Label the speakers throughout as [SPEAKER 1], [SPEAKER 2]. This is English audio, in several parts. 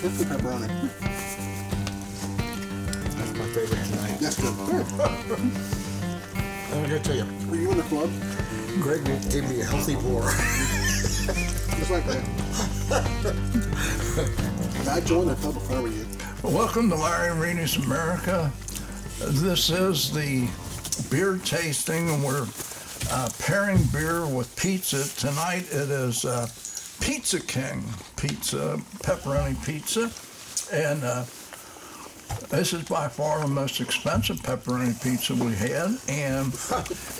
[SPEAKER 1] This is pepperoni.
[SPEAKER 2] That's my favorite tonight.
[SPEAKER 1] That's good. Here,
[SPEAKER 2] I'm gonna tell you,
[SPEAKER 1] Were you in the club?
[SPEAKER 2] Greg gave me a healthy pour.
[SPEAKER 1] Just like that. I joined the club before you.
[SPEAKER 3] Welcome to Larry Reedus America. This is the beer tasting, and we're uh, pairing beer with pizza. Tonight it is uh, Pizza King pizza, pepperoni pizza, and uh, this is by far the most expensive pepperoni pizza we had, and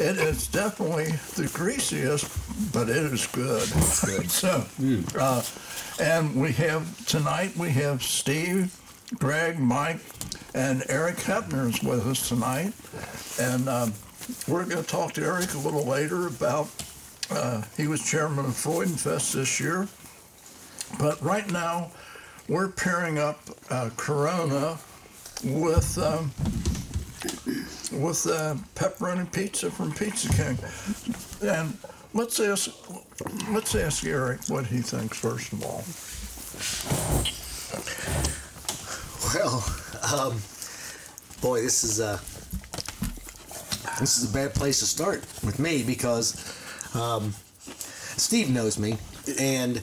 [SPEAKER 3] it is definitely the greasiest, but it is good. so, uh, and we have tonight we have Steve, Greg, Mike, and Eric Hepner is with us tonight, and um, we're going to talk to Eric a little later about. Uh, he was chairman of Freudenfest this year, but right now we're pairing up uh, Corona with um, with uh, pepperoni pizza from Pizza King, and let's ask let's ask Eric what he thinks first of all.
[SPEAKER 2] Well, um, boy, this is a this is a bad place to start with me because um, Steve knows me, and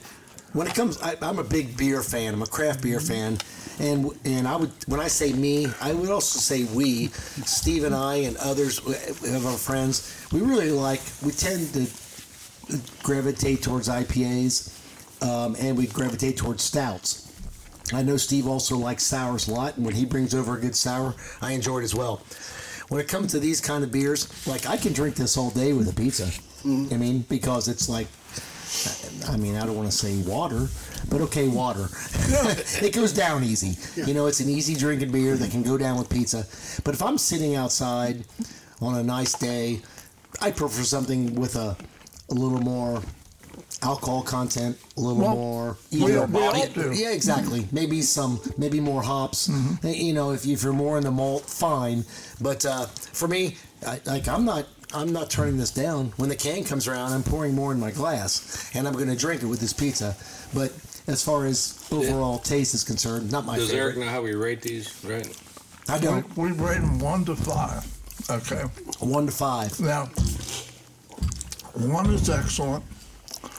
[SPEAKER 2] when it comes, I, I'm a big beer fan. I'm a craft beer fan, and and I would when I say me, I would also say we. Steve and I and others of our friends, we really like. We tend to gravitate towards IPAs, um, and we gravitate towards stouts. I know Steve also likes sours a lot, and when he brings over a good sour, I enjoy it as well. When it comes to these kind of beers, like I can drink this all day with a pizza. I mean, because it's like, I mean, I don't want to say water, but okay, water. it goes down easy. You know, it's an easy drinking beer that can go down with pizza. But if I'm sitting outside on a nice day, I prefer something with a, a little more alcohol content, a little
[SPEAKER 3] Well,
[SPEAKER 2] more
[SPEAKER 3] we-
[SPEAKER 2] either
[SPEAKER 3] we all do. Mm-hmm.
[SPEAKER 2] yeah, exactly. Maybe some, maybe more hops. Eh, You know, if, you- if you're more in the malt, fine. But uh, for me, I, like I'm not, I'm not turning this down. When the can comes around, I'm pouring more in my glass, and I'm going to drink it with this pizza. But as far as overall taste is concerned, not my
[SPEAKER 4] Does Eric
[SPEAKER 2] favorite.
[SPEAKER 4] know how we rate these? Right?
[SPEAKER 2] I don't
[SPEAKER 3] We, we rate them one to five. Okay,
[SPEAKER 2] one to five.
[SPEAKER 3] now one is excellent.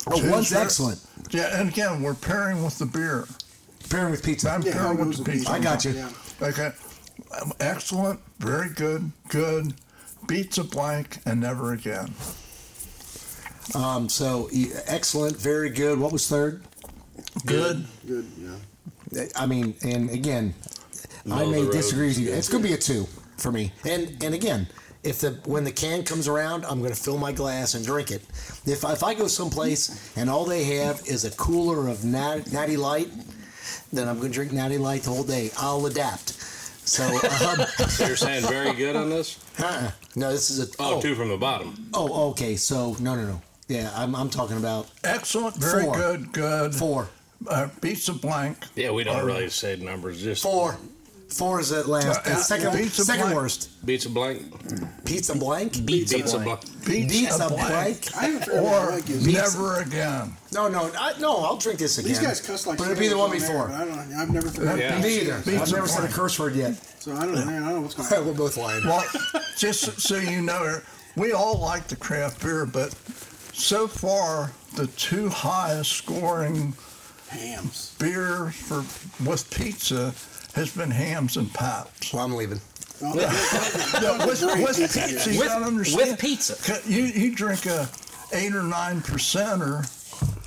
[SPEAKER 2] Oh,
[SPEAKER 3] Two
[SPEAKER 2] one's
[SPEAKER 3] is very-
[SPEAKER 2] excellent.
[SPEAKER 3] Yeah, and again we're pairing with the beer.
[SPEAKER 2] Pairing with pizza.
[SPEAKER 3] I'm
[SPEAKER 1] Yeah,
[SPEAKER 3] pairing
[SPEAKER 1] how
[SPEAKER 3] with
[SPEAKER 1] goes
[SPEAKER 3] the
[SPEAKER 1] the
[SPEAKER 3] pizza.
[SPEAKER 1] pizza?
[SPEAKER 2] I got you.
[SPEAKER 1] Yeah.
[SPEAKER 3] Okay. Um, Excellent, very good, good, beats a blank, and never again.
[SPEAKER 2] Um, so e- excellent, very good. What was third?
[SPEAKER 3] Good.
[SPEAKER 1] Good, yeah.
[SPEAKER 2] I mean, and again, I
[SPEAKER 4] Middle of the
[SPEAKER 2] may
[SPEAKER 4] road.
[SPEAKER 2] disagree with you. It's going to be a two for me. And and again, if the when the can comes around, I'm going to fill my glass and drink it. If if I go someplace and all they have is a cooler of nat, Natty Light, then I'm going to drink Natty Light the whole day. I'll adapt. So um,
[SPEAKER 4] So you're saying very good on this?
[SPEAKER 2] uh-uh. no, this is a
[SPEAKER 4] Oh,
[SPEAKER 2] oh,
[SPEAKER 4] two from the bottom.
[SPEAKER 2] oh, okay. So no, no, no. Yeah, I'm I'm talking about
[SPEAKER 3] Excellent, very
[SPEAKER 2] Four.
[SPEAKER 3] good, good.
[SPEAKER 2] four.
[SPEAKER 3] Uh, beats a blank.
[SPEAKER 4] Yeah, we don't really say numbers. Just
[SPEAKER 2] Four. Four is at last.
[SPEAKER 3] Uh, uh,
[SPEAKER 2] second
[SPEAKER 3] pizza
[SPEAKER 2] second
[SPEAKER 3] blank.
[SPEAKER 2] worst.
[SPEAKER 4] beats a blank.
[SPEAKER 2] Pizza blank?
[SPEAKER 4] Beats a blank.
[SPEAKER 3] Beats,
[SPEAKER 2] Beats a blank?
[SPEAKER 1] I haven't figured out what I
[SPEAKER 3] Or
[SPEAKER 1] like is.
[SPEAKER 3] never again.
[SPEAKER 2] No, no, I, no. I'll drink this again.
[SPEAKER 1] These guys cuss like
[SPEAKER 2] But it'd be the
[SPEAKER 1] sailors
[SPEAKER 2] one
[SPEAKER 1] on there,
[SPEAKER 2] before.
[SPEAKER 1] but I don't know. I've never figured
[SPEAKER 4] Yeah.
[SPEAKER 1] out.
[SPEAKER 2] Me either.
[SPEAKER 3] Beats
[SPEAKER 2] I've
[SPEAKER 3] the
[SPEAKER 2] never said a
[SPEAKER 3] point.
[SPEAKER 2] curse word yet.
[SPEAKER 1] So I don't know. man, I don't know what's going on.
[SPEAKER 2] We're both lying.
[SPEAKER 3] Well, just so you know, we all like the craft beer, but so far the two highest scoring
[SPEAKER 1] Hams.
[SPEAKER 3] beers for with pizza has been hams and paps.
[SPEAKER 2] Well, I'm leaving.
[SPEAKER 1] Oh,
[SPEAKER 3] No, with, with pizza, you
[SPEAKER 5] With-
[SPEAKER 3] don't understand.
[SPEAKER 5] with pizza.
[SPEAKER 3] C- You, you drink a eight or nine percenter,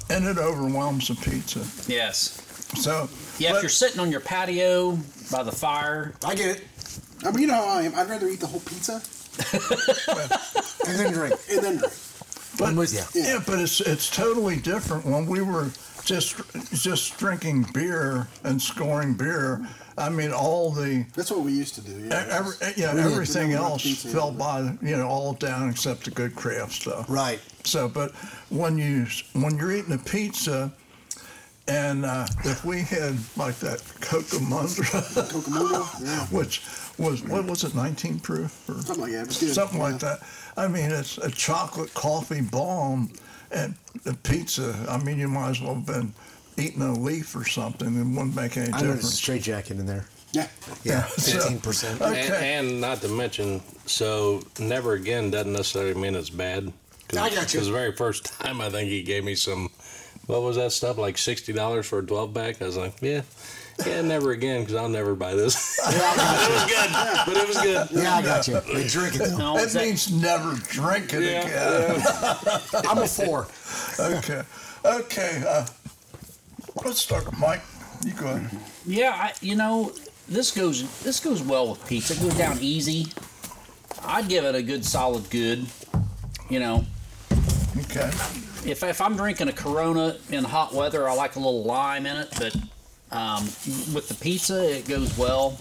[SPEAKER 3] and it overwhelms a pizza.
[SPEAKER 5] Yes.
[SPEAKER 3] So
[SPEAKER 5] Yeah,
[SPEAKER 3] but-
[SPEAKER 5] if you're sitting on your patio by the fire,
[SPEAKER 2] I get it.
[SPEAKER 1] I mean, you know how I am. I'd rather eat the whole pizza
[SPEAKER 2] And then drink.
[SPEAKER 1] and then drink.
[SPEAKER 3] But,
[SPEAKER 2] I'm with ya.
[SPEAKER 3] Yeah. but it's it's totally different when we were just just drinking beer and scoring beer. I mean, all the
[SPEAKER 1] That's what we used to do.
[SPEAKER 3] e-
[SPEAKER 1] Yeah.
[SPEAKER 3] every, yeah,
[SPEAKER 1] We didn't-
[SPEAKER 3] everything
[SPEAKER 1] we didn't like
[SPEAKER 3] else
[SPEAKER 1] pizza
[SPEAKER 3] fell
[SPEAKER 1] either.
[SPEAKER 3] by you know all down except the good craft stuff.
[SPEAKER 2] Right.
[SPEAKER 3] So, but when you when you're eating a pizza, and uh, if we had like that Cocamundra,
[SPEAKER 1] Kokomo, yeah.
[SPEAKER 3] which was what was it, 19 proof or
[SPEAKER 1] Something like that. It was good.
[SPEAKER 3] something
[SPEAKER 1] Yeah.
[SPEAKER 3] like that. I mean, it's a chocolate coffee bomb and the pizza. I mean, you might as well have been eating a leaf or something, it wouldn't make any
[SPEAKER 2] I noticed a
[SPEAKER 3] difference.
[SPEAKER 2] straight jacket in there.
[SPEAKER 1] Yeah.
[SPEAKER 2] Yeah,
[SPEAKER 3] So-
[SPEAKER 2] fifteen percent.
[SPEAKER 3] Okay.
[SPEAKER 4] And, and not to mention, so never again doesn't necessarily mean it's bad.
[SPEAKER 2] I got you.
[SPEAKER 4] Because the very first time, I think he gave me some, what was that stuff? Like sixty dollars for a twelve pack. I was like, yeah, yeah, never again, because I'll never buy this. it was good, but it was good.
[SPEAKER 2] Yeah, I got you. They drink it. though.
[SPEAKER 5] No,
[SPEAKER 3] That
[SPEAKER 5] is that-
[SPEAKER 3] means never drink it
[SPEAKER 4] Yeah,
[SPEAKER 3] again.
[SPEAKER 2] I'm a four.
[SPEAKER 3] Okay, okay. Uh, let's start with Mike. You go ahead.
[SPEAKER 5] Yeah, I, you know, this goes this goes well with pizza. It goes down easy. I'd give it a good solid good. You know,
[SPEAKER 3] Okay.
[SPEAKER 5] if, if I'm drinking a Corona in hot weather, I like a little lime in it. But um, with the pizza, it goes well.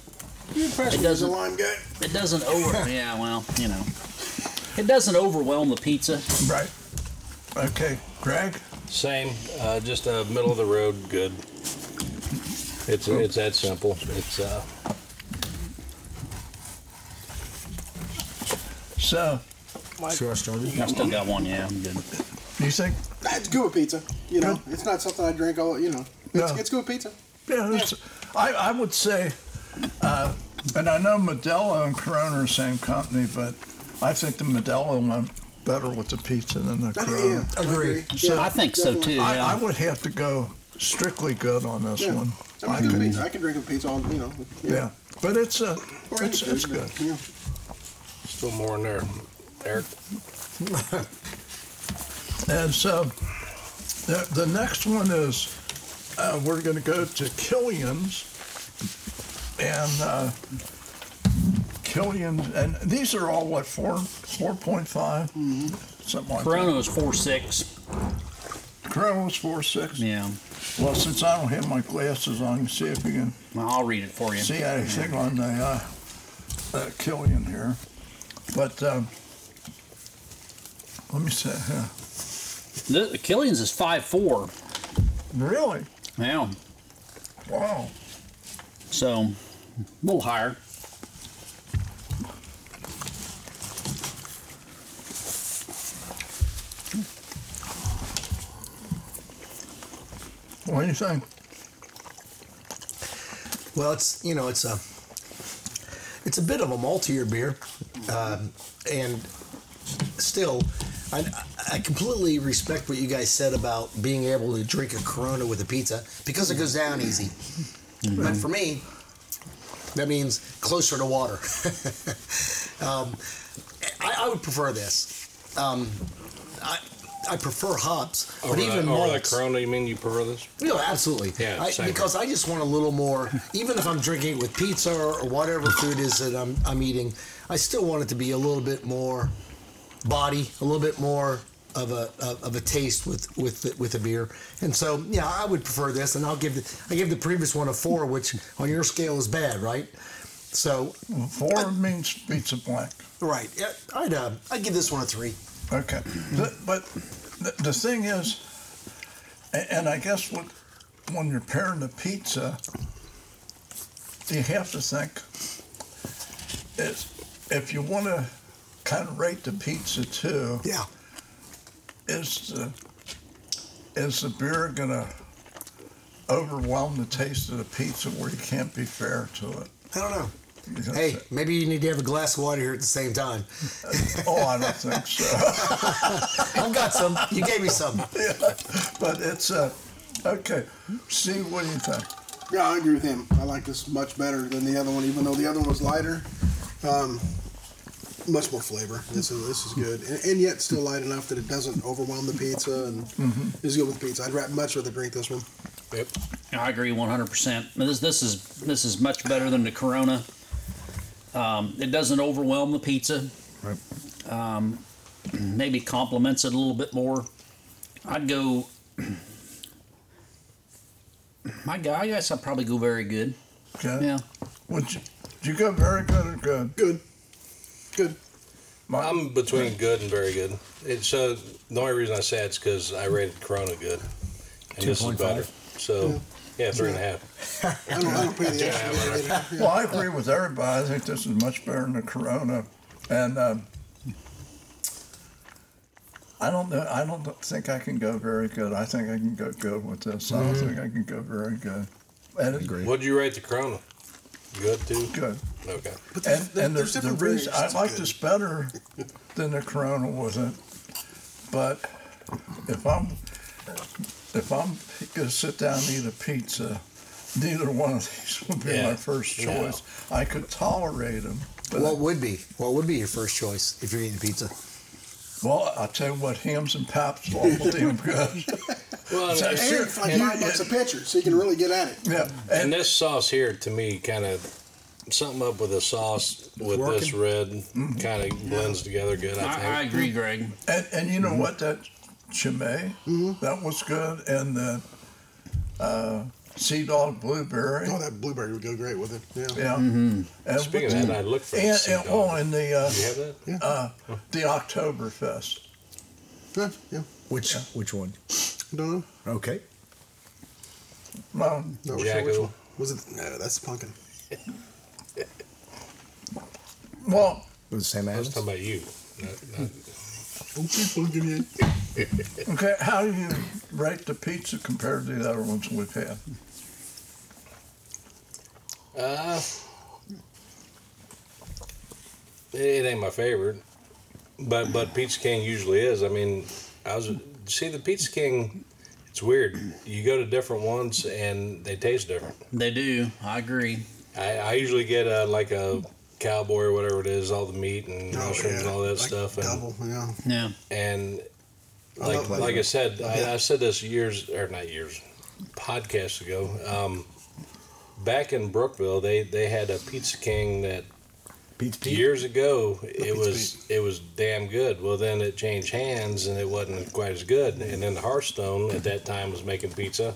[SPEAKER 1] You impressed
[SPEAKER 5] It
[SPEAKER 1] me as a
[SPEAKER 5] doesn't-
[SPEAKER 1] lime guy.
[SPEAKER 5] It doesn't over. yeah, well, you know, it doesn't overwhelm the pizza.
[SPEAKER 3] Right. Okay, Greg.
[SPEAKER 4] Same, uh, just uh, middle of the road, good. It's it's that simple. It's uh,
[SPEAKER 3] So
[SPEAKER 2] Sure, I started.
[SPEAKER 5] I still got one. Yeah, I'm good.
[SPEAKER 3] you think?
[SPEAKER 1] It's good with pizza. You know, it's not something I drink all. You know, it's,
[SPEAKER 3] No.
[SPEAKER 1] it's good with pizza.
[SPEAKER 2] Uh,
[SPEAKER 3] Yeah, it's, I, I would say, uh, and I know Modelo and Corona are the same company, but I think the Modelo went better with the pizza than the
[SPEAKER 1] I do,
[SPEAKER 3] Corona.
[SPEAKER 1] yeah, I
[SPEAKER 2] Agree.
[SPEAKER 1] Yeah,
[SPEAKER 5] I think so
[SPEAKER 1] definitely.
[SPEAKER 5] too.
[SPEAKER 3] I,
[SPEAKER 5] yeah.
[SPEAKER 3] I would have to go strictly good on this
[SPEAKER 1] Yeah.
[SPEAKER 3] one.
[SPEAKER 1] I, mean,
[SPEAKER 3] I
[SPEAKER 1] good
[SPEAKER 3] could-
[SPEAKER 1] pizza. I can drink with pizza all. You know.
[SPEAKER 3] yeah, but it's a,
[SPEAKER 1] Or
[SPEAKER 3] it's,
[SPEAKER 1] any
[SPEAKER 3] it's
[SPEAKER 1] food,
[SPEAKER 3] good.
[SPEAKER 1] but, Yeah.
[SPEAKER 4] still more in there. Eric,
[SPEAKER 3] And so the, the next one is uh, we're going to go to Killian's. And uh, Killian's, and these are all what, 4 4.5? Something like
[SPEAKER 5] Corona was four six.
[SPEAKER 3] that. Corona was 4.6.
[SPEAKER 5] Yeah,
[SPEAKER 3] Well, since I don't have my glasses on, see if you can
[SPEAKER 5] well, I'll read it for you.
[SPEAKER 3] see anything on the uh, uh, Killian here. But um, let me see. uh,
[SPEAKER 5] The Killian's is five four.
[SPEAKER 3] really?
[SPEAKER 5] Yeah,
[SPEAKER 3] Wow.
[SPEAKER 5] so a little higher.
[SPEAKER 3] What do you think?
[SPEAKER 2] Well, it's you know it's a it's a bit of a maltier beer, um, and still, I, I completely respect what you guys said about being able to drink a Corona with a pizza because it goes down easy. But for me, that means closer to water. um, I, I would prefer this. Um, I I prefer hops,
[SPEAKER 4] over,
[SPEAKER 2] but
[SPEAKER 4] the,
[SPEAKER 2] even
[SPEAKER 4] over the
[SPEAKER 2] malts-
[SPEAKER 4] Corona, you mean you prefer this?
[SPEAKER 2] no, absolutely.
[SPEAKER 4] Yeah,
[SPEAKER 2] I,
[SPEAKER 4] same.
[SPEAKER 2] because I just want a little more. Even if I'm drinking it with pizza or, or whatever food is that I'm I'm eating, I still want it to be a little bit more body, a little bit more of a of, of a taste with with the, with a beer. And so, yeah, I would prefer this. And I'll give the I give the previous one a four, which on your scale is bad, right? So,
[SPEAKER 3] Four means pizza blank.
[SPEAKER 2] right, yeah, I'd uh, I'd give this one a three.
[SPEAKER 3] Okay. The- But the, the thing is, a- and I guess what, when you're pairing the pizza, you have to think is if you want to kind of rate the pizza too,
[SPEAKER 2] Yeah,
[SPEAKER 3] is the, is the beer going to overwhelm the taste of the pizza where you can't be fair to it?
[SPEAKER 2] I don't know.
[SPEAKER 3] Because-
[SPEAKER 2] Hey, maybe you need to have a glass of water here at the same time.
[SPEAKER 3] Oh, I don't think so.
[SPEAKER 2] I've got some. You gave me some.
[SPEAKER 3] but it's, uh, okay. Steve, what do you think?
[SPEAKER 1] Yeah, I agree with him. I like this much better than the other one, even though the other one was lighter. Um, much more flavor. This is this is good, and, and yet still light enough that it doesn't overwhelm the pizza, and
[SPEAKER 2] Mm-hmm.
[SPEAKER 1] is good with pizza. I'd ra- much rather drink this one.
[SPEAKER 5] I agree 100%. This this is this is much better than the Corona. Um, it doesn't overwhelm the pizza. Right. Um, maybe complements it a little bit more. I'd go. My guy, I guess I'd probably go very good.
[SPEAKER 3] Okay.
[SPEAKER 5] Yeah.
[SPEAKER 3] Would you, did you go very good or good?
[SPEAKER 1] Good, good.
[SPEAKER 3] My,
[SPEAKER 4] I'm between good and very good. It's so the only reason I say it's because I rated Corona good, and this is
[SPEAKER 2] 2.5?
[SPEAKER 4] better. So yeah, three and a half.
[SPEAKER 1] I don't, I don't pay the extra.
[SPEAKER 3] well, I agree with everybody. I think this is much better than the Corona, and um, I don't know. I don't think I can go very good. I think I can go good with this. I don't think I can go very good. And it's
[SPEAKER 2] Agree.
[SPEAKER 4] What'd you rate the Corona? Good too.
[SPEAKER 3] good.
[SPEAKER 4] Okay.
[SPEAKER 1] But
[SPEAKER 3] And, and
[SPEAKER 1] there's
[SPEAKER 3] there's the
[SPEAKER 1] different
[SPEAKER 3] reason I
[SPEAKER 1] variations of
[SPEAKER 3] like
[SPEAKER 1] good.
[SPEAKER 3] this better than the Corona was it, but if I'm if I'm gonna sit down and eat a pizza, neither one of these would be
[SPEAKER 4] Yeah.
[SPEAKER 3] my first
[SPEAKER 4] Yeah.
[SPEAKER 3] choice. I could tolerate them. But
[SPEAKER 2] What would be? What would be your first choice if you're eating pizza?
[SPEAKER 3] well, I tell you what, hams and paps are awful damn good.
[SPEAKER 4] Well,
[SPEAKER 3] So-
[SPEAKER 4] and,
[SPEAKER 1] And
[SPEAKER 3] Sure.
[SPEAKER 1] it's like
[SPEAKER 3] And-
[SPEAKER 1] five bucks a pitcher, so you can really get at it.
[SPEAKER 3] Yeah,
[SPEAKER 4] and
[SPEAKER 3] and
[SPEAKER 4] this sauce here to me kind of something up with the sauce with this
[SPEAKER 2] working.
[SPEAKER 4] red kind of blends together good. I think.
[SPEAKER 5] I, I agree, Greg.
[SPEAKER 3] and, and you know what? That chimay,
[SPEAKER 1] Mm-hmm.
[SPEAKER 3] that was good, and the uh, sea dog blueberry.
[SPEAKER 1] Oh, that Mm-hmm. blueberry would go great with it. Yeah.
[SPEAKER 3] Yeah. And
[SPEAKER 4] Speaking of that, I look for the
[SPEAKER 3] and,
[SPEAKER 4] sea
[SPEAKER 3] and oh,
[SPEAKER 4] dog.
[SPEAKER 3] and the uh,
[SPEAKER 4] Do you have that?
[SPEAKER 3] uh, the Oktoberfest.
[SPEAKER 1] Yeah. yeah.
[SPEAKER 2] Which which one?
[SPEAKER 1] Don't know.
[SPEAKER 2] Okay.
[SPEAKER 3] Well,
[SPEAKER 1] Not sure which
[SPEAKER 4] Jacko.
[SPEAKER 1] one. Was it? No, that's pumpkin.
[SPEAKER 3] well,
[SPEAKER 2] It was Sam
[SPEAKER 4] I was
[SPEAKER 2] Adams.
[SPEAKER 4] talking about you. Not- not-
[SPEAKER 1] Don't say pumpkin yet.
[SPEAKER 3] okay. How do you rate the pizza compared to the other ones we've had?
[SPEAKER 4] Uh, it ain't my favorite, but but Pizza King usually is. I mean, I was see the Pizza King. It's weird. You go to different ones and they taste different.
[SPEAKER 5] They do. I agree.
[SPEAKER 4] I, I usually get a like a cowboy or whatever it is, all the meat and mushrooms and all that
[SPEAKER 1] Oh, Like
[SPEAKER 4] stuff, and
[SPEAKER 1] Double, yeah.
[SPEAKER 5] Yeah.
[SPEAKER 4] and
[SPEAKER 1] I
[SPEAKER 4] like
[SPEAKER 1] love that.
[SPEAKER 4] like I said, I,
[SPEAKER 1] Yeah.
[SPEAKER 4] I said this years or not years, podcasts ago. Um, back in Brookville, they they had a Pizza King that
[SPEAKER 2] Pizza
[SPEAKER 4] years ago it
[SPEAKER 1] Pizza
[SPEAKER 4] was it was damn good. Well, then it changed hands and it wasn't quite as good. And then Hearthstone at that time was making pizza,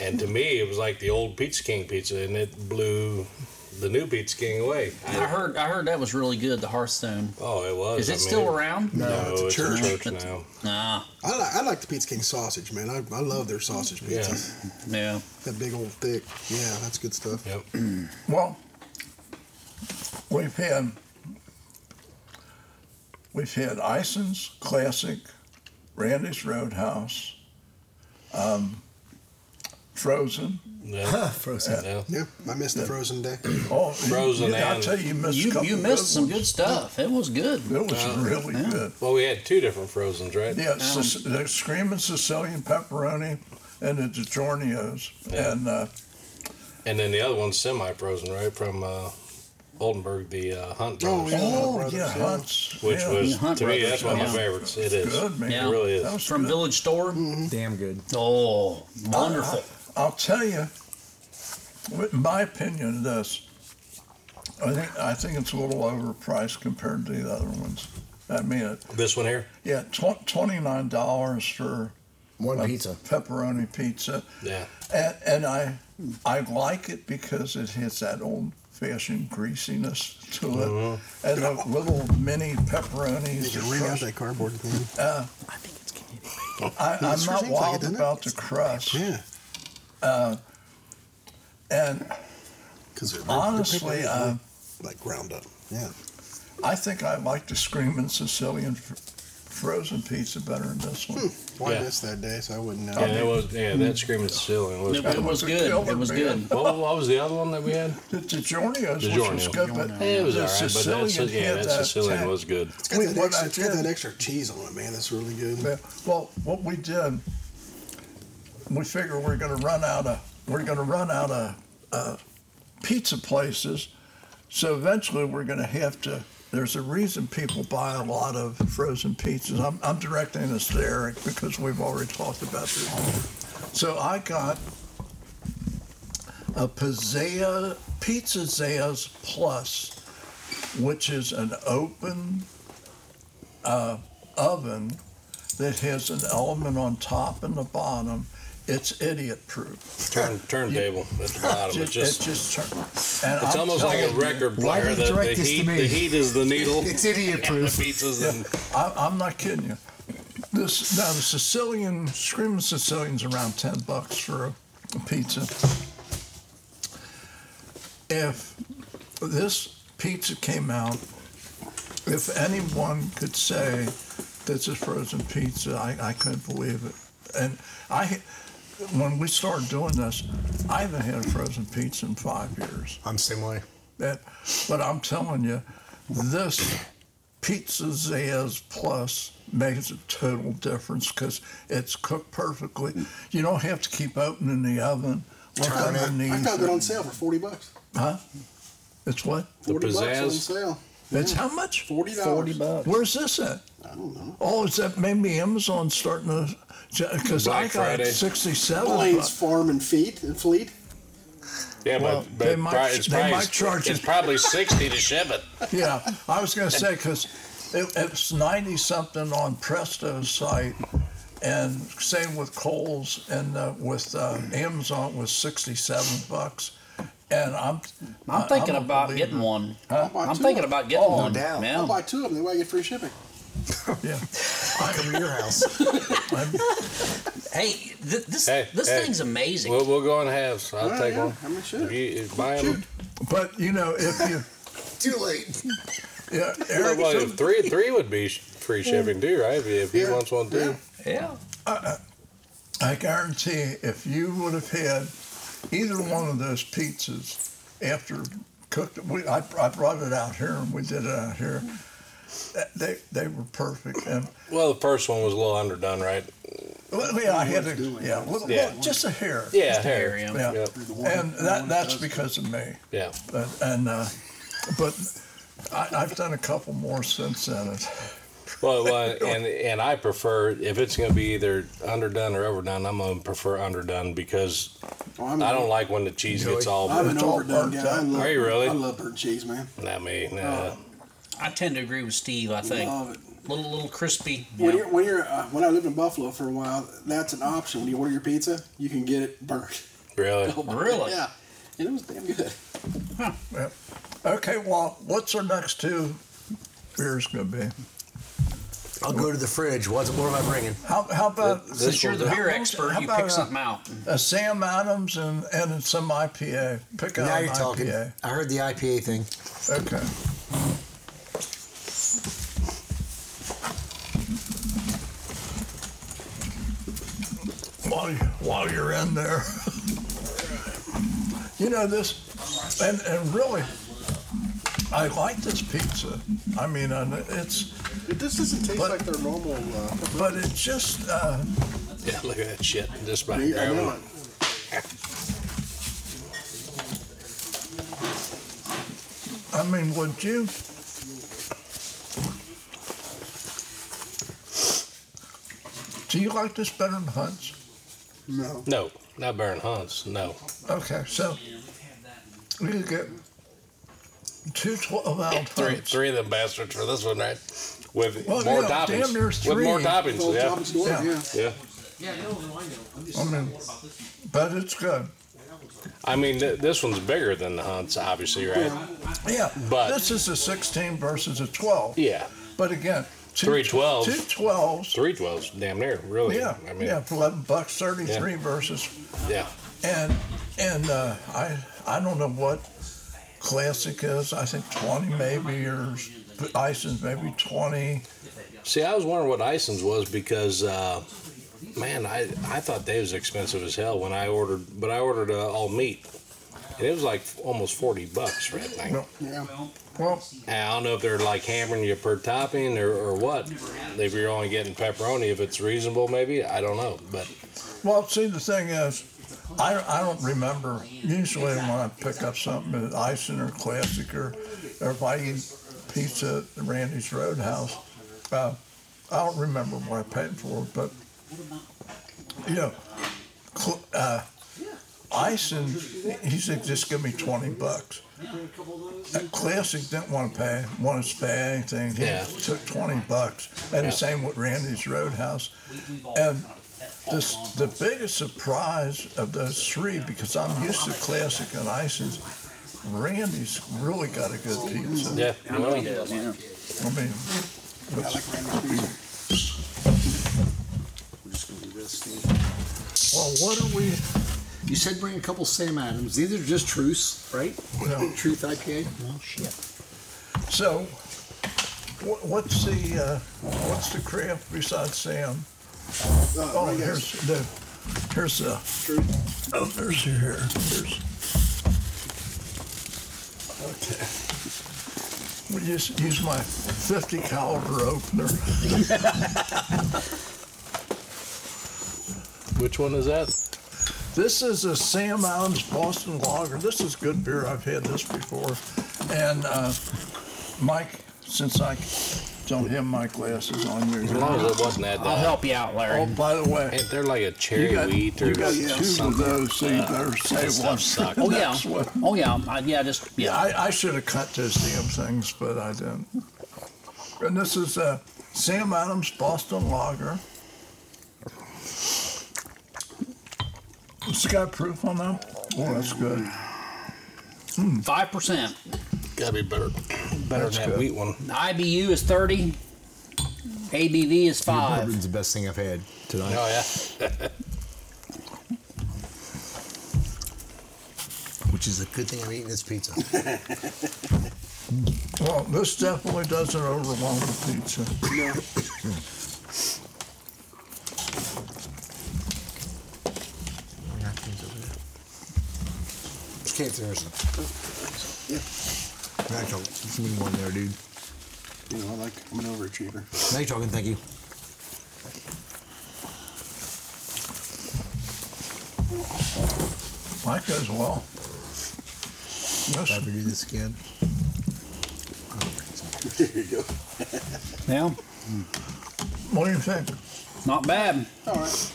[SPEAKER 4] and to me it was like the old Pizza King pizza, and it blew the new Pizza King away.
[SPEAKER 5] I heard. I heard that was really good. The Hearthstone.
[SPEAKER 4] oh, it was.
[SPEAKER 5] Is
[SPEAKER 4] I
[SPEAKER 5] it
[SPEAKER 4] mean,
[SPEAKER 5] still around?
[SPEAKER 4] No,
[SPEAKER 1] No, it's a
[SPEAKER 4] it's
[SPEAKER 1] church.
[SPEAKER 4] a church
[SPEAKER 5] That's-
[SPEAKER 4] now.
[SPEAKER 5] Nah.
[SPEAKER 1] I like, I like the Pizza King sausage, man. I, I love their sausage pizza.
[SPEAKER 5] Yeah.
[SPEAKER 1] That big old thick. Yeah, that's good stuff.
[SPEAKER 4] Yep.
[SPEAKER 3] Well, we've had we've had Ison's Classic, Randy's Roadhouse, um, Frozen.
[SPEAKER 4] Yeah.
[SPEAKER 2] Frozen.
[SPEAKER 4] yeah.
[SPEAKER 1] Yeah, I missed the frozen day.
[SPEAKER 3] Oh,
[SPEAKER 4] Frozen
[SPEAKER 3] You, I
[SPEAKER 4] and-
[SPEAKER 3] tell you, you missed a
[SPEAKER 5] You
[SPEAKER 3] couple
[SPEAKER 5] you missed some
[SPEAKER 3] ones.
[SPEAKER 5] good stuff. It was good.
[SPEAKER 3] It was really
[SPEAKER 5] yeah.
[SPEAKER 3] good.
[SPEAKER 4] Well, we had two different Frozens, right?
[SPEAKER 3] Yeah, Sic- the screaming Sicilian pepperoni and the DiGiorno's
[SPEAKER 4] Yeah.
[SPEAKER 3] and uh,
[SPEAKER 4] And then the other one's semi-frozen, right, from uh, Oldenburg, the uh, Hunt
[SPEAKER 1] Oh,
[SPEAKER 4] Brothers,
[SPEAKER 1] yeah.
[SPEAKER 3] oh
[SPEAKER 1] Brothers,
[SPEAKER 3] yeah,
[SPEAKER 1] yeah.
[SPEAKER 3] Hunts,
[SPEAKER 4] which
[SPEAKER 3] yeah.
[SPEAKER 4] was
[SPEAKER 5] Hunt
[SPEAKER 4] to me
[SPEAKER 5] Brothers,
[SPEAKER 4] that's one of my
[SPEAKER 5] yeah.
[SPEAKER 4] favorites. It is.
[SPEAKER 3] good, man.
[SPEAKER 5] Yeah.
[SPEAKER 4] It really
[SPEAKER 3] That
[SPEAKER 4] is.
[SPEAKER 3] was
[SPEAKER 5] From
[SPEAKER 3] good. Mm-hmm.
[SPEAKER 5] Village Store.
[SPEAKER 2] Damn good.
[SPEAKER 5] Oh, wonderful.
[SPEAKER 3] I'll tell you, with my opinion, of this. I think I think it's a little overpriced compared to the other ones. I mean, it,
[SPEAKER 4] This one here.
[SPEAKER 3] yeah, tw- twenty nine dollars for
[SPEAKER 2] One
[SPEAKER 3] a
[SPEAKER 2] pizza.
[SPEAKER 3] pepperoni pizza.
[SPEAKER 4] Yeah.
[SPEAKER 3] And, and I I like it because it has that old fashioned greasiness to it,
[SPEAKER 4] Uh-huh.
[SPEAKER 3] and the little mini
[SPEAKER 1] Did
[SPEAKER 3] pepperonis.
[SPEAKER 1] you
[SPEAKER 3] are
[SPEAKER 1] read out
[SPEAKER 3] crushed.
[SPEAKER 1] that cardboard thing?
[SPEAKER 3] I,
[SPEAKER 1] It
[SPEAKER 3] I'm
[SPEAKER 1] sure
[SPEAKER 3] not
[SPEAKER 1] seems like it,
[SPEAKER 3] wild
[SPEAKER 1] doesn't it?
[SPEAKER 3] about the crust,
[SPEAKER 1] Yeah,
[SPEAKER 3] and
[SPEAKER 1] because they're
[SPEAKER 3] honestly,
[SPEAKER 1] they're
[SPEAKER 3] uh,
[SPEAKER 1] like ground up. Yeah,
[SPEAKER 3] I think I like the screaming Sicilian fr- frozen pizza better than this
[SPEAKER 4] Hmm.
[SPEAKER 3] one.
[SPEAKER 1] well,
[SPEAKER 4] Yeah.
[SPEAKER 1] I missed that day, so I wouldn't know.
[SPEAKER 4] Yeah, that was. Yeah, that screaming Sicilian was.
[SPEAKER 5] It, it was
[SPEAKER 3] a
[SPEAKER 5] good.
[SPEAKER 3] killer,
[SPEAKER 5] It was
[SPEAKER 3] man.
[SPEAKER 5] good.
[SPEAKER 4] What, what was the other one that we had?
[SPEAKER 3] The DiGiorno's, which was
[SPEAKER 4] DiGiorno.
[SPEAKER 3] good, but
[SPEAKER 4] It was
[SPEAKER 3] the
[SPEAKER 4] alright, but
[SPEAKER 3] Sicilian
[SPEAKER 4] that's, yeah,
[SPEAKER 3] had
[SPEAKER 4] that
[SPEAKER 3] that
[SPEAKER 4] Sicilian
[SPEAKER 3] tang-
[SPEAKER 4] was good.
[SPEAKER 1] It's got,
[SPEAKER 3] Wait,
[SPEAKER 1] that
[SPEAKER 3] what
[SPEAKER 1] extra,
[SPEAKER 3] I
[SPEAKER 1] it's got
[SPEAKER 3] did-
[SPEAKER 1] that extra cheese on it, man. That's really good.
[SPEAKER 3] Yeah. Well, what we did, we figure we're going to run out of we're going to run out of uh, pizza places, so eventually we're going to have to. There's a reason people buy a lot of frozen pizzas. I'm, I'm directing this to Eric because we've already talked about this. So I got a Pizzea, Pizza Zaya's Plus, which is an open uh, oven that has an element on top and the bottom, it's idiot proof.
[SPEAKER 4] Turn turntable at the bottom. It's just.
[SPEAKER 3] it just turn- and
[SPEAKER 4] It's
[SPEAKER 3] I'm
[SPEAKER 4] almost like a
[SPEAKER 3] telling you,
[SPEAKER 4] record
[SPEAKER 2] why
[SPEAKER 4] player.
[SPEAKER 2] did you
[SPEAKER 4] The, the
[SPEAKER 2] direct this to
[SPEAKER 4] heat,
[SPEAKER 2] me?
[SPEAKER 4] the heat is the needle. and
[SPEAKER 2] It's idiot
[SPEAKER 4] the
[SPEAKER 2] proof.
[SPEAKER 4] pizzas and
[SPEAKER 3] I, I'm not kidding you. This now the Sicilian screaming Sicilian's around ten bucks for a pizza. If this pizza came out, if anyone could say This is frozen pizza. I, I couldn't believe it. And I, when we started doing this, I haven't had a frozen pizza in five years.
[SPEAKER 2] I'm the same way.
[SPEAKER 3] That, but I'm telling you, this Pizza Zaz Plus makes a total difference because it's cooked perfectly. You don't have to keep opening the oven. Look
[SPEAKER 2] Turn it.
[SPEAKER 1] I
[SPEAKER 3] underneath.
[SPEAKER 1] found it on sale for forty bucks.
[SPEAKER 3] Huh? It's what?
[SPEAKER 4] The
[SPEAKER 1] Forty bucks on
[SPEAKER 4] pizzazz.
[SPEAKER 1] sale.
[SPEAKER 3] It's how much?
[SPEAKER 1] Forty dollars.
[SPEAKER 5] Forty bucks.
[SPEAKER 3] Where's this at?
[SPEAKER 1] I don't know.
[SPEAKER 3] Oh, is that maybe Amazon starting to? Because I
[SPEAKER 4] Black
[SPEAKER 3] got
[SPEAKER 4] Friday.
[SPEAKER 3] sixty-seven.
[SPEAKER 1] Blaine's
[SPEAKER 3] bucks.
[SPEAKER 1] Farm and Feed and Fleet.
[SPEAKER 4] Yeah,
[SPEAKER 3] Well,
[SPEAKER 4] but, but
[SPEAKER 3] they might-
[SPEAKER 4] pri- it's
[SPEAKER 3] they
[SPEAKER 4] probably,
[SPEAKER 3] might charge
[SPEAKER 4] it's
[SPEAKER 3] it.
[SPEAKER 4] probably sixty to ship it.
[SPEAKER 3] Yeah, I was going to say because it, it's ninety something on Presto's site, and same with Coles and uh, with uh, Amazon was sixty-seven bucks, and I'm.
[SPEAKER 5] I'm thinking
[SPEAKER 3] I'm a
[SPEAKER 5] about
[SPEAKER 3] believer.
[SPEAKER 5] getting one.
[SPEAKER 1] I'll buy
[SPEAKER 5] I'm
[SPEAKER 1] two
[SPEAKER 5] thinking
[SPEAKER 1] of
[SPEAKER 5] about getting
[SPEAKER 2] Oh,
[SPEAKER 5] one.
[SPEAKER 1] I'll
[SPEAKER 2] doubt.
[SPEAKER 5] Yeah.
[SPEAKER 1] buy two of them. That way I get free shipping.
[SPEAKER 3] Yeah.
[SPEAKER 2] I come to your house.
[SPEAKER 5] Hey, th- this
[SPEAKER 4] Hey,
[SPEAKER 5] this
[SPEAKER 4] hey.
[SPEAKER 5] thing's amazing.
[SPEAKER 4] We'll, we'll go in halves. I'll
[SPEAKER 1] Yeah,
[SPEAKER 4] take
[SPEAKER 1] yeah,
[SPEAKER 4] one.
[SPEAKER 1] I mean, sure.
[SPEAKER 4] If you if buy 'em-
[SPEAKER 1] Shoot.
[SPEAKER 3] But you know if you
[SPEAKER 2] Too late.
[SPEAKER 3] yeah
[SPEAKER 4] Well,
[SPEAKER 3] Eric,
[SPEAKER 4] well,
[SPEAKER 3] some-
[SPEAKER 4] if three three would be sh- free shipping too, right? If, if he
[SPEAKER 1] Yeah.
[SPEAKER 4] wants one too.
[SPEAKER 1] Yeah.
[SPEAKER 5] yeah.
[SPEAKER 3] I guarantee if you would have had either one of those pizzas after cooked, we, I, I brought it out here and we did it out here. that- They they were perfect and
[SPEAKER 4] Well, the first one was a little underdone, right?
[SPEAKER 3] well, yeah, I had a,
[SPEAKER 1] doing
[SPEAKER 3] yeah, little,
[SPEAKER 4] Yeah.
[SPEAKER 3] little- just a hair
[SPEAKER 4] Yeah,
[SPEAKER 5] There,
[SPEAKER 4] here.
[SPEAKER 3] yeah,
[SPEAKER 5] yeah.
[SPEAKER 4] Yep.
[SPEAKER 3] and that that's because of me.
[SPEAKER 4] Yeah.
[SPEAKER 3] But, and uh, but I, I've done a couple more since then.
[SPEAKER 4] Well, well, and and I prefer if it's going to be either underdone or overdone. I'm going to prefer underdone because
[SPEAKER 1] Oh, I'm
[SPEAKER 4] I don't
[SPEAKER 1] an-
[SPEAKER 4] like when the cheese gets
[SPEAKER 2] Really?
[SPEAKER 4] all.
[SPEAKER 1] I'm an
[SPEAKER 3] It's all
[SPEAKER 1] overdone
[SPEAKER 3] burnt
[SPEAKER 1] guy. I
[SPEAKER 3] up.
[SPEAKER 1] love,
[SPEAKER 4] Are you really?
[SPEAKER 1] I love burnt cheese, man.
[SPEAKER 4] Not me. Nah.
[SPEAKER 5] I tend to agree with Steve. I think
[SPEAKER 1] Love it.
[SPEAKER 5] little little crispy.
[SPEAKER 1] When
[SPEAKER 5] yeah.
[SPEAKER 1] you're, when you're uh, when I lived in Buffalo for a while, that's an option. When you order your pizza, you can get it burnt.
[SPEAKER 4] Really?
[SPEAKER 1] Oh.
[SPEAKER 5] Really?
[SPEAKER 1] Yeah, and it was damn good.
[SPEAKER 3] Yeah. Okay, well, what's our next two beers going to be?
[SPEAKER 2] I'll go to the fridge. What, what am I bringing?
[SPEAKER 3] How how about
[SPEAKER 5] Since you're the
[SPEAKER 4] will do.
[SPEAKER 5] beer
[SPEAKER 3] How about-
[SPEAKER 5] expert,
[SPEAKER 3] how
[SPEAKER 5] you
[SPEAKER 3] about,
[SPEAKER 5] pick
[SPEAKER 3] uh,
[SPEAKER 5] something out.
[SPEAKER 3] a Sam Adams and, and some IPA. Pick out
[SPEAKER 2] now
[SPEAKER 3] an
[SPEAKER 2] you're talking.
[SPEAKER 3] IPA.
[SPEAKER 2] I heard the IPA thing.
[SPEAKER 3] Okay. While, you- while you're in there, you know this, and, and really, I like this pizza. I mean, and it's
[SPEAKER 1] But this doesn't taste
[SPEAKER 3] But-
[SPEAKER 1] like their normal. Uh,
[SPEAKER 3] but it's just uh,
[SPEAKER 4] Yeah. Look at that shit. Just
[SPEAKER 1] I
[SPEAKER 4] about
[SPEAKER 1] mean, I know
[SPEAKER 4] grabbing
[SPEAKER 1] it.
[SPEAKER 3] I mean, would you? Do you like this better than Hunt's?
[SPEAKER 1] No,
[SPEAKER 4] it. No, not Baron Hunts. No.
[SPEAKER 3] Okay, so we could get two 12 ounce
[SPEAKER 4] Three,
[SPEAKER 3] Hunts.
[SPEAKER 4] three of them bastards for this one, right? With
[SPEAKER 3] Well,
[SPEAKER 4] more
[SPEAKER 3] yeah, damn
[SPEAKER 4] toppings.
[SPEAKER 3] near
[SPEAKER 4] With more
[SPEAKER 3] three.
[SPEAKER 1] Well,
[SPEAKER 4] toppings. Yeah.
[SPEAKER 1] Thomas Dwyer,
[SPEAKER 3] Yeah.
[SPEAKER 1] yeah.
[SPEAKER 4] Yeah.
[SPEAKER 3] I mean, but it's good.
[SPEAKER 4] I mean, th- this one's bigger than the Hunts, obviously, right?
[SPEAKER 1] Yeah.
[SPEAKER 3] Yeah,
[SPEAKER 4] But-
[SPEAKER 3] this is a 16 versus a 12.
[SPEAKER 4] Yeah.
[SPEAKER 3] But again, two,
[SPEAKER 4] Three 12s.
[SPEAKER 3] Two 12s.
[SPEAKER 4] Three twelves, damn near, really.
[SPEAKER 3] Yeah,
[SPEAKER 4] I mean,
[SPEAKER 3] yeah,
[SPEAKER 4] yeah.
[SPEAKER 3] for 11 bucks, 33 versus and and uh, I I don't know what classic is. I think twenty maybe or Ison's maybe twenty.
[SPEAKER 4] See, I was wondering what Ison's was because, uh, man, I I thought they was expensive as hell when I ordered, but I ordered uh, all meat, and it was like almost forty bucks for that thing.
[SPEAKER 3] No.
[SPEAKER 1] yeah.
[SPEAKER 3] Well,
[SPEAKER 4] And I don't know if they're like hammering you per topping or, or what. If you're only getting pepperoni, if it's reasonable, maybe I don't know, but
[SPEAKER 3] well, see the thing is. I, I don't remember. Usually, when I pick up something at Ison or Classic or, or if I eat pizza at Randy's Roadhouse, uh, I don't remember what I paid for it, but you know, cl- uh, Ison, he said, just give me 20 bucks. That classic didn't want to pay, wanted to pay anything. He
[SPEAKER 4] Yeah.
[SPEAKER 3] took 20 bucks. And
[SPEAKER 4] Yeah.
[SPEAKER 3] the same with Randy's Roadhouse. And this, the biggest surprise of those three, because I'm used to classic and Ison's, Randy's really got a good pizza.
[SPEAKER 4] yeah.
[SPEAKER 5] I know he does. Yeah.
[SPEAKER 3] I mean,
[SPEAKER 1] I like Randy's pizza.
[SPEAKER 6] We're just going to do this.
[SPEAKER 3] well, what are we?
[SPEAKER 6] You said bring a couple Sam Adams. These are just Truce, right?
[SPEAKER 3] you know,
[SPEAKER 6] Truth IPA.
[SPEAKER 3] So, What, what's the uh, what's the crib besides Sam?
[SPEAKER 1] Uh,
[SPEAKER 3] Oh,
[SPEAKER 1] right, guys?
[SPEAKER 3] here's the here's the oh there's your hair. There's okay. We just use my 50 caliber opener.
[SPEAKER 4] Which one is that?
[SPEAKER 3] This is a Sam Adams Boston Lager. This is good beer. I've had this before. And uh, Mike, since I don't have my glasses on here,
[SPEAKER 4] As long as it wasn't that
[SPEAKER 5] I'll
[SPEAKER 4] bad.
[SPEAKER 5] help you out, Larry.
[SPEAKER 3] oh, by the way,
[SPEAKER 4] Ain't there like a
[SPEAKER 3] you
[SPEAKER 4] cherry
[SPEAKER 3] got,
[SPEAKER 4] wheat
[SPEAKER 3] you
[SPEAKER 4] or
[SPEAKER 3] got
[SPEAKER 1] yeah,
[SPEAKER 3] two of
[SPEAKER 4] something? Uh,
[SPEAKER 3] those, so you better save
[SPEAKER 4] stuff
[SPEAKER 3] one.
[SPEAKER 4] sucks.
[SPEAKER 5] Oh yeah.
[SPEAKER 3] That's what-
[SPEAKER 5] Oh yeah. I, yeah. Just
[SPEAKER 3] yeah,
[SPEAKER 5] yeah.
[SPEAKER 3] I, I should have cut those damn things, but I didn't. And this is uh, Sam Adams Boston Lager. It's got proof on that. Oh, that's good.
[SPEAKER 5] Five percent.
[SPEAKER 4] Gotta be better, better
[SPEAKER 3] That's
[SPEAKER 4] than
[SPEAKER 3] good.
[SPEAKER 4] that wheat one.
[SPEAKER 5] IBU is thirty. ABV is five.
[SPEAKER 7] Bourbon's the best thing I've had tonight.
[SPEAKER 4] Oh yeah.
[SPEAKER 2] which is a good thing I'm eating this pizza.
[SPEAKER 3] Well, this definitely doesn't overwhelm the pizza.
[SPEAKER 1] No.
[SPEAKER 2] Just can't throw some.
[SPEAKER 1] Yeah.
[SPEAKER 2] Now you're talking.
[SPEAKER 7] Give me one there, dude.
[SPEAKER 1] You know, I like, I'm an overachiever.
[SPEAKER 2] Now you're talking. Thank you.
[SPEAKER 3] Mike as well.
[SPEAKER 7] If I
[SPEAKER 3] Yes,
[SPEAKER 7] ever do this again.
[SPEAKER 1] there you go.
[SPEAKER 5] Yeah.
[SPEAKER 3] what do you think?
[SPEAKER 5] Not bad.
[SPEAKER 1] All right.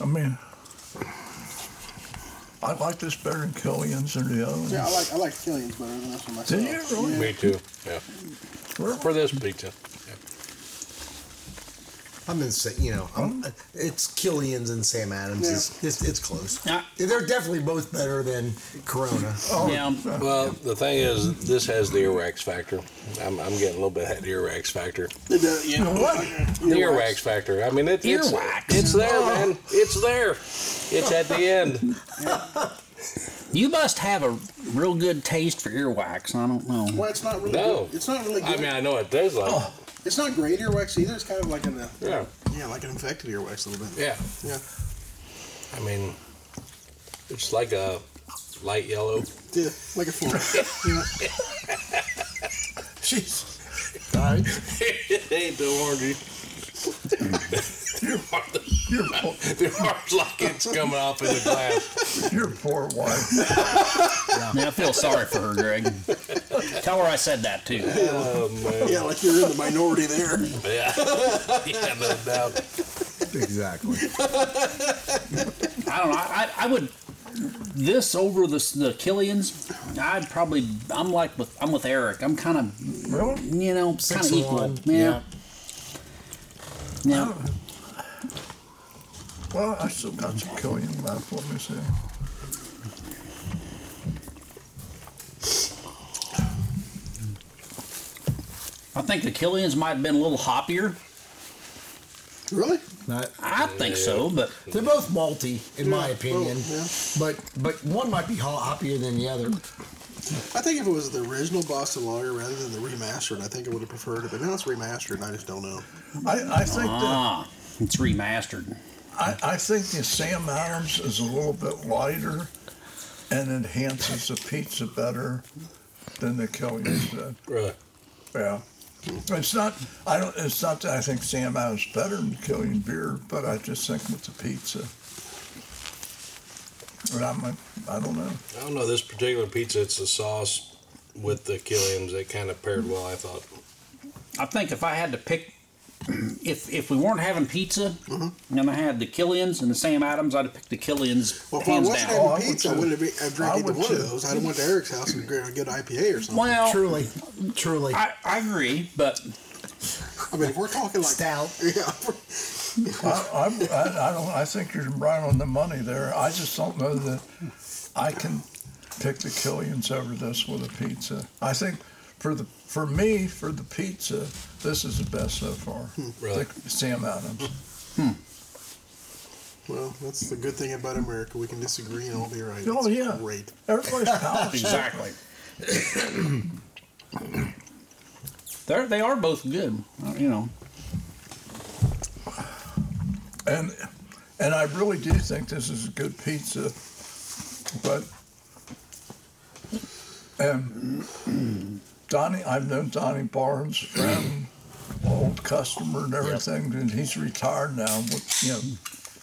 [SPEAKER 3] I mean, I like this better than Killian's or the other one.
[SPEAKER 1] Yeah, I like I like Killian's better than this one myself.
[SPEAKER 3] Do you really?
[SPEAKER 1] Yeah.
[SPEAKER 4] Me too. Yeah. For this pizza.
[SPEAKER 2] I'm in. Sa- You know, I'm, it's Killian's and Sam Adams. It's, it's it's close.
[SPEAKER 5] Yeah.
[SPEAKER 2] They're definitely both better than Corona.
[SPEAKER 1] Oh.
[SPEAKER 5] yeah.
[SPEAKER 4] Well, the thing is, this has the earwax factor. I'm, I'm getting a little bit of that earwax factor.
[SPEAKER 1] It does, yeah.
[SPEAKER 3] What?
[SPEAKER 4] The earwax factor. I mean, it, it's
[SPEAKER 5] Earwax.
[SPEAKER 4] it's there, man. It's there. It's at the end.
[SPEAKER 5] You must have a real good taste for earwax. I don't know.
[SPEAKER 1] Well, it's not really.
[SPEAKER 4] No.
[SPEAKER 1] Good. It's not really good.
[SPEAKER 4] I mean, I know it does like.
[SPEAKER 1] it's not great earwax either. It's kind of like an uh,
[SPEAKER 4] Yeah.
[SPEAKER 1] yeah, like an infected earwax a little bit.
[SPEAKER 4] Yeah.
[SPEAKER 1] Yeah.
[SPEAKER 4] I mean, it's like a light yellow.
[SPEAKER 1] Yeah, like a form. yeah.
[SPEAKER 4] it ain't the orangey.
[SPEAKER 3] Your, po-
[SPEAKER 4] The orange like it's coming off in the glass.
[SPEAKER 3] your poor wife.
[SPEAKER 5] Yeah, I feel sorry for her, Greg. Tell her I said that too.
[SPEAKER 4] Oh man.
[SPEAKER 1] yeah, like you're in the minority there.
[SPEAKER 4] Yeah. yeah, no doubt.
[SPEAKER 7] Exactly.
[SPEAKER 5] I don't know. I, I, I would this over the the Killians. I'd probably. I'm like with. I'm with Eric. I'm kind of
[SPEAKER 3] Really?
[SPEAKER 5] you know kind
[SPEAKER 2] Six
[SPEAKER 5] of
[SPEAKER 2] to
[SPEAKER 5] equal.
[SPEAKER 2] one,
[SPEAKER 5] Yeah. Yeah.
[SPEAKER 3] Well, I still got some Killian left. Let me see.
[SPEAKER 5] I think the Killians might have been a little hoppier.
[SPEAKER 1] Really?
[SPEAKER 7] Not-
[SPEAKER 5] I think so, but
[SPEAKER 2] They're both malty, in my opinion.
[SPEAKER 1] well, yeah.
[SPEAKER 2] But but one might be ho- hoppier than the other.
[SPEAKER 1] I think if it was the original Boston Lager rather than the remastered, I think I would have preferred it. But now it's remastered, and I just don't know.
[SPEAKER 3] I, I think that
[SPEAKER 5] ah, it's remastered.
[SPEAKER 3] I, I think the Sam Adams is a little bit lighter and enhances the pizza better than the Killian's did.
[SPEAKER 4] Really.
[SPEAKER 3] Yeah. It's not. I don't. It's not that I think Sam Adams is better than Killian Beer, but I just think with the pizza. But I'm. like, I don't know.
[SPEAKER 4] I don't know this particular pizza. It's the sauce with the Killiams that kind of paired well. I thought.
[SPEAKER 5] I think if I had to pick, if if we weren't having pizza
[SPEAKER 1] Mm-hmm.
[SPEAKER 5] and I had the Killians and the Sam Adams, I'd pick the Killians
[SPEAKER 1] Well, if I
[SPEAKER 5] hands
[SPEAKER 1] wasn't
[SPEAKER 5] down.
[SPEAKER 1] having
[SPEAKER 3] Oh, I would
[SPEAKER 1] pizza, I
[SPEAKER 3] too.
[SPEAKER 1] wouldn't have been- I'd drank
[SPEAKER 3] I
[SPEAKER 1] either
[SPEAKER 3] would
[SPEAKER 1] one
[SPEAKER 3] too.
[SPEAKER 1] of those. I'd have went to Eric's house and grabbed a good IPA or something.
[SPEAKER 5] well,
[SPEAKER 2] Truly, truly.
[SPEAKER 5] I, I agree, but
[SPEAKER 1] I mean, if we're talking like
[SPEAKER 2] Stout.
[SPEAKER 1] yeah, we're-
[SPEAKER 3] I, I'm- I, I don't. I think you're right on the money there. I just don't know that I can pick the Killians over this with a pizza. I think for the for me for the pizza, this is the best so far.
[SPEAKER 4] Really?
[SPEAKER 3] The Sam Adams.
[SPEAKER 1] well, that's the good thing about America. We can disagree and all be right.
[SPEAKER 3] Oh,
[SPEAKER 1] It's
[SPEAKER 3] yeah.
[SPEAKER 1] great.
[SPEAKER 3] Everybody's palates.
[SPEAKER 5] exactly. They're, they are both good. uh, You know,
[SPEAKER 3] And and I really do think this is a good pizza, but and Donnie, I've known Donnie Barnes, friend, old customer, and everything, and he's retired now. But you know,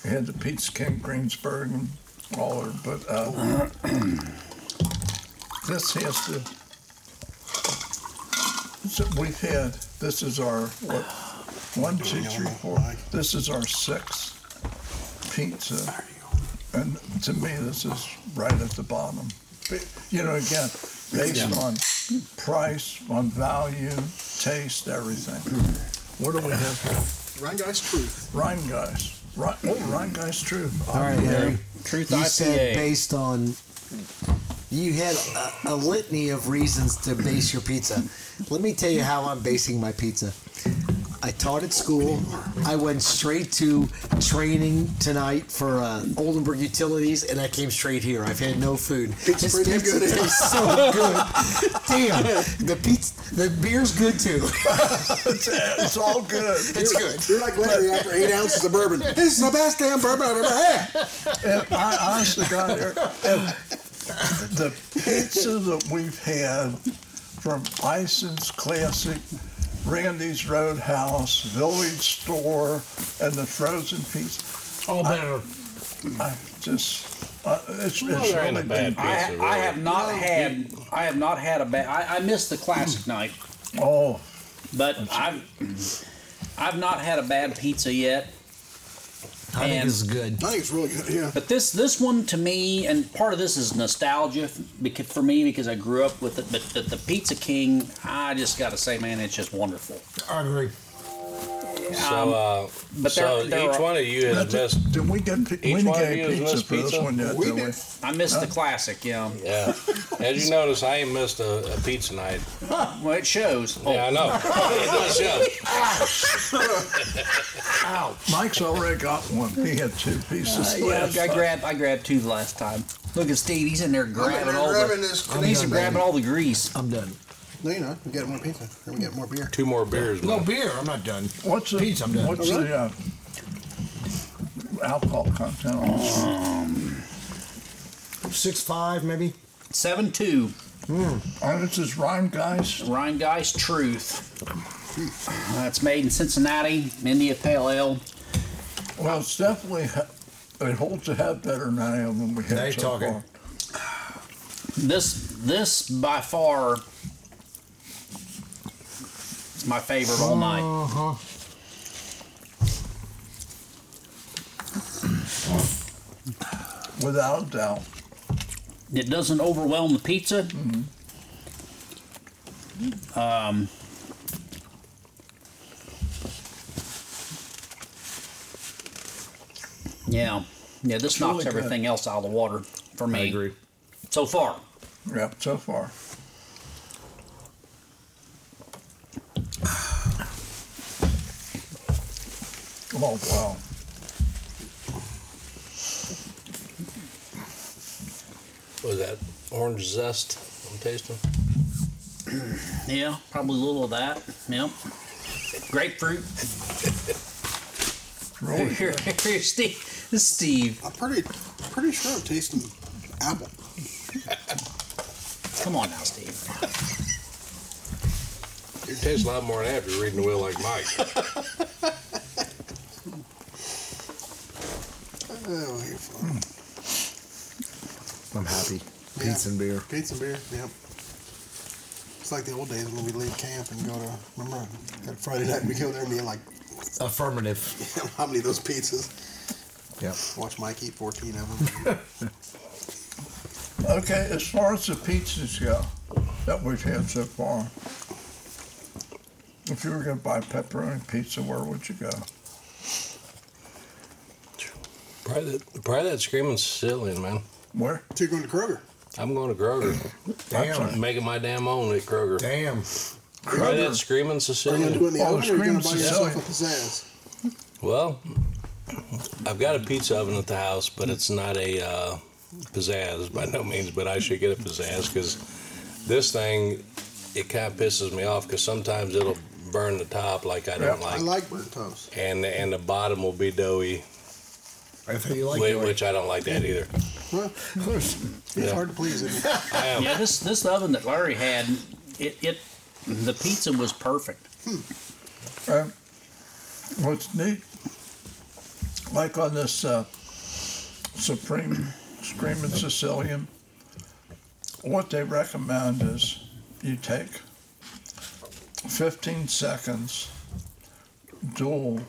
[SPEAKER 3] he had the Pizza King Greensburg and all that. But uh, this has to. So we've had this is our what one, two, three, four. This is our sixth pizza. And to me, this is right at the bottom. But, You know, again, based on price, on value, taste, everything. What do we have here?
[SPEAKER 1] Rhinegeist Truth.
[SPEAKER 3] Rhine guys. Rhine, oh, Rhine guys, true.
[SPEAKER 2] All right, Larry.
[SPEAKER 5] Truth
[SPEAKER 2] you
[SPEAKER 5] IPA.
[SPEAKER 2] said based on you had a, a litany of reasons to base your pizza. Let me tell you how I'm basing my pizza. I taught at school. I went straight to training tonight for uh, Oldenburg Utilities, and I came straight here. I've had no food.
[SPEAKER 1] It's
[SPEAKER 2] This
[SPEAKER 1] pretty
[SPEAKER 2] pizza
[SPEAKER 1] good.
[SPEAKER 2] tastes so good. Damn, the pizza, the beer's good too.
[SPEAKER 3] It's all good.
[SPEAKER 2] It's good.
[SPEAKER 1] You're like Larry after eight ounces of bourbon. This is the best damn bourbon I've ever had.
[SPEAKER 3] And I honestly got it. And the pizza that we've had from Bison's Classic, Randy's Roadhouse, Village Store, and the frozen pizza,
[SPEAKER 5] all better.
[SPEAKER 3] I just, uh, it's,
[SPEAKER 4] Well,
[SPEAKER 3] it's
[SPEAKER 4] there ain't
[SPEAKER 3] really
[SPEAKER 4] a bad
[SPEAKER 3] been,
[SPEAKER 5] I,
[SPEAKER 4] pizza.
[SPEAKER 5] ha- I
[SPEAKER 4] really.
[SPEAKER 5] have not had I have not had a bad. I, I missed the classic night,
[SPEAKER 3] oh,
[SPEAKER 5] but I've I've not had a bad pizza yet.
[SPEAKER 2] I think
[SPEAKER 5] And-
[SPEAKER 2] this is good.
[SPEAKER 1] I think it's really good. Yeah.
[SPEAKER 5] But this this one to me, and part of this is nostalgia f- becau- for me because I grew up with it. But the, the Pizza King, I just got to say, man, it's just wonderful. Um,
[SPEAKER 2] I agree.
[SPEAKER 4] So, uh,
[SPEAKER 5] But
[SPEAKER 4] so
[SPEAKER 5] there, there
[SPEAKER 4] each
[SPEAKER 5] are-
[SPEAKER 4] one of you has
[SPEAKER 3] that's it.
[SPEAKER 4] missed.
[SPEAKER 3] did we get, pi-
[SPEAKER 4] Each
[SPEAKER 3] we didn't
[SPEAKER 4] one of
[SPEAKER 3] get
[SPEAKER 4] you
[SPEAKER 3] any
[SPEAKER 4] has
[SPEAKER 3] pizza
[SPEAKER 4] missed
[SPEAKER 3] for this
[SPEAKER 4] pizza?
[SPEAKER 3] one yet,
[SPEAKER 1] We
[SPEAKER 3] did we?
[SPEAKER 1] did.
[SPEAKER 5] I missed the classic, yeah.
[SPEAKER 4] Yeah. As you notice, I ain't missed a, a pizza night.
[SPEAKER 5] Well, it shows. Oh,
[SPEAKER 4] Yeah, I know. it does show.
[SPEAKER 3] Mike's already got one, he had two pieces
[SPEAKER 5] Uh, yeah,
[SPEAKER 3] left.
[SPEAKER 5] I grabbed I grabbed two the last time. Look at Steve, he's in there grabbing all
[SPEAKER 1] grabbing
[SPEAKER 5] the
[SPEAKER 1] this
[SPEAKER 5] he's
[SPEAKER 1] Canadian
[SPEAKER 5] grabbing
[SPEAKER 1] baby.
[SPEAKER 5] all the grease.
[SPEAKER 2] I'm done.
[SPEAKER 1] No, you're not. We got more pizza. Then we got more beer.
[SPEAKER 4] Two more beers.
[SPEAKER 7] No
[SPEAKER 4] man.
[SPEAKER 7] beer. I'm not done.
[SPEAKER 3] What's the,
[SPEAKER 7] Pizza, I'm done.
[SPEAKER 3] what's the, uh, alcohol content on this?
[SPEAKER 5] Um,
[SPEAKER 7] Six five maybe.
[SPEAKER 5] Seven two.
[SPEAKER 3] And Oh, this is Rhine guys.
[SPEAKER 5] Ryan Geist Truth. Uh, it's made in Cincinnati, India Pale Ale.
[SPEAKER 3] Well, it's definitely, he- it holds a head better than any of them we had
[SPEAKER 7] Now you're
[SPEAKER 3] so
[SPEAKER 7] talking.
[SPEAKER 3] far.
[SPEAKER 5] This this by far is my favorite all night.
[SPEAKER 3] Oh.
[SPEAKER 7] Uh huh.
[SPEAKER 3] Without a doubt.
[SPEAKER 5] It doesn't overwhelm the pizza.
[SPEAKER 3] Mm-hmm.
[SPEAKER 5] Um, yeah, yeah. This knocks
[SPEAKER 3] really good.
[SPEAKER 5] everything else out of the water for me.
[SPEAKER 7] I agree.
[SPEAKER 5] So far,
[SPEAKER 3] Yep, so far. Oh, wow.
[SPEAKER 4] What was that orange zest? I'm tasting.
[SPEAKER 5] yeah, probably a little of that. Yep. Grapefruit.
[SPEAKER 3] Really
[SPEAKER 5] Here, here, Steve. This is Steve.
[SPEAKER 1] I'm pretty, pretty sure I'm tasting apple.
[SPEAKER 5] Come on now, Steve.
[SPEAKER 4] You taste a lot more than that if you're reading the wheel like Mike.
[SPEAKER 1] Oh, you're fine.
[SPEAKER 7] I'm happy.
[SPEAKER 1] Yeah.
[SPEAKER 7] Pizza and beer.
[SPEAKER 1] Pizza and beer. Yep. It's like the old days when we leave camp and go to remember that Friday night we go there and we had like
[SPEAKER 2] Affirmative.
[SPEAKER 1] how many of those pizzas?
[SPEAKER 7] Yep.
[SPEAKER 1] Watch Mike eat 14 of them.
[SPEAKER 3] Okay, as far as the pizzas go that we've had so far, if you were going to buy pepperoni pizza, where would you go?
[SPEAKER 4] Probably that, probably that screaming Sicilian, man.
[SPEAKER 3] Where?
[SPEAKER 1] so you're going to Kroger.
[SPEAKER 4] I'm going to Kroger. I'm
[SPEAKER 7] Damn.
[SPEAKER 4] making my damn own at Kroger.
[SPEAKER 7] Damn.
[SPEAKER 4] Probably
[SPEAKER 3] Kroger.
[SPEAKER 4] that screaming
[SPEAKER 1] Are you going to
[SPEAKER 4] Sicilian.
[SPEAKER 1] do it in the
[SPEAKER 3] Oh,
[SPEAKER 1] oven or are you going
[SPEAKER 3] screaming
[SPEAKER 1] to buy yourself a
[SPEAKER 3] Sicilian.
[SPEAKER 1] pizzazz?
[SPEAKER 4] Well, I've got a pizza oven at the house, but it's not a uh, pizzazz by no means. But I should get a pizzazz because This thing, it kind of pisses me off because sometimes it'll burn the top like I don't
[SPEAKER 1] I
[SPEAKER 4] like,
[SPEAKER 1] like burnt toast.
[SPEAKER 4] and and the bottom will be doughy,
[SPEAKER 7] I think you like
[SPEAKER 4] whi-
[SPEAKER 7] it.
[SPEAKER 4] which I don't like that either.
[SPEAKER 1] Well,
[SPEAKER 7] There's-
[SPEAKER 1] it's
[SPEAKER 4] Yeah.
[SPEAKER 1] hard to please. Isn't it?
[SPEAKER 4] I am.
[SPEAKER 5] Yeah, this this oven that Larry had, it, it the pizza was perfect.
[SPEAKER 3] Uh, what's neat, like on this uh, Supreme Screaming Sicilian, what they recommend is you take 15 seconds, dual,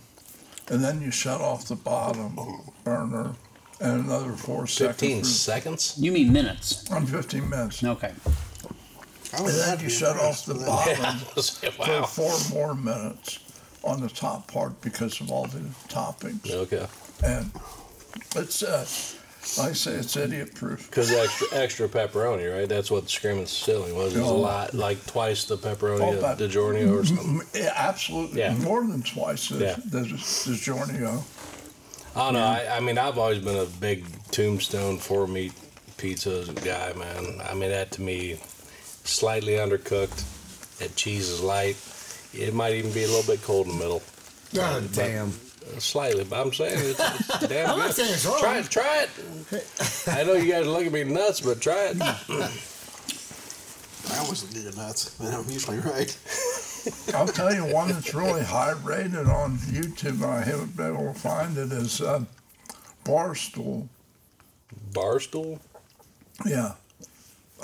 [SPEAKER 3] and then you shut off the bottom burner and another four
[SPEAKER 4] Fifteen
[SPEAKER 3] seconds.
[SPEAKER 4] seconds.
[SPEAKER 5] You mean minutes?
[SPEAKER 3] On 15 minutes.
[SPEAKER 5] Okay.
[SPEAKER 1] I would
[SPEAKER 3] And
[SPEAKER 1] not
[SPEAKER 3] then
[SPEAKER 1] Oh,
[SPEAKER 3] you
[SPEAKER 1] be
[SPEAKER 3] shut off
[SPEAKER 1] impressed
[SPEAKER 3] the
[SPEAKER 1] with that.
[SPEAKER 3] bottom for
[SPEAKER 4] wow.
[SPEAKER 3] four more minutes on the top part because of all the toppings.
[SPEAKER 4] Okay.
[SPEAKER 3] And it's, uh, like I say, it's idiot proof.
[SPEAKER 4] Because extra, extra pepperoni, right? That's what the screaming Sicilian was.
[SPEAKER 7] Oh.
[SPEAKER 4] It was a lot, like twice the pepperoni
[SPEAKER 3] Oh,
[SPEAKER 4] of
[SPEAKER 3] but-
[SPEAKER 4] DiGiorno or something.
[SPEAKER 3] Yeah, absolutely.
[SPEAKER 4] Yeah.
[SPEAKER 3] More than twice the,
[SPEAKER 4] Yeah.
[SPEAKER 3] the, the Giorgio.
[SPEAKER 4] I don't know. I, I mean, I've always been a big tombstone four meat pizza guy, man. I mean, that to me, slightly undercooked. That cheese is light. It might even be a little bit cold in the middle,
[SPEAKER 7] God damn.
[SPEAKER 4] slightly. But I'm saying it's, it's
[SPEAKER 5] Oh,
[SPEAKER 4] damn
[SPEAKER 7] I'm not
[SPEAKER 4] good.
[SPEAKER 7] saying it's wrong.
[SPEAKER 4] Try it. Try it. I know you guys are looking at me nuts, but try it.
[SPEAKER 5] Hmm.
[SPEAKER 1] I always did nuts, and I'm usually right.
[SPEAKER 3] I'll tell you one that's really high rated on YouTube, I haven't been able to find it, is uh, Barstool.
[SPEAKER 4] Barstool.
[SPEAKER 3] Yeah.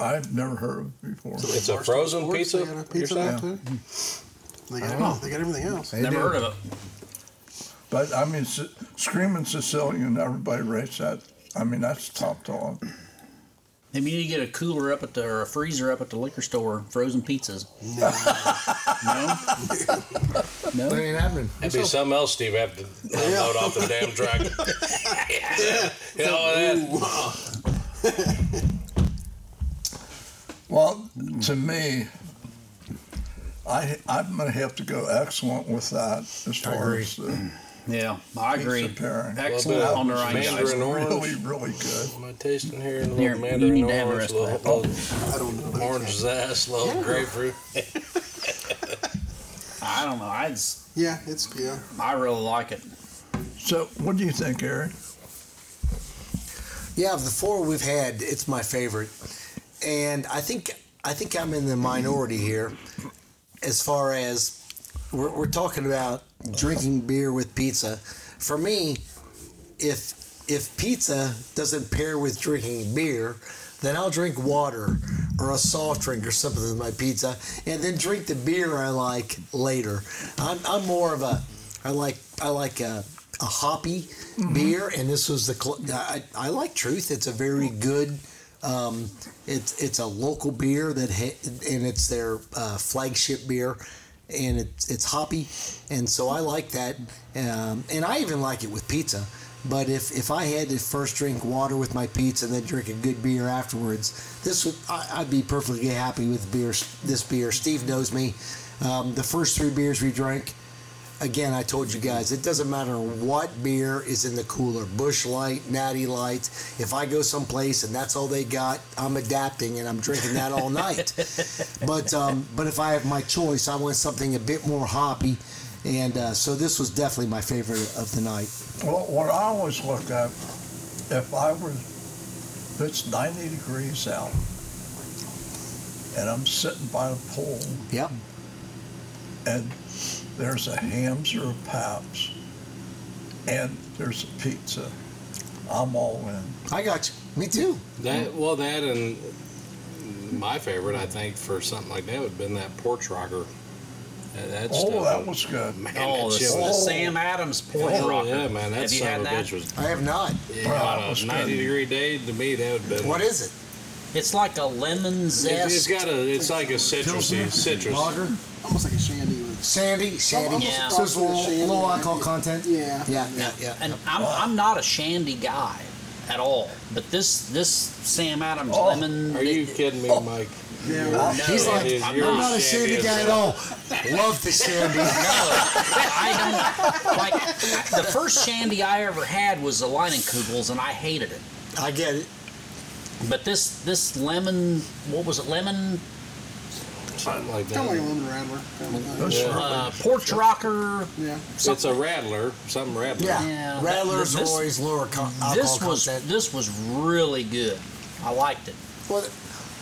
[SPEAKER 3] I've never heard of it before.
[SPEAKER 4] It's a
[SPEAKER 1] Barstool
[SPEAKER 4] frozen
[SPEAKER 1] Sports,
[SPEAKER 4] pizza.
[SPEAKER 1] They got a pizza
[SPEAKER 4] You're
[SPEAKER 1] there
[SPEAKER 4] saying?
[SPEAKER 1] too.
[SPEAKER 3] Mm-hmm.
[SPEAKER 1] They
[SPEAKER 7] I
[SPEAKER 1] got,
[SPEAKER 7] don't know.
[SPEAKER 1] they got everything else.
[SPEAKER 7] They
[SPEAKER 5] Never
[SPEAKER 7] do.
[SPEAKER 5] heard of it.
[SPEAKER 3] But I mean, S- Screaming Sicilian, everybody rates that. I mean, that's top dog.
[SPEAKER 5] Maybe you need to get a cooler up at the or a freezer up at the liquor store, frozen pizzas. No. no.
[SPEAKER 7] That ain't happening.
[SPEAKER 4] That'd be something else, Steve. Have to unload off the damn truck. You know that.
[SPEAKER 3] Well, to me, I I'm gonna have to go excellent with that as
[SPEAKER 7] I
[SPEAKER 3] far
[SPEAKER 7] agree.
[SPEAKER 3] as the
[SPEAKER 5] Yeah, I agree.
[SPEAKER 3] pizza pairing.
[SPEAKER 5] Excellent
[SPEAKER 4] Well,
[SPEAKER 5] on the right
[SPEAKER 4] Mandarin
[SPEAKER 5] guys.
[SPEAKER 4] Mandarin orange.
[SPEAKER 3] Really, really good.
[SPEAKER 4] Am I tasting here? A little
[SPEAKER 5] Here, you
[SPEAKER 4] mandarin
[SPEAKER 5] need to have a
[SPEAKER 4] orange,
[SPEAKER 5] rest
[SPEAKER 4] a
[SPEAKER 5] of that.
[SPEAKER 4] little,
[SPEAKER 1] I don't know.
[SPEAKER 4] little orange zest, a little grapefruit.
[SPEAKER 5] I don't know. I just,
[SPEAKER 1] Yeah, it's yeah.
[SPEAKER 5] I really like it.
[SPEAKER 3] So, what do you think, Eric?
[SPEAKER 2] Yeah, of the four we've had, it's my favorite, and I think I think I'm in the minority here, as far as we're, we're talking about drinking beer with pizza. For me, if if pizza doesn't pair with drinking beer, then I'll drink water or a soft drink or something with my pizza, and then drink the beer I like later. I'm, I'm more of a I like I like a, a hoppy beer, and this was the cl- I, I like Truth. It's a very good. Um, it's it's a local beer that ha- and it's their uh, flagship beer, and it's it's hoppy, and so I like that, um, and I even like it with pizza. But if, if I had to first drink water with my pizza and then drink a good beer afterwards, this would I, I'd be perfectly happy with beer. This beer, Steve knows me. Um, the first three beers we drank, again, I told you guys, it doesn't matter what beer is in the cooler Bush Light, Natty Light. If I go someplace and that's all they got, I'm adapting and I'm drinking that all night. But um, but if I have my choice, I want something a bit more hoppy. And uh, so this was definitely my favorite of the night.
[SPEAKER 3] Well, what I always look at, if I were, if it's 90 degrees out, and I'm sitting by the pool,
[SPEAKER 2] Yep.
[SPEAKER 3] and there's a hams or a paps, and there's a pizza, I'm all in.
[SPEAKER 2] I got you. Me too.
[SPEAKER 4] That well, that and my favorite, I think, for something like that would have been that porch rocker. That, that
[SPEAKER 3] Oh,
[SPEAKER 4] stuff-
[SPEAKER 3] that was good.
[SPEAKER 4] man,
[SPEAKER 5] Oh,
[SPEAKER 4] that
[SPEAKER 5] the,
[SPEAKER 4] shit
[SPEAKER 5] the
[SPEAKER 4] was-
[SPEAKER 5] Sam Adams pork
[SPEAKER 4] oh,
[SPEAKER 5] rocker.
[SPEAKER 4] yeah, man, that
[SPEAKER 5] Have you
[SPEAKER 4] son of
[SPEAKER 5] had
[SPEAKER 4] a
[SPEAKER 5] that?
[SPEAKER 4] bitch was.
[SPEAKER 2] I have not.
[SPEAKER 4] Yeah,
[SPEAKER 3] Wow,
[SPEAKER 4] on
[SPEAKER 3] that was
[SPEAKER 4] a
[SPEAKER 3] good.
[SPEAKER 4] ninety degree day to me, that would have been.
[SPEAKER 2] What is it?
[SPEAKER 5] It's like a lemon
[SPEAKER 4] It's-
[SPEAKER 5] zest.
[SPEAKER 4] it's got a. It's like a citrusy, citrus.
[SPEAKER 2] Lager?
[SPEAKER 1] Almost like a shandy. With,
[SPEAKER 2] Sandy? Sandy.
[SPEAKER 5] Yeah.
[SPEAKER 2] So it's a little, little alcohol content?
[SPEAKER 1] yeah.
[SPEAKER 2] Yeah, yeah, yeah.
[SPEAKER 5] and I'm, I'm not a shandy guy at all. But this this Sam Adams
[SPEAKER 3] Oh,
[SPEAKER 5] lemon.
[SPEAKER 4] Are you kidding me, Mike?
[SPEAKER 1] Yeah,
[SPEAKER 5] No,
[SPEAKER 2] He's like,
[SPEAKER 4] You're
[SPEAKER 5] I'm
[SPEAKER 2] I'm
[SPEAKER 5] not.
[SPEAKER 2] not a
[SPEAKER 4] shandy
[SPEAKER 2] shandy
[SPEAKER 4] as
[SPEAKER 2] guy at all. Love the shandy.
[SPEAKER 5] I don't like the first shandy I ever had was the Leinenkugels, and I hated it.
[SPEAKER 2] I get it.
[SPEAKER 5] But this this lemon, what was it? Lemon
[SPEAKER 4] something like
[SPEAKER 1] Kind of like a
[SPEAKER 4] that.
[SPEAKER 1] limited rattler. Kind of
[SPEAKER 3] Those
[SPEAKER 4] Yeah.
[SPEAKER 3] are-
[SPEAKER 5] Uh, porch rocker.
[SPEAKER 1] yeah.
[SPEAKER 4] It's a rattler, something rattler.
[SPEAKER 2] Yeah.
[SPEAKER 5] Yeah,
[SPEAKER 2] Rattlers
[SPEAKER 5] this-
[SPEAKER 2] are always lower co- alcohol
[SPEAKER 5] This was
[SPEAKER 2] content.
[SPEAKER 5] this was really good. I liked it.
[SPEAKER 2] Well,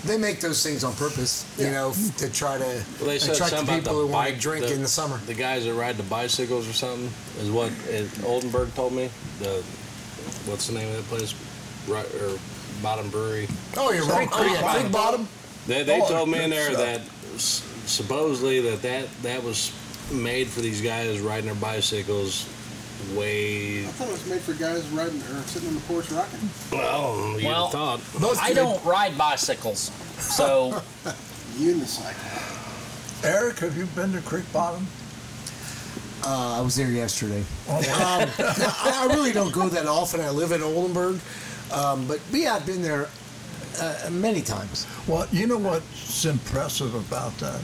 [SPEAKER 2] they make those things on purpose, you know, f- to try to
[SPEAKER 4] Well, they said
[SPEAKER 2] attract the
[SPEAKER 4] something about
[SPEAKER 2] people
[SPEAKER 4] the
[SPEAKER 2] who want
[SPEAKER 4] bike-
[SPEAKER 2] to drink in the summer.
[SPEAKER 4] The guys that ride the bicycles or something is what is Oldenburg told me. The what's the name of that place? Right or Bottom Brewery.
[SPEAKER 2] Oh, you're right. Oh, yeah,
[SPEAKER 4] Bottom.
[SPEAKER 2] Big Bottom.
[SPEAKER 4] They, they
[SPEAKER 3] Oh,
[SPEAKER 4] told me in there
[SPEAKER 3] that's, uh,
[SPEAKER 4] that s- supposedly that, that that was made for these guys riding their bicycles way
[SPEAKER 1] I thought it was made for guys riding or sitting on the porch rocking.
[SPEAKER 4] well you
[SPEAKER 5] Well,
[SPEAKER 4] thought
[SPEAKER 2] Those
[SPEAKER 5] I
[SPEAKER 2] two-
[SPEAKER 5] don't ride bicycles, so
[SPEAKER 1] Unicycle.
[SPEAKER 3] Eric, have you been to Creek Bottom?
[SPEAKER 2] Uh, I was there yesterday.
[SPEAKER 3] Oh, wow.
[SPEAKER 2] Um, I, I really don't go that often. I live in Oldenburg, um, but yeah, I've been there uh, many times.
[SPEAKER 3] Well, you know what's impressive about that?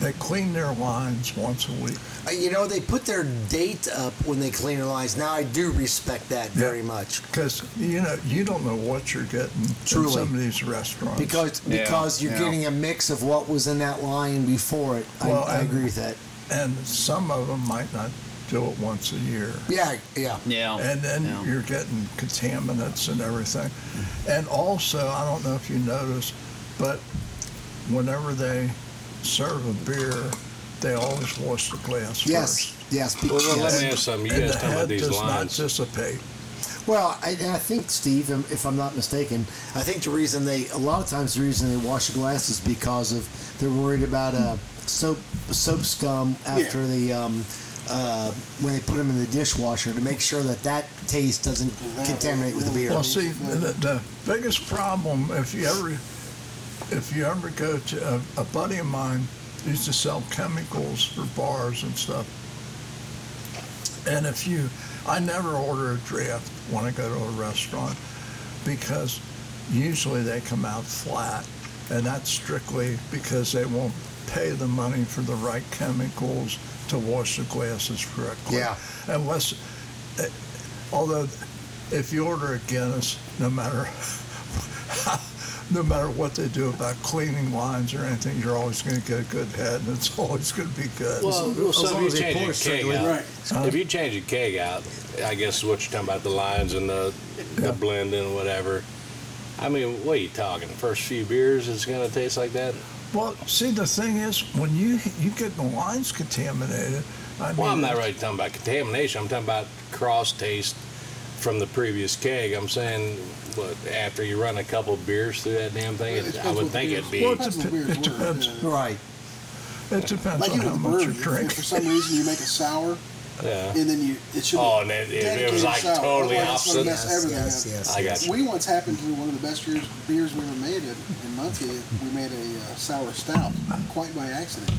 [SPEAKER 3] They clean their lines once a week.
[SPEAKER 2] Uh, you know, they put their date up when they clean their lines. Now I do respect that very much
[SPEAKER 3] Because, you know, you don't know what you're getting
[SPEAKER 2] Truly.
[SPEAKER 3] in some of these restaurants.
[SPEAKER 2] because
[SPEAKER 5] Yeah,
[SPEAKER 2] because you're
[SPEAKER 3] yeah.
[SPEAKER 2] getting a mix of what was in that line before it. I,
[SPEAKER 3] Well,
[SPEAKER 2] I
[SPEAKER 3] and-
[SPEAKER 2] agree with that.
[SPEAKER 3] and some of them might not do it once a year.
[SPEAKER 2] Yeah, yeah.
[SPEAKER 5] yeah.
[SPEAKER 3] And then
[SPEAKER 5] yeah.
[SPEAKER 3] you're getting contaminants and everything. And also, I don't know if you noticed, but whenever they serve a beer, they always wash the glass
[SPEAKER 2] Yes,
[SPEAKER 3] first.
[SPEAKER 2] yes. be-
[SPEAKER 4] Well, well,
[SPEAKER 2] yes.
[SPEAKER 4] let me ask something. You
[SPEAKER 3] And
[SPEAKER 4] guys
[SPEAKER 3] the
[SPEAKER 4] talking about
[SPEAKER 3] head
[SPEAKER 4] these
[SPEAKER 3] does not
[SPEAKER 4] E lines?
[SPEAKER 3] dissipate.
[SPEAKER 2] Well, I, and I think Steve, um, if I'm not mistaken, I think the reason they a lot of times the reason they wash the glass is because of they're worried about uh, soap soap scum after the um, uh, when they put them in the dishwasher to make sure that that taste doesn't contaminate with the beer.
[SPEAKER 3] Well, see, the, the biggest problem if you ever if you ever go to a, a buddy of mine used to sell chemicals for bars and stuff. And if you, I never order a draft when I go to a restaurant because usually they come out flat, and that's strictly because they won't pay the money for the right chemicals to wash the glasses correctly.
[SPEAKER 2] Yeah.
[SPEAKER 3] Unless, eh, although, if you order a Guinness, no matter. No matter what they do about cleaning lines or anything, you're always going to get a good head, and it's always going to be good.
[SPEAKER 4] Well, well
[SPEAKER 2] as
[SPEAKER 4] so
[SPEAKER 2] long
[SPEAKER 4] if
[SPEAKER 2] as
[SPEAKER 4] you
[SPEAKER 2] they
[SPEAKER 4] change
[SPEAKER 2] pour
[SPEAKER 4] your
[SPEAKER 2] it
[SPEAKER 4] keg
[SPEAKER 2] straight
[SPEAKER 4] out,
[SPEAKER 1] Right.
[SPEAKER 4] if you change your keg out, I guess what you're talking about the lines and the the
[SPEAKER 3] Yeah.
[SPEAKER 4] blend and whatever. I mean, what are you talking? The first few beers is gonna taste like that.
[SPEAKER 3] Well, see, the thing is, when you you get the lines contaminated, I mean,
[SPEAKER 4] Well, I'm not really talking about contamination. I'm talking about cross taste from the previous keg. I'm saying, what after you run a couple beers through that damn thing, it, I would think it'd be.
[SPEAKER 3] Well,
[SPEAKER 1] Depends what
[SPEAKER 3] it
[SPEAKER 1] beers
[SPEAKER 3] depends-
[SPEAKER 1] were,
[SPEAKER 3] it depends.
[SPEAKER 1] yeah.
[SPEAKER 2] right.
[SPEAKER 3] It depends
[SPEAKER 1] Like
[SPEAKER 3] on
[SPEAKER 1] even
[SPEAKER 3] how
[SPEAKER 1] with
[SPEAKER 3] much
[SPEAKER 1] brewery,
[SPEAKER 3] you drink.
[SPEAKER 1] if for some reason you make a sour
[SPEAKER 4] Yeah.
[SPEAKER 1] and then you it should.
[SPEAKER 4] Oh, and it, it, it was like totally opposite.
[SPEAKER 1] Mess
[SPEAKER 2] Yes,
[SPEAKER 1] everything
[SPEAKER 2] yes,
[SPEAKER 1] up.
[SPEAKER 2] yes.
[SPEAKER 4] I got you.
[SPEAKER 1] We once happened to do one of the best years, beers we ever made in, in Muncie. We made a uh, sour stout quite by accident.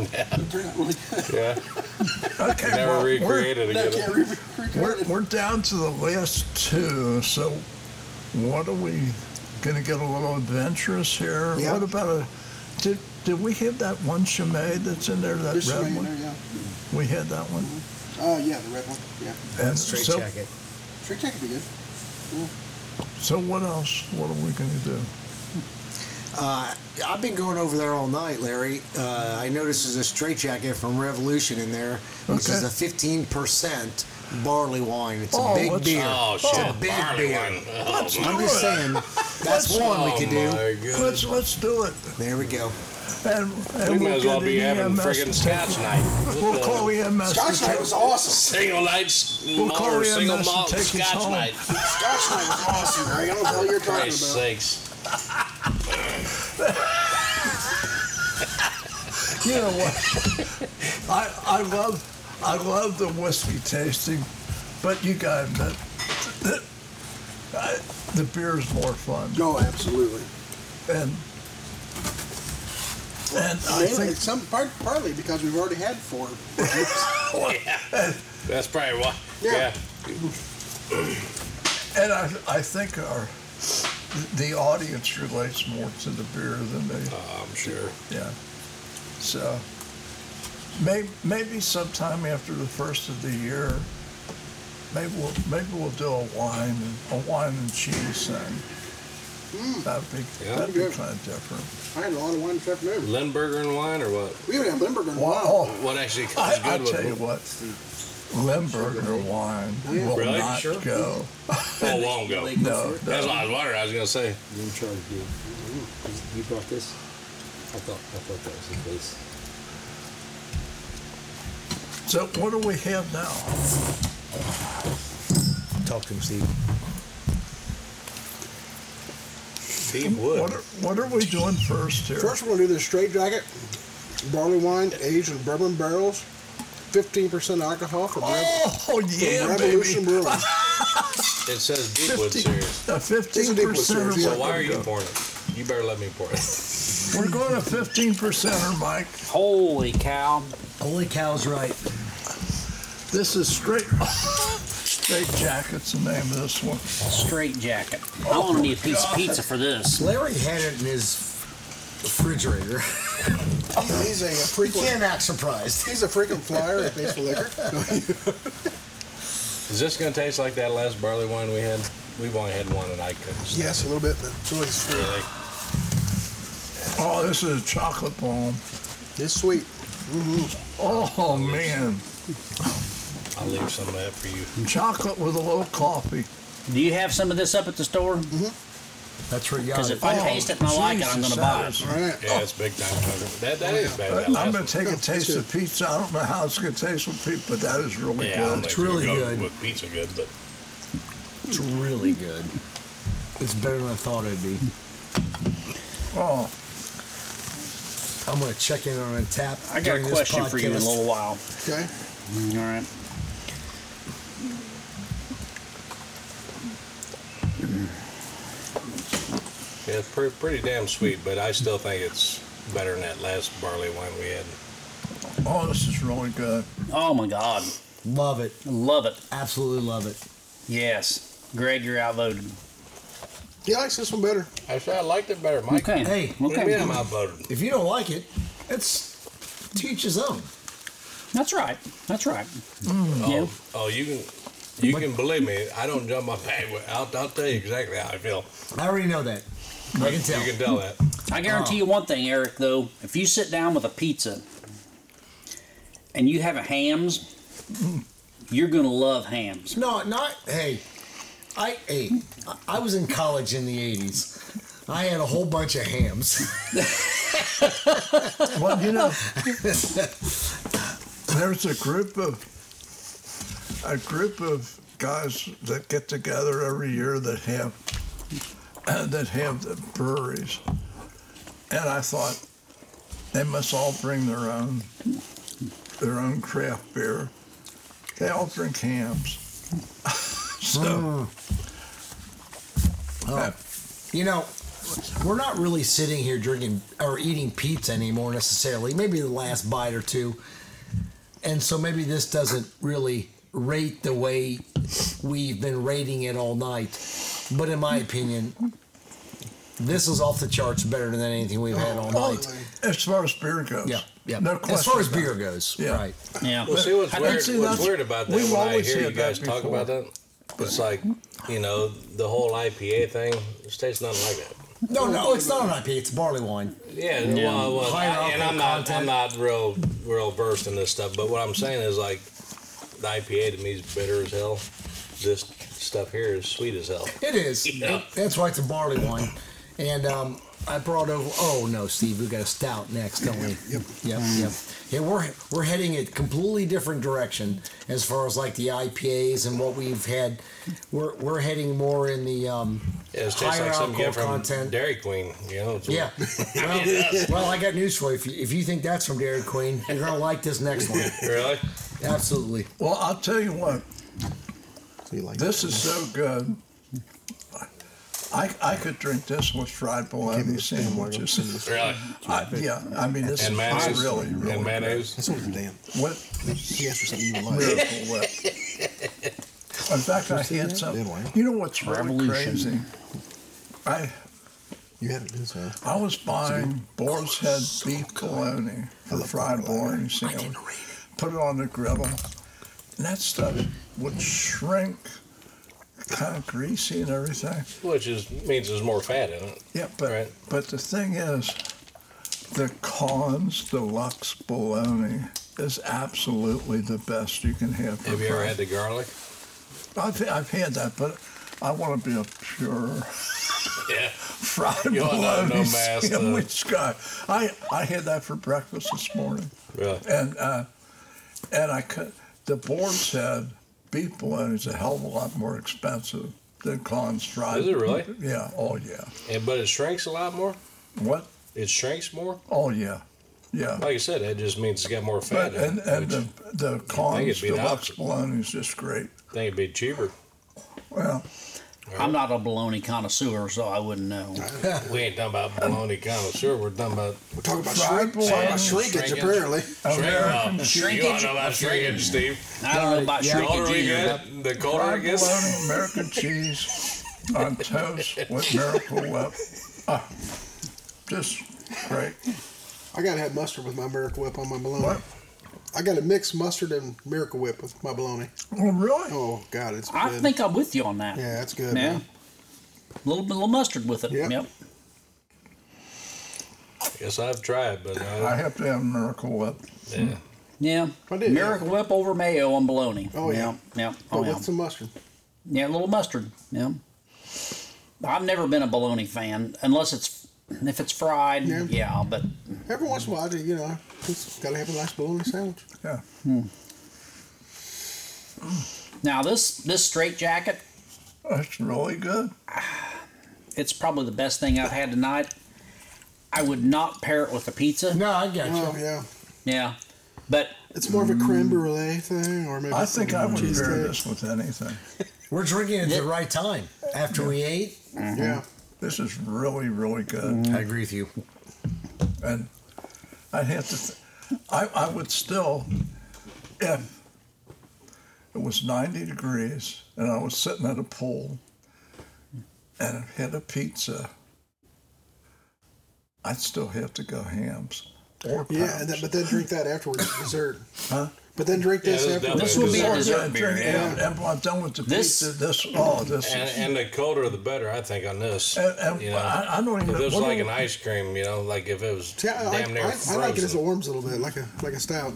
[SPEAKER 1] It turned out really good.
[SPEAKER 4] Yeah.
[SPEAKER 3] Okay,
[SPEAKER 4] Never
[SPEAKER 3] well, we're,
[SPEAKER 4] recreated
[SPEAKER 1] I
[SPEAKER 4] again.
[SPEAKER 1] can't re- recreate
[SPEAKER 3] we're,
[SPEAKER 1] it.
[SPEAKER 3] we're down to the last two, so what are we going to get a little adventurous here?
[SPEAKER 2] Yeah.
[SPEAKER 3] What about a. Did, did we have that one Chimay that's in there, that
[SPEAKER 1] There's
[SPEAKER 3] red
[SPEAKER 1] some in
[SPEAKER 3] one?
[SPEAKER 1] there, yeah.
[SPEAKER 3] We had that one.
[SPEAKER 1] Oh, yeah, the red one. Yeah.
[SPEAKER 3] And
[SPEAKER 2] Straight
[SPEAKER 3] so,
[SPEAKER 2] check it.
[SPEAKER 1] Trick check would be good.
[SPEAKER 3] so what else? What are we going to do?
[SPEAKER 2] Uh, I've been going over there all night, Larry. Uh, I noticed there's a straitjacket from Revolution in there, which is
[SPEAKER 3] Okay.
[SPEAKER 2] a 15% barley wine. It's
[SPEAKER 3] Oh,
[SPEAKER 2] a big
[SPEAKER 3] what's-
[SPEAKER 2] beer.
[SPEAKER 4] Oh
[SPEAKER 2] it's
[SPEAKER 4] shit!
[SPEAKER 2] a big
[SPEAKER 4] barley
[SPEAKER 2] beer.
[SPEAKER 4] wine. Oh, my-
[SPEAKER 2] I'm just saying, that's one we could do.
[SPEAKER 4] Oh, my God.
[SPEAKER 3] Let's, let's do it.
[SPEAKER 2] There we go.
[SPEAKER 3] And, and
[SPEAKER 4] We
[SPEAKER 3] we'll
[SPEAKER 4] might as well
[SPEAKER 3] get
[SPEAKER 4] be
[SPEAKER 3] an
[SPEAKER 4] having
[SPEAKER 3] EMS
[SPEAKER 4] friggin'
[SPEAKER 3] to
[SPEAKER 4] scotch
[SPEAKER 3] take-
[SPEAKER 4] night. What
[SPEAKER 3] uh, We'll
[SPEAKER 4] the-
[SPEAKER 3] call EMS.
[SPEAKER 1] Scotch
[SPEAKER 3] to
[SPEAKER 1] night
[SPEAKER 3] take-
[SPEAKER 1] was awesome.
[SPEAKER 4] Single nights,
[SPEAKER 3] We'll call
[SPEAKER 4] or
[SPEAKER 3] EMS
[SPEAKER 4] single
[SPEAKER 3] and
[SPEAKER 4] malt
[SPEAKER 3] take us
[SPEAKER 4] scotch
[SPEAKER 3] home.
[SPEAKER 4] night.
[SPEAKER 1] Scotch night was awesome, Greg. I don't know what you're talking
[SPEAKER 4] Christ's
[SPEAKER 1] about.
[SPEAKER 4] sakes!
[SPEAKER 3] You know what? I, I love I love the whiskey tasting, but you got to admit, the, I- the beer is more fun.
[SPEAKER 1] No, absolutely.
[SPEAKER 3] And and I
[SPEAKER 1] Mainly,
[SPEAKER 3] think
[SPEAKER 1] some part, partly because we've already had four.
[SPEAKER 4] That's probably why.
[SPEAKER 1] Yeah.
[SPEAKER 4] yeah.
[SPEAKER 3] and I, I think our the audience relates more to the beer than they
[SPEAKER 4] Oh, I'm sure.
[SPEAKER 3] Yeah. So may, maybe sometime after the first of the year, maybe we'll maybe we'll do a wine and a wine and cheese thing. That'd be,
[SPEAKER 4] Yeah.
[SPEAKER 3] that'd be kind of different.
[SPEAKER 1] I had a lot of wine this afternoon.
[SPEAKER 4] Limburger and wine or what?
[SPEAKER 1] We even had Limburger.
[SPEAKER 3] Wow.
[SPEAKER 4] What actually comes
[SPEAKER 3] I, I
[SPEAKER 4] good with
[SPEAKER 3] tell you
[SPEAKER 4] it?
[SPEAKER 3] what, Limburger wine
[SPEAKER 1] yeah.
[SPEAKER 3] will
[SPEAKER 4] Really?
[SPEAKER 3] not
[SPEAKER 4] Sure.
[SPEAKER 3] go.
[SPEAKER 4] Oh, long ago.
[SPEAKER 5] They go
[SPEAKER 3] No,
[SPEAKER 5] for it.
[SPEAKER 4] That's what I was wondering. I was gonna say.
[SPEAKER 6] You in charge, dude. You brought this? I thought, I thought that was the case.
[SPEAKER 3] So what do we have now?
[SPEAKER 7] Talk to him, Steve.
[SPEAKER 4] Steve
[SPEAKER 3] What
[SPEAKER 4] Wood.
[SPEAKER 3] are, what are we doing first here?
[SPEAKER 1] First, we're gonna do this straight jacket, barley wine aged in bourbon barrels, fifteen percent alcohol from, Rev-
[SPEAKER 3] Oh
[SPEAKER 1] from
[SPEAKER 3] yeah,
[SPEAKER 1] Revolution
[SPEAKER 3] baby.
[SPEAKER 1] Brewing.
[SPEAKER 4] It says Deepwood series.
[SPEAKER 3] Fifteen percent.
[SPEAKER 1] It's a deep
[SPEAKER 4] So why are you pouring it? You better let me pour it.
[SPEAKER 3] We're going to fifteen percenter, Mike.
[SPEAKER 5] Holy cow.
[SPEAKER 2] Holy cow's right.
[SPEAKER 3] This is straight. straight jacket's the name of this one.
[SPEAKER 5] Straight jacket. I want to need a piece of pizza for this.
[SPEAKER 2] Larry had it in his refrigerator.
[SPEAKER 1] He's a
[SPEAKER 2] We
[SPEAKER 1] frequent.
[SPEAKER 2] can't act surprised.
[SPEAKER 1] He's a freaking flyer at Baseball Liquor.
[SPEAKER 4] Is this gonna taste like that last barley wine we had? We've only had one and I couldn't. stand
[SPEAKER 1] yes, a little bit, but it's always
[SPEAKER 4] it.
[SPEAKER 1] sweet.
[SPEAKER 4] Really?
[SPEAKER 3] Oh, this is a chocolate bomb.
[SPEAKER 1] It's sweet.
[SPEAKER 3] Oh man,
[SPEAKER 4] I'll leave some of that for you.
[SPEAKER 3] Oh. chocolate with a little coffee.
[SPEAKER 5] Do you have some of this up at the store?
[SPEAKER 2] That's where you
[SPEAKER 5] Because
[SPEAKER 2] got it.
[SPEAKER 5] if I
[SPEAKER 3] Oh,
[SPEAKER 5] taste it and I like it, I'm going
[SPEAKER 3] Jesus,
[SPEAKER 5] to buy it.
[SPEAKER 3] that
[SPEAKER 1] All right.
[SPEAKER 4] Yeah, it's big time. chocolate. That that is bad. That
[SPEAKER 3] is- I'm
[SPEAKER 4] last
[SPEAKER 3] gonna take a taste of pizza. I don't know how it's gonna taste with pizza, but that is
[SPEAKER 4] one.
[SPEAKER 3] really
[SPEAKER 4] yeah, I don't
[SPEAKER 3] good.
[SPEAKER 4] think
[SPEAKER 2] It's
[SPEAKER 4] you
[SPEAKER 2] really
[SPEAKER 4] go
[SPEAKER 2] good.
[SPEAKER 4] With pizza good, but
[SPEAKER 2] It's really good. It's better than I thought it'd be.
[SPEAKER 3] Oh,
[SPEAKER 2] I'm gonna check in on a tap.
[SPEAKER 5] I got a
[SPEAKER 2] during this
[SPEAKER 5] question for you in a
[SPEAKER 2] podcast.
[SPEAKER 5] little while.
[SPEAKER 1] Okay.
[SPEAKER 5] Mm, All right.
[SPEAKER 4] yeah, it's pretty, pretty damn sweet. But I still think it's better than that last barley wine we had.
[SPEAKER 3] oh, this is really good.
[SPEAKER 5] Oh my God.
[SPEAKER 2] Love it.
[SPEAKER 5] Love it.
[SPEAKER 2] Absolutely love it.
[SPEAKER 5] Yes. Greg, you're outvoted.
[SPEAKER 1] He likes this one better.
[SPEAKER 4] Actually, I liked it better, Mike.
[SPEAKER 5] Okay.
[SPEAKER 2] Hey,
[SPEAKER 4] What do you mean I'm
[SPEAKER 5] Okay.
[SPEAKER 4] outvoted?
[SPEAKER 2] If you don't like it, it's teach his own.
[SPEAKER 5] That's right. That's right. Yeah.
[SPEAKER 4] Oh, oh, you can. You can believe me. I don't jump my bag. with- I'll, I'll tell you exactly how I feel.
[SPEAKER 2] I already know that. I can tell.
[SPEAKER 4] You can tell that.
[SPEAKER 5] I guarantee you one thing, Eric, though. If you sit down with a pizza and you have a hams, you're going to love hams.
[SPEAKER 2] No, not hey. I hey, I- I was in college in the '80s. I had a whole bunch of hams.
[SPEAKER 3] Well, you know, there's a group of a group of guys that get together every year that have uh, that have the breweries, and I thought they must all bring their own their own craft beer. They all drink hams,
[SPEAKER 2] Hmm.
[SPEAKER 3] so uh,
[SPEAKER 2] You know, we're not really sitting here drinking or eating pizza anymore necessarily. Maybe the last bite or two, and so maybe this doesn't really rate the way we've been rating it all night. But in my opinion, this is off the charts better than anything we've had all
[SPEAKER 1] Oh,
[SPEAKER 2] night.
[SPEAKER 3] as far as beer goes,
[SPEAKER 2] Yeah, yeah.
[SPEAKER 3] no question.
[SPEAKER 2] as far as
[SPEAKER 3] about it.
[SPEAKER 2] beer goes,
[SPEAKER 3] Yeah.
[SPEAKER 2] right?
[SPEAKER 5] Yeah.
[SPEAKER 4] Well, see what's
[SPEAKER 3] I
[SPEAKER 4] weird,
[SPEAKER 3] think see
[SPEAKER 4] what's
[SPEAKER 3] that's-
[SPEAKER 4] weird about that
[SPEAKER 3] we've
[SPEAKER 4] when I
[SPEAKER 3] always
[SPEAKER 4] hear
[SPEAKER 3] said
[SPEAKER 4] you guys
[SPEAKER 3] that
[SPEAKER 4] talk about that, it's like, you know, the whole IPA thing, it tastes nothing like that.
[SPEAKER 2] No, no, it's not an IPA. It's barley wine.
[SPEAKER 4] Yeah, well, well
[SPEAKER 2] Higher
[SPEAKER 4] I- and I'm
[SPEAKER 2] alcohol
[SPEAKER 4] not, I'm not real, real versed in this stuff, but what I'm saying is like, the IPA to me is bitter as hell. This stuff here is sweet as hell.
[SPEAKER 2] It is.
[SPEAKER 4] Yeah.
[SPEAKER 2] That's why it's a barley wine. And um, I brought over. Oh no, Steve, we got a stout next, don't we? Yep. Yep. Yep. Yeah, we're we're heading a completely different direction as far as like the IPAs and what we've had. We're we're heading more in the um,
[SPEAKER 4] Yeah, it tastes
[SPEAKER 2] higher
[SPEAKER 4] like something you
[SPEAKER 2] alcohol
[SPEAKER 4] get from
[SPEAKER 2] content.
[SPEAKER 4] Dairy Queen, you know? It's
[SPEAKER 2] yeah. Well, well, I uh, got news for you. If, you. if you think that's from Dairy Queen, you're gonna like this next one.
[SPEAKER 4] Really?
[SPEAKER 2] Absolutely.
[SPEAKER 3] Well, I'll tell you what.
[SPEAKER 1] He likes
[SPEAKER 3] This is so good. I, I could drink this with fried bologna sandwiches.
[SPEAKER 4] Really?
[SPEAKER 3] I, yeah, I mean, this
[SPEAKER 4] And
[SPEAKER 3] is
[SPEAKER 4] mayonnaise?
[SPEAKER 3] really, really
[SPEAKER 4] and mayonnaise?
[SPEAKER 1] That's what he's damn.
[SPEAKER 3] what
[SPEAKER 1] He asked for something you like.
[SPEAKER 3] miracle whip. In fact, I had some.
[SPEAKER 1] eh?
[SPEAKER 3] You know what's really
[SPEAKER 5] Revolution.
[SPEAKER 3] crazy? I
[SPEAKER 1] You had it this way.
[SPEAKER 3] I was buying boar's head beef bologna for fried bologna sandwich. Put it on the griddle, and that stuff would shrink kind of greasy and everything.
[SPEAKER 4] which is means there's more fat in it.
[SPEAKER 3] Yeah, but
[SPEAKER 4] Right.
[SPEAKER 3] but the thing is, the Collins Deluxe Bologna is absolutely the best you can have. for
[SPEAKER 4] Have you ever
[SPEAKER 3] fries.
[SPEAKER 4] had the garlic?
[SPEAKER 3] I've, I've had that, but I want to be a pure
[SPEAKER 4] Yeah.
[SPEAKER 3] fried
[SPEAKER 4] You're not
[SPEAKER 3] bologna
[SPEAKER 4] no master.
[SPEAKER 3] sandwich guy. I, I had that for breakfast this morning,
[SPEAKER 4] Really?
[SPEAKER 3] and uh, and I could. The board said beef bologna is a hell of a lot more expensive than Collins fried.
[SPEAKER 4] Is it really?
[SPEAKER 3] Yeah. Oh yeah.
[SPEAKER 4] And, but it shrinks a lot more.
[SPEAKER 3] What?
[SPEAKER 4] It shrinks more.
[SPEAKER 3] Oh yeah. Yeah.
[SPEAKER 4] Like I said, that just means it's got more
[SPEAKER 3] But
[SPEAKER 4] fat in
[SPEAKER 3] and,
[SPEAKER 4] it.
[SPEAKER 3] and
[SPEAKER 4] which
[SPEAKER 3] the the
[SPEAKER 4] it'd
[SPEAKER 3] Collins
[SPEAKER 4] be the
[SPEAKER 3] deluxe
[SPEAKER 4] opposite.
[SPEAKER 3] bologna is just great.
[SPEAKER 4] I think it'd be cheaper.
[SPEAKER 3] Well,
[SPEAKER 5] I'm not a bologna connoisseur, so I wouldn't know.
[SPEAKER 4] We ain't talking about bologna connoisseur. We're talking about
[SPEAKER 1] We're talking about
[SPEAKER 3] fried
[SPEAKER 1] shrink, talking
[SPEAKER 3] bologna.
[SPEAKER 1] about shrinkage,
[SPEAKER 4] Shrinkage.
[SPEAKER 1] apparently.
[SPEAKER 3] Oh, American
[SPEAKER 4] shrinkage. You ought to know about shrinkage, Steve.
[SPEAKER 5] I don't know about
[SPEAKER 4] The older
[SPEAKER 5] shrinkage
[SPEAKER 4] we
[SPEAKER 5] either.
[SPEAKER 4] get, the colder
[SPEAKER 3] fried
[SPEAKER 4] it gets.
[SPEAKER 3] bologna, American cheese on toast with Miracle Whip. Ah, just great.
[SPEAKER 1] I gotta have mustard with my Miracle Whip on my bologna.
[SPEAKER 3] What?
[SPEAKER 1] I gotta mix mustard and Miracle Whip with my bologna.
[SPEAKER 3] Oh, really?
[SPEAKER 1] Oh God, it's
[SPEAKER 5] I
[SPEAKER 1] good.
[SPEAKER 5] think I'm with you on that.
[SPEAKER 1] yeah, that's good.
[SPEAKER 5] Yeah.
[SPEAKER 1] man.
[SPEAKER 5] A little bit of mustard with it.
[SPEAKER 1] Yep.
[SPEAKER 5] Yep.
[SPEAKER 4] Yes, I've tried, but
[SPEAKER 3] I
[SPEAKER 4] I,
[SPEAKER 3] have to have Miracle Whip.
[SPEAKER 4] yeah.
[SPEAKER 5] Yeah.
[SPEAKER 1] I did, yeah.
[SPEAKER 5] Miracle Whip over mayo on bologna.
[SPEAKER 1] Oh, yeah.
[SPEAKER 5] Yeah.
[SPEAKER 1] but
[SPEAKER 5] Oh, yeah.
[SPEAKER 1] with some mustard.
[SPEAKER 5] Yeah, a little mustard. Yeah. I've never been a bologna fan unless it's if it's fried.
[SPEAKER 1] Yeah.
[SPEAKER 5] Yeah, but
[SPEAKER 1] Every once in a while, I do, you know, just gotta have a nice bologna sandwich.
[SPEAKER 3] Yeah.
[SPEAKER 5] now this this straight jacket,
[SPEAKER 3] That's really good.
[SPEAKER 5] it's probably the best thing I've had tonight. I would not pair it with a pizza.
[SPEAKER 2] No, I got
[SPEAKER 1] Oh
[SPEAKER 2] you.
[SPEAKER 1] yeah,
[SPEAKER 5] Yeah. But
[SPEAKER 1] it's more of a creme brulee thing, or maybe
[SPEAKER 3] I think I
[SPEAKER 1] some
[SPEAKER 3] would
[SPEAKER 1] cheesecake.
[SPEAKER 3] pair this with anything.
[SPEAKER 2] We're drinking at the right time after we ate.
[SPEAKER 1] Yeah,
[SPEAKER 3] This is really, really good.
[SPEAKER 8] I agree with you.
[SPEAKER 3] and I'd have to. Th- I I would still, if it was ninety degrees and I was sitting at a pool, and I had a pizza, I'd still have to go hams or pounds.
[SPEAKER 1] yeah, and then, but then drink that afterwards, for dessert.
[SPEAKER 3] Huh?
[SPEAKER 1] But then drink this
[SPEAKER 4] that's
[SPEAKER 1] afterwards.
[SPEAKER 5] this would be a
[SPEAKER 3] Or
[SPEAKER 5] dessert
[SPEAKER 3] drink-
[SPEAKER 5] beer.
[SPEAKER 3] drink-
[SPEAKER 5] Yeah.
[SPEAKER 3] And, and when I'm done with the
[SPEAKER 5] This-
[SPEAKER 3] pizza. This oh this.
[SPEAKER 4] And,
[SPEAKER 3] is,
[SPEAKER 4] and the colder the better, I think, on this.
[SPEAKER 3] and, and
[SPEAKER 4] you know,
[SPEAKER 3] I, I don't even.
[SPEAKER 4] if it was
[SPEAKER 3] what do
[SPEAKER 4] like
[SPEAKER 3] we-
[SPEAKER 4] an ice cream, you know, like if it was
[SPEAKER 1] See, I, like-
[SPEAKER 4] damn near
[SPEAKER 1] I, I
[SPEAKER 4] frozen.
[SPEAKER 1] like it as it warms a little bit, like a like a stout.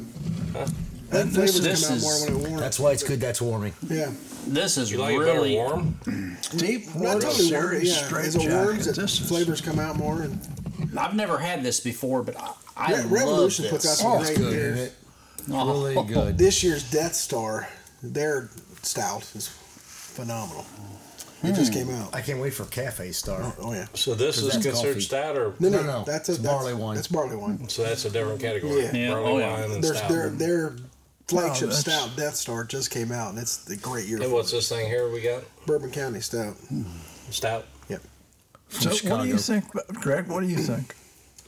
[SPEAKER 1] That
[SPEAKER 3] and this
[SPEAKER 1] flavors
[SPEAKER 5] this
[SPEAKER 1] come out
[SPEAKER 5] is-
[SPEAKER 1] more when it warms.
[SPEAKER 2] That's why it's good. That's warming.
[SPEAKER 1] yeah.
[SPEAKER 5] this is
[SPEAKER 4] you like
[SPEAKER 5] really
[SPEAKER 4] it better warm?
[SPEAKER 3] deep
[SPEAKER 1] Not
[SPEAKER 3] water
[SPEAKER 1] totally warm, but
[SPEAKER 3] series
[SPEAKER 1] yeah.
[SPEAKER 3] straight
[SPEAKER 1] As it warms, it,
[SPEAKER 3] This is
[SPEAKER 1] flavors come out more. And
[SPEAKER 5] I've never had this before, but I, I
[SPEAKER 1] Re-
[SPEAKER 5] love
[SPEAKER 1] Revolution
[SPEAKER 5] this.
[SPEAKER 1] puts out some
[SPEAKER 2] Oh, it's
[SPEAKER 1] great
[SPEAKER 2] good.
[SPEAKER 1] beers.
[SPEAKER 2] Isn't it?
[SPEAKER 5] Oh,
[SPEAKER 2] Really good.
[SPEAKER 1] This year's Death Star, their stout is phenomenal. It just came out.
[SPEAKER 2] I can't wait for Cafe Star.
[SPEAKER 1] Oh yeah.
[SPEAKER 4] So this
[SPEAKER 2] Because
[SPEAKER 4] is
[SPEAKER 2] that's
[SPEAKER 4] considered
[SPEAKER 2] coffee.
[SPEAKER 4] stout, or
[SPEAKER 1] No,
[SPEAKER 2] No,
[SPEAKER 1] no,
[SPEAKER 2] no,
[SPEAKER 1] That's a
[SPEAKER 2] it's
[SPEAKER 1] that's,
[SPEAKER 2] barley wine.
[SPEAKER 1] That's barley wine.
[SPEAKER 4] so that's a different category.
[SPEAKER 1] Yeah.
[SPEAKER 5] Yeah,
[SPEAKER 4] Barley
[SPEAKER 5] oh, yeah.
[SPEAKER 4] wine and
[SPEAKER 1] There's
[SPEAKER 4] stout.
[SPEAKER 1] their their flagship
[SPEAKER 3] that's-
[SPEAKER 1] stout, Death Star, just came out, and it's the great year.
[SPEAKER 4] and
[SPEAKER 1] for
[SPEAKER 4] what's
[SPEAKER 1] it.
[SPEAKER 4] this thing here we got?
[SPEAKER 1] Bourbon County Stout.
[SPEAKER 4] Stout.
[SPEAKER 1] Yep.
[SPEAKER 3] So what do you think, Greg? What do you think?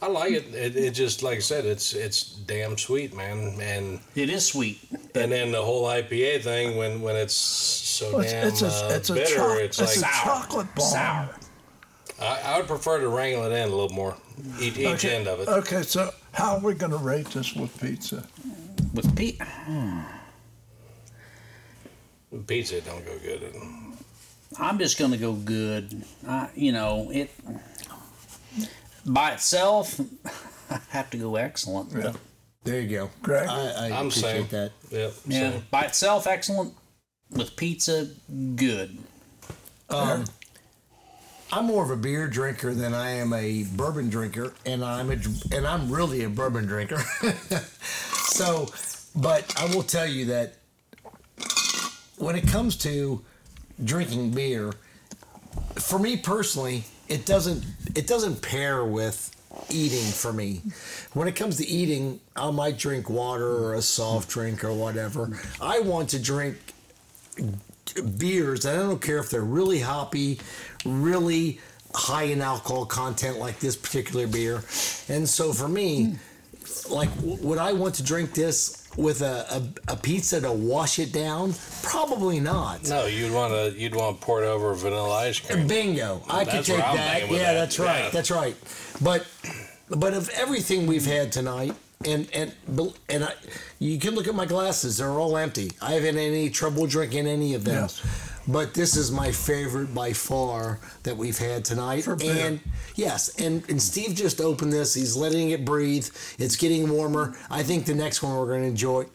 [SPEAKER 4] I like it. it. It just like I said, it's it's damn sweet, man. And
[SPEAKER 5] It is sweet.
[SPEAKER 4] and then the whole IPA thing when when it's so
[SPEAKER 3] Well,
[SPEAKER 4] damn
[SPEAKER 3] it's, it's
[SPEAKER 4] uh,
[SPEAKER 3] a, it's a,
[SPEAKER 4] bitter,
[SPEAKER 3] choc-
[SPEAKER 4] it's,
[SPEAKER 3] it's a
[SPEAKER 4] like
[SPEAKER 3] chocolate bomb.
[SPEAKER 5] Sour.
[SPEAKER 4] I, I would prefer to wrangle it in a little more. Each, each
[SPEAKER 3] Okay.
[SPEAKER 4] end of it.
[SPEAKER 3] Okay, so how are we going to rate this with pizza?
[SPEAKER 5] With Pete.
[SPEAKER 4] Pizza don't go good.
[SPEAKER 5] I'm just gonna go good. I, you know, it by itself, I have to go excellent.
[SPEAKER 3] Yeah.
[SPEAKER 2] There you go.
[SPEAKER 3] Greg?
[SPEAKER 2] I, I
[SPEAKER 4] I'm
[SPEAKER 2] appreciate
[SPEAKER 4] saying.
[SPEAKER 2] that.
[SPEAKER 4] Yep.
[SPEAKER 5] Yeah,
[SPEAKER 4] So,
[SPEAKER 5] by itself, excellent. With pizza, good.
[SPEAKER 2] Um, I'm more of a beer drinker than I am a bourbon drinker, and I'm a dr- and I'm really a bourbon drinker. so, but I will tell you that when it comes to drinking beer, for me personally, it doesn't it doesn't pair with eating for me. When it comes to eating, I might drink water or a soft drink or whatever. I want to drink beers, and I don't care if they're really hoppy, really high in alcohol content like this particular beer. And so for me, like, w- would I want to drink this with a, a, a pizza to wash it down? Probably not.
[SPEAKER 4] no, you'd want to you'd want to pour it over vanilla ice cream.
[SPEAKER 2] Bingo. I could
[SPEAKER 4] That's
[SPEAKER 2] take
[SPEAKER 4] where I'm
[SPEAKER 2] that.
[SPEAKER 4] thinking with
[SPEAKER 2] Yeah,
[SPEAKER 4] that.
[SPEAKER 2] that's right.
[SPEAKER 4] Yeah.
[SPEAKER 2] That's right. But but of everything we've had tonight, and and bel- and I, you can look at my glasses; they're all empty. I haven't had any trouble drinking any of them.
[SPEAKER 3] Yes.
[SPEAKER 2] But this is my favorite by far that we've had tonight.
[SPEAKER 3] For beer.
[SPEAKER 2] and yes, and, and Steve just opened this. He's letting it breathe. It's getting warmer. I think the next one we're going to enjoy,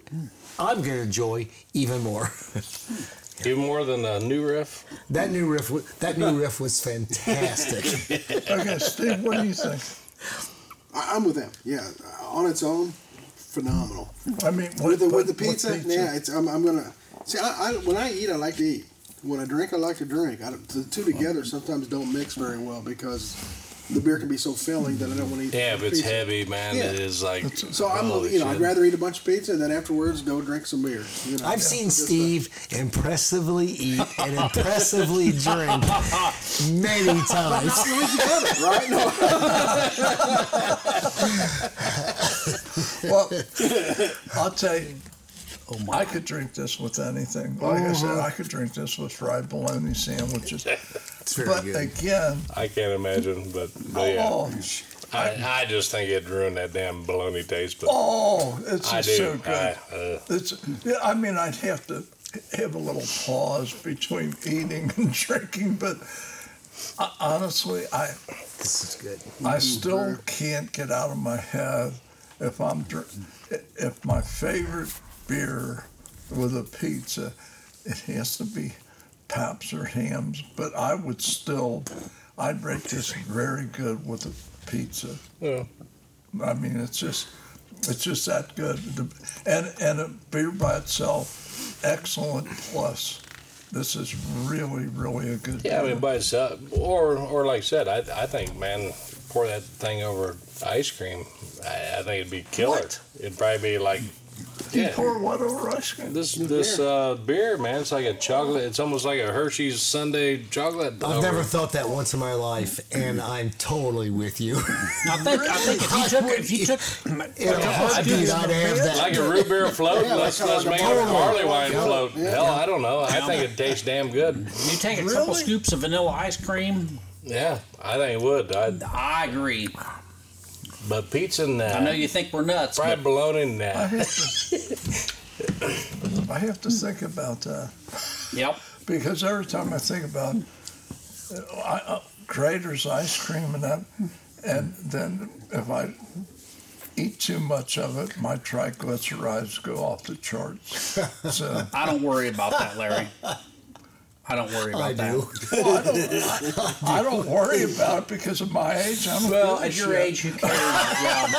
[SPEAKER 2] I'm going to enjoy even more.
[SPEAKER 4] Even more than a new riff.
[SPEAKER 2] That new riff, wa- that new riff was fantastic.
[SPEAKER 3] Okay, Steve, what do you think?
[SPEAKER 1] I, I'm with them. Yeah, on its own, phenomenal.
[SPEAKER 3] I mean,
[SPEAKER 1] With the, with the pizza, yeah, it's, I'm, I'm gonna see. I, I, when I eat, I like to eat. When I drink, I like to drink. I, don't- the two together sometimes don't mix very well because the beer can be so filling that I don't want to eat.
[SPEAKER 4] Yeah, if it's
[SPEAKER 1] pizza.
[SPEAKER 4] heavy, man, it
[SPEAKER 1] Yeah.
[SPEAKER 4] is like.
[SPEAKER 1] So I'm,
[SPEAKER 4] holy
[SPEAKER 1] you know, I'd
[SPEAKER 4] shit.
[SPEAKER 1] rather eat a bunch of pizza and then afterwards go drink some beer. You know, Yeah.
[SPEAKER 2] I've seen
[SPEAKER 1] Just, uh,
[SPEAKER 2] Steve impressively eat and impressively drink many times.
[SPEAKER 1] right? No,
[SPEAKER 3] Well, I'll tell you, I could drink this with anything. Like I said, I could drink this with fried bologna sandwiches.
[SPEAKER 2] It's very
[SPEAKER 3] But
[SPEAKER 2] good.
[SPEAKER 3] again,
[SPEAKER 4] I can't imagine, but, but yeah.
[SPEAKER 3] oh,
[SPEAKER 4] I, I just think it ruined that damn bologna taste, but
[SPEAKER 3] oh, it's
[SPEAKER 4] I
[SPEAKER 3] just
[SPEAKER 4] do.
[SPEAKER 3] so good.
[SPEAKER 4] I, uh,
[SPEAKER 3] It's, yeah, I mean, I'd have to have a little pause between eating and drinking, but I, honestly, I
[SPEAKER 2] This is good.
[SPEAKER 4] Mm-hmm.
[SPEAKER 3] I still can't get out of my head if I'm dr- if my favorite beer with a pizza, it has to be Paps or Hams, but I would still I'd rate this very good with a pizza.
[SPEAKER 4] Yeah.
[SPEAKER 3] I mean, it's just it's just that good, The- and and a beer by itself, excellent plus. This is really really a good.
[SPEAKER 4] yeah, I
[SPEAKER 3] beer.
[SPEAKER 4] mean, by itself, or or like I said, I, I think, man, pour that thing over ice cream. I, I think it'd be killer. It'd probably be like,
[SPEAKER 3] you
[SPEAKER 4] yeah,
[SPEAKER 3] pour what over ice cream?
[SPEAKER 4] this this uh, beer, man, it's like a chocolate. It's almost like a Hershey's Sunday chocolate.
[SPEAKER 2] I've
[SPEAKER 4] over-
[SPEAKER 2] never thought that once in my life, and I'm totally with you.
[SPEAKER 5] I think I think if you took if you took
[SPEAKER 2] In a heartbeat, I'd have
[SPEAKER 4] like
[SPEAKER 2] that.
[SPEAKER 4] a root beer float.
[SPEAKER 1] Yeah,
[SPEAKER 4] let's
[SPEAKER 1] like a-
[SPEAKER 4] let's
[SPEAKER 1] like
[SPEAKER 4] make
[SPEAKER 1] a
[SPEAKER 4] it a
[SPEAKER 1] totally.
[SPEAKER 4] barley wine
[SPEAKER 1] Yeah,
[SPEAKER 4] float.
[SPEAKER 1] yeah.
[SPEAKER 4] Hell, I don't know. I think it tastes damn good.
[SPEAKER 5] you take a couple
[SPEAKER 3] Really?
[SPEAKER 5] scoops of vanilla ice cream,
[SPEAKER 4] Yeah, I think it would. I,
[SPEAKER 5] I agree.
[SPEAKER 4] but pizza and that.
[SPEAKER 5] I know you think we're nuts, but
[SPEAKER 4] fried bologna and
[SPEAKER 3] I
[SPEAKER 4] that.
[SPEAKER 3] have to, I have to think about that
[SPEAKER 5] yep.
[SPEAKER 3] because every time I think about uh, I, uh, Grater's ice cream and that, and then if I eat too much of it, my triglycerides go off the charts. So
[SPEAKER 5] I don't worry about that, Larry. I don't worry about
[SPEAKER 2] I
[SPEAKER 5] that.
[SPEAKER 2] do.
[SPEAKER 3] I don't worry about it because of my age. I don't
[SPEAKER 5] Well,
[SPEAKER 3] give a
[SPEAKER 5] at your
[SPEAKER 3] shit.
[SPEAKER 5] age, who cares? Yeah.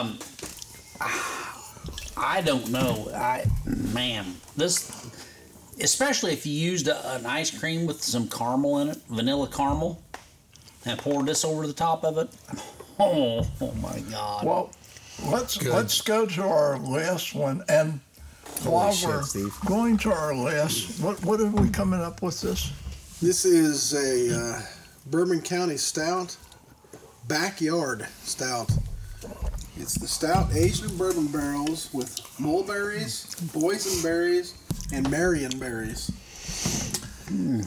[SPEAKER 5] um, I don't know. I man, this especially if you used a, an ice cream with some caramel in it, vanilla caramel, and poured this over the top of it. Oh, oh my God!
[SPEAKER 3] Well, let's let's go to our last one and. While
[SPEAKER 2] shit,
[SPEAKER 3] we're
[SPEAKER 2] Steve.
[SPEAKER 3] going to our last, what what are we coming up with this?
[SPEAKER 1] This is a uh, Bourbon County Stout, backyard stout. It's the stout aged in bourbon barrels with mulberries, boysenberries, and marionberries.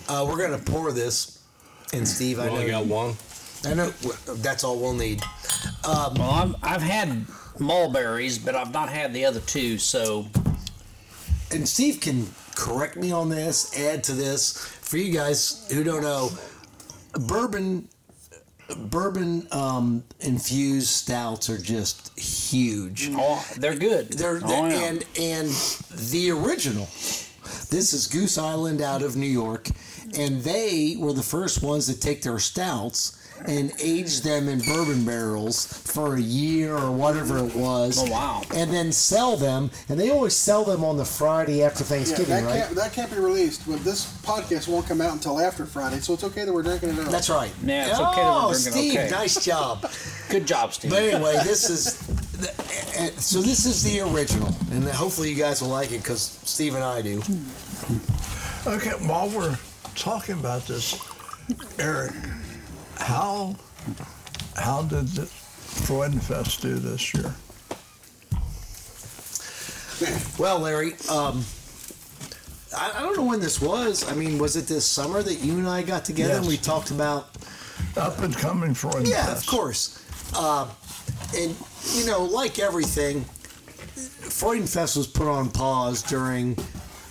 [SPEAKER 2] Uh, we're gonna pour this, and Steve, I
[SPEAKER 4] I only
[SPEAKER 2] know.
[SPEAKER 4] got one.
[SPEAKER 2] I know. That's all we'll need.
[SPEAKER 5] Well, I'm, I've had mulberries, but I've not had the other two. So
[SPEAKER 2] and Steve can correct me on this, add to this for you guys who don't know. Bourbon, bourbon um, infused stouts are just huge.
[SPEAKER 5] oh, they're good.
[SPEAKER 2] They're,
[SPEAKER 5] oh, yeah.
[SPEAKER 2] and and the original. This is Goose Island out of New York, and they were the first ones to take their stouts and age them in bourbon barrels for a year or whatever it was.
[SPEAKER 5] Oh, wow.
[SPEAKER 2] And then sell them, and they always sell them on the Friday after
[SPEAKER 1] Yeah,
[SPEAKER 2] Thanksgiving,
[SPEAKER 1] that
[SPEAKER 2] right?
[SPEAKER 1] can't that can't be released. But this podcast won't come out until after Friday, so it's okay that we're drinking it out.
[SPEAKER 2] That's right.
[SPEAKER 5] Yeah, it's okay that we're
[SPEAKER 2] oh,
[SPEAKER 5] drinking-
[SPEAKER 2] Steve,
[SPEAKER 5] okay.
[SPEAKER 2] nice job.
[SPEAKER 5] good job, Steve.
[SPEAKER 2] But anyway, this is the, eh, eh, so. This is the original, and hopefully you guys will like it because Steve and I do.
[SPEAKER 3] Okay, while we're talking about this, Eric, how how did the Freudenfest do this year?
[SPEAKER 2] Well, Larry, um, I, I don't know when this was. I mean, was it this summer that you and I got together and
[SPEAKER 3] Yes.
[SPEAKER 2] we
[SPEAKER 3] Mm,
[SPEAKER 2] talked about
[SPEAKER 3] Up and coming Freudenfest.
[SPEAKER 2] Yeah, of course. Uh, and you know, like everything, Freudenfest was put on pause during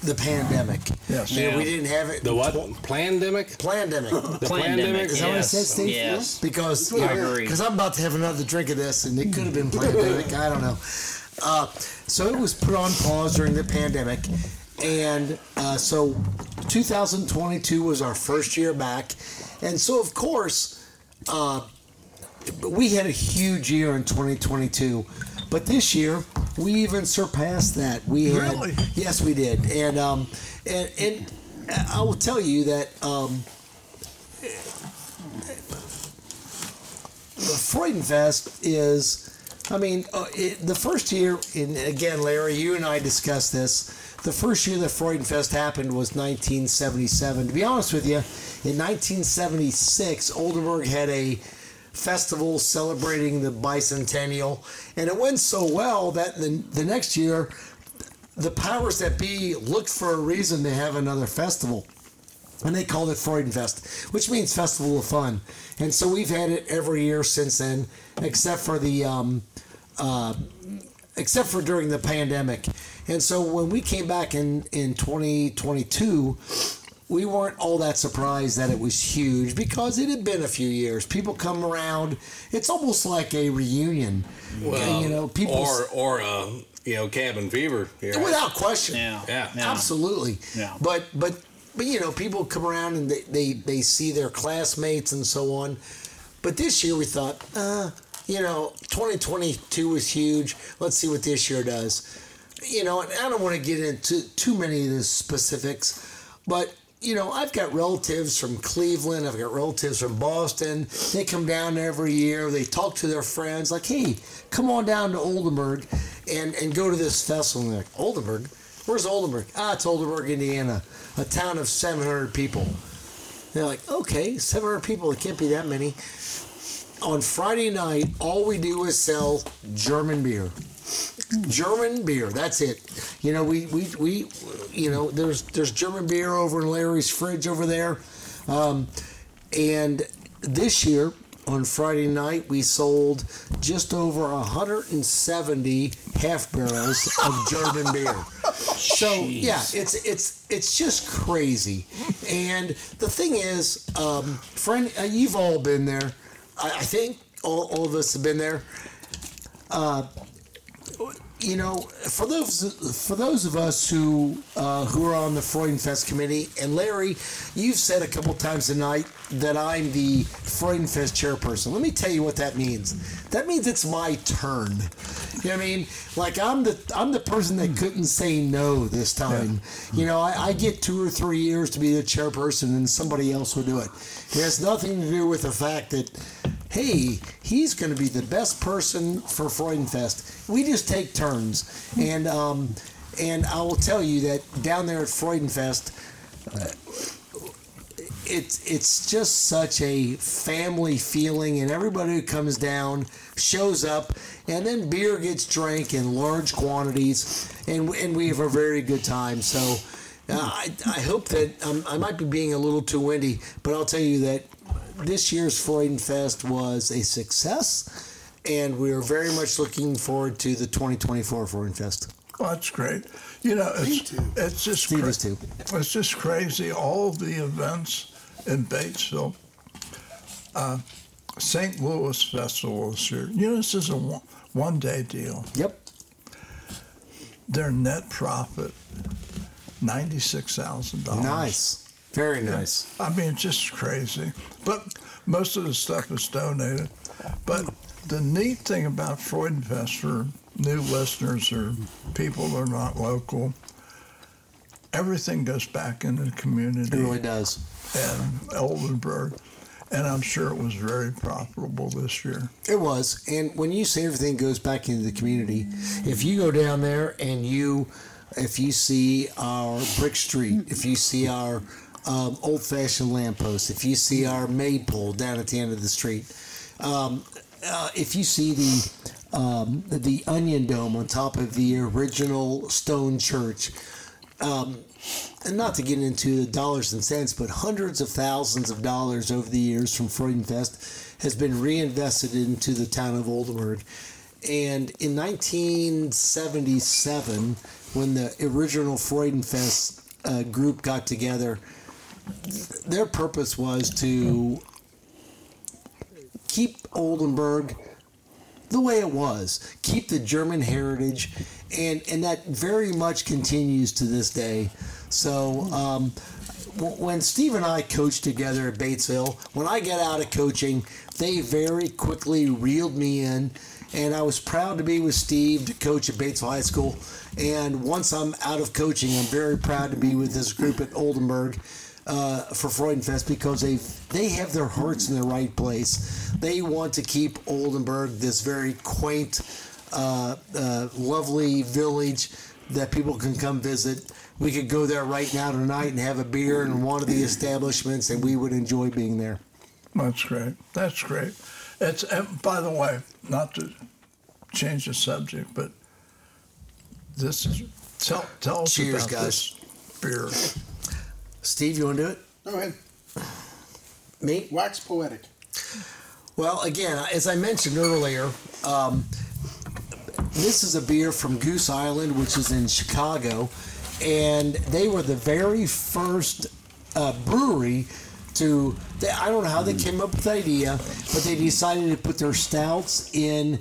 [SPEAKER 2] the pandemic.
[SPEAKER 3] Yes.
[SPEAKER 2] You know, we
[SPEAKER 5] Yeah.
[SPEAKER 2] didn't have it.
[SPEAKER 4] The what? Pandemic?
[SPEAKER 2] Pandemic.
[SPEAKER 4] The
[SPEAKER 5] Plandemic,
[SPEAKER 4] pandemic?
[SPEAKER 2] Is that what it
[SPEAKER 5] Yes.
[SPEAKER 2] says, Steve?
[SPEAKER 5] Yes.
[SPEAKER 2] Because
[SPEAKER 5] I agree.
[SPEAKER 2] Because I'm about to have another drink of this, and it could have been pandemic. I don't know. Uh, so it was put on pause during the pandemic, and uh, so 2022 was our first year back, and so of course, uh, we had a huge year in 2022. But this year, we even surpassed that. We had,
[SPEAKER 3] Really?
[SPEAKER 2] yes, we did, and um, and, and uh, I will tell you that um, the Freudenfest is, I mean, uh, it, the first year, and again, Larry, you and I discussed this. The first year that Freudenfest happened was 1977. To be honest with you, in 1976, Oldenburg had a festival celebrating the bicentennial, and it went so well that the, the next year, the powers that be looked for a reason to have another festival and they called it Freudenfest, which means Festival of Fun. And so we've had it every year since then, except for the um, uh, except for during the pandemic. And so when we came back in in 2022, we weren't all that surprised that it was huge because it had been a few years. People come around; it's almost like a reunion.
[SPEAKER 4] Well,
[SPEAKER 2] you know, people
[SPEAKER 4] Or, or uh, you know, cabin fever. Here.
[SPEAKER 2] without question.
[SPEAKER 5] Yeah.
[SPEAKER 4] Yeah.
[SPEAKER 2] Absolutely.
[SPEAKER 5] Yeah.
[SPEAKER 2] But but but you know, people come around and they, they, they see their classmates and so on. But this year we thought, uh, you know, 2022 was huge. Let's see what this year does. You know, and I don't want to get into too many of the specifics, but you know, I've got relatives from Cleveland. I've got relatives from Boston. They come down every year. They talk to their friends, like, "Hey, come on down to Oldenburg, and and go to this festival." And they're like, Oldenburg, where's Oldenburg? Ah, it's Oldenburg, Indiana, a town of 700 people. They're like, okay, 700 people. It can't be that many. On Friday night, all we do is sell German beer. German beer. That's it. You know, we, we, we you know, there's there's German beer over in Larry's fridge over there. Um, and this year on Friday night we sold just over 170 half barrels of German beer. So yeah, it's it's it's just crazy. And the thing is, um, friend, uh, you've all been there. I, I think all, all of us have been there you know, for those for those of us who uh, who are on the Freudenfest committee, and Larry, you've said a couple times tonight that I'm the Freudenfest chairperson. Let me tell you what that means. That means it's my turn. You know what I mean? Like I'm the I'm the person that couldn't say no this time. You know, I, I get two or three years to be the chairperson, and somebody else will do it. It has nothing to do with the fact that hey, he's going to be the best person for Freudenfest. We just take turns, and um, and I will tell you that down there at Freudenfest, uh, it's it's just such a family feeling, and everybody who comes down shows up, and then beer gets drank in large quantities, and and we have a very good time. So. Uh, I, I hope that um, I might be being a little too windy, but I'll tell you that this year's Freudenfest was a success, and we are very much looking forward to the 2024 Freudenfest.
[SPEAKER 3] Well, that's great. You know, it's,
[SPEAKER 9] too.
[SPEAKER 3] it's just
[SPEAKER 2] Steve is too.
[SPEAKER 3] It's just crazy. All the events in Batesville, uh, St. Louis Festival this year. You know, this is a one, one day deal.
[SPEAKER 2] Yep.
[SPEAKER 3] Their net profit, ninety-six thousand dollars.
[SPEAKER 2] Nice. Very nice.
[SPEAKER 3] I mean, it's just crazy. But most of the stuff is donated. But the neat thing about Freudenfest for new listeners or people that are not local, everything goes back into the community
[SPEAKER 2] It really does.
[SPEAKER 3] and Oldenburg. And I'm sure it was very profitable this year.
[SPEAKER 2] It was. And when you say everything goes back into the community, if you go down there and you, if you see our Brick Street, if you see our um, old fashioned lamppost, if you see our maypole down at the end of the street, um, uh, if you see the um, the onion dome on top of the original stone church, and not to get into the dollars and cents, but hundreds of thousands of dollars over the years from Freudenfest has been reinvested into the town of Oldenburg. And in 1977, when the original Freudenfest uh, group got together, th- their purpose was to keep Oldenburg the way it was, keep the German heritage, and, and that very much continues to this day. So, um, w- when Steve and I coached together at Batesville, when I got out of coaching, they very quickly reeled me in, and I was proud to be with Steve to coach at Batesville High School. And once I'm out of coaching, I'm very proud to be with this group at Oldenburg uh, for Freudenfest because they they have their hearts in the right place. They want to keep Oldenburg this very quaint, uh, uh, lovely village that people can come visit. We could go there right now tonight and have a beer in one of the establishments, and we would enjoy being there.
[SPEAKER 3] That's great. That's great. It's and by the way, not to change the subject, but this is tell tell us
[SPEAKER 2] Cheers,
[SPEAKER 3] about
[SPEAKER 2] guys.
[SPEAKER 3] this beer.
[SPEAKER 2] Steve, you want to do it?
[SPEAKER 1] Go ahead.
[SPEAKER 2] Me?
[SPEAKER 1] Wax poetic.
[SPEAKER 2] Well, again, as I mentioned earlier, um, this is a beer from Goose Island, which is in Chicago, and they were the very first uh, brewery to. They, I don't know how they came up with the idea, but they decided to put their stouts in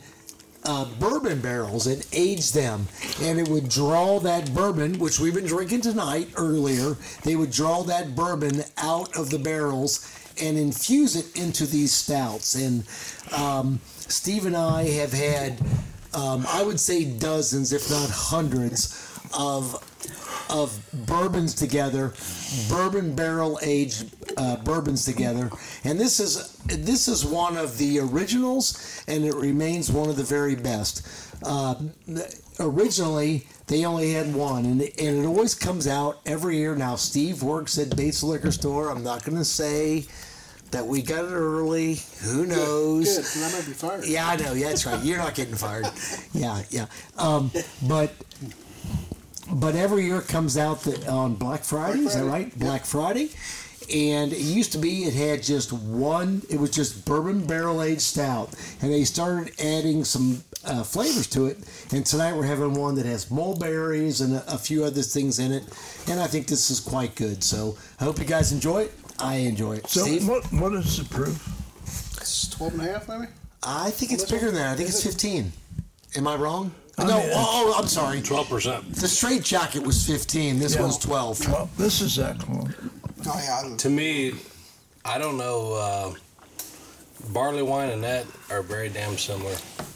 [SPEAKER 2] uh, bourbon barrels and age them, and it would draw that bourbon, which we've been drinking tonight earlier. They would draw that bourbon out of the barrels and infuse it into these stouts. And um, Steve and I have had, um, I would say, dozens, if not hundreds, of of bourbons together, bourbon barrel aged uh, bourbons together, and this is this is one of the originals, and it remains one of the very best. Uh, originally, they only had one, and it, and it always comes out every year. Now, Steve works at Bates Liquor Store. I'm not going to say that we got it early. Who knows?
[SPEAKER 1] Good, 'cause I might be fired.
[SPEAKER 2] Yeah, I know. Yeah, that's right. You're not getting fired. Yeah, yeah. Um, but but every year it comes out the, on Black Friday. Is that
[SPEAKER 1] Friday,
[SPEAKER 2] right? Black Friday. And it used to be it had just one. It was just bourbon barrel aged stout, and they started adding some uh, flavors to it. And tonight we're having one that has mulberries and a, a few other things in it. And I think this is quite good. So I hope you guys enjoy it. I enjoy it.
[SPEAKER 3] So
[SPEAKER 2] Steve?
[SPEAKER 3] what what is the proof?
[SPEAKER 1] It's 12 and a half, maybe?
[SPEAKER 2] I think it's bigger than that. I think it's 15. Am I wrong?
[SPEAKER 3] I
[SPEAKER 2] no,
[SPEAKER 3] mean,
[SPEAKER 2] oh, oh, I'm sorry.
[SPEAKER 4] Twelve percent.
[SPEAKER 2] The straight jacket was 15. This
[SPEAKER 3] Yeah.
[SPEAKER 2] one's 12.
[SPEAKER 3] Well, this is excellent.
[SPEAKER 1] Oh, yeah. I don't,
[SPEAKER 4] To me, I don't know. Uh, barley wine and that are very damn similar.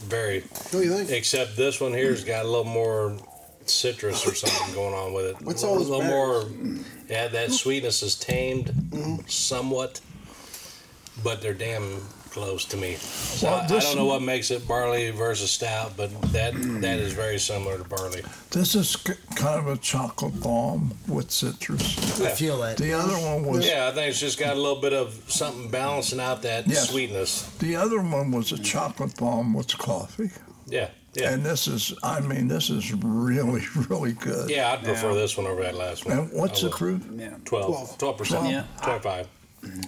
[SPEAKER 4] Very,
[SPEAKER 1] don't you think?
[SPEAKER 4] except this one here's got a little more citrus or something going on with it.
[SPEAKER 1] What's
[SPEAKER 4] a
[SPEAKER 1] all those
[SPEAKER 4] little more? Yeah, that sweetness is tamed somewhat, but they're damn close to me. So
[SPEAKER 3] Well,
[SPEAKER 4] I, I
[SPEAKER 3] this-
[SPEAKER 4] don't know what makes it barley versus stout, but that that is very similar to barley.
[SPEAKER 3] This is c- kind of a chocolate bomb with citrus.
[SPEAKER 2] I feel that.
[SPEAKER 3] The other one was
[SPEAKER 4] Yeah, I think it's just got a little bit of something balancing out that
[SPEAKER 3] Yes.
[SPEAKER 4] sweetness.
[SPEAKER 3] the other one was a chocolate bomb with coffee.
[SPEAKER 4] Yeah, yeah,
[SPEAKER 3] And this is I mean this is really really good.
[SPEAKER 4] yeah. I'd prefer this one over that last one.
[SPEAKER 3] And what's
[SPEAKER 4] I
[SPEAKER 3] the
[SPEAKER 4] would.
[SPEAKER 3] proof?
[SPEAKER 5] Yeah.
[SPEAKER 4] 12. 12 percent.
[SPEAKER 5] Yeah.
[SPEAKER 4] 25.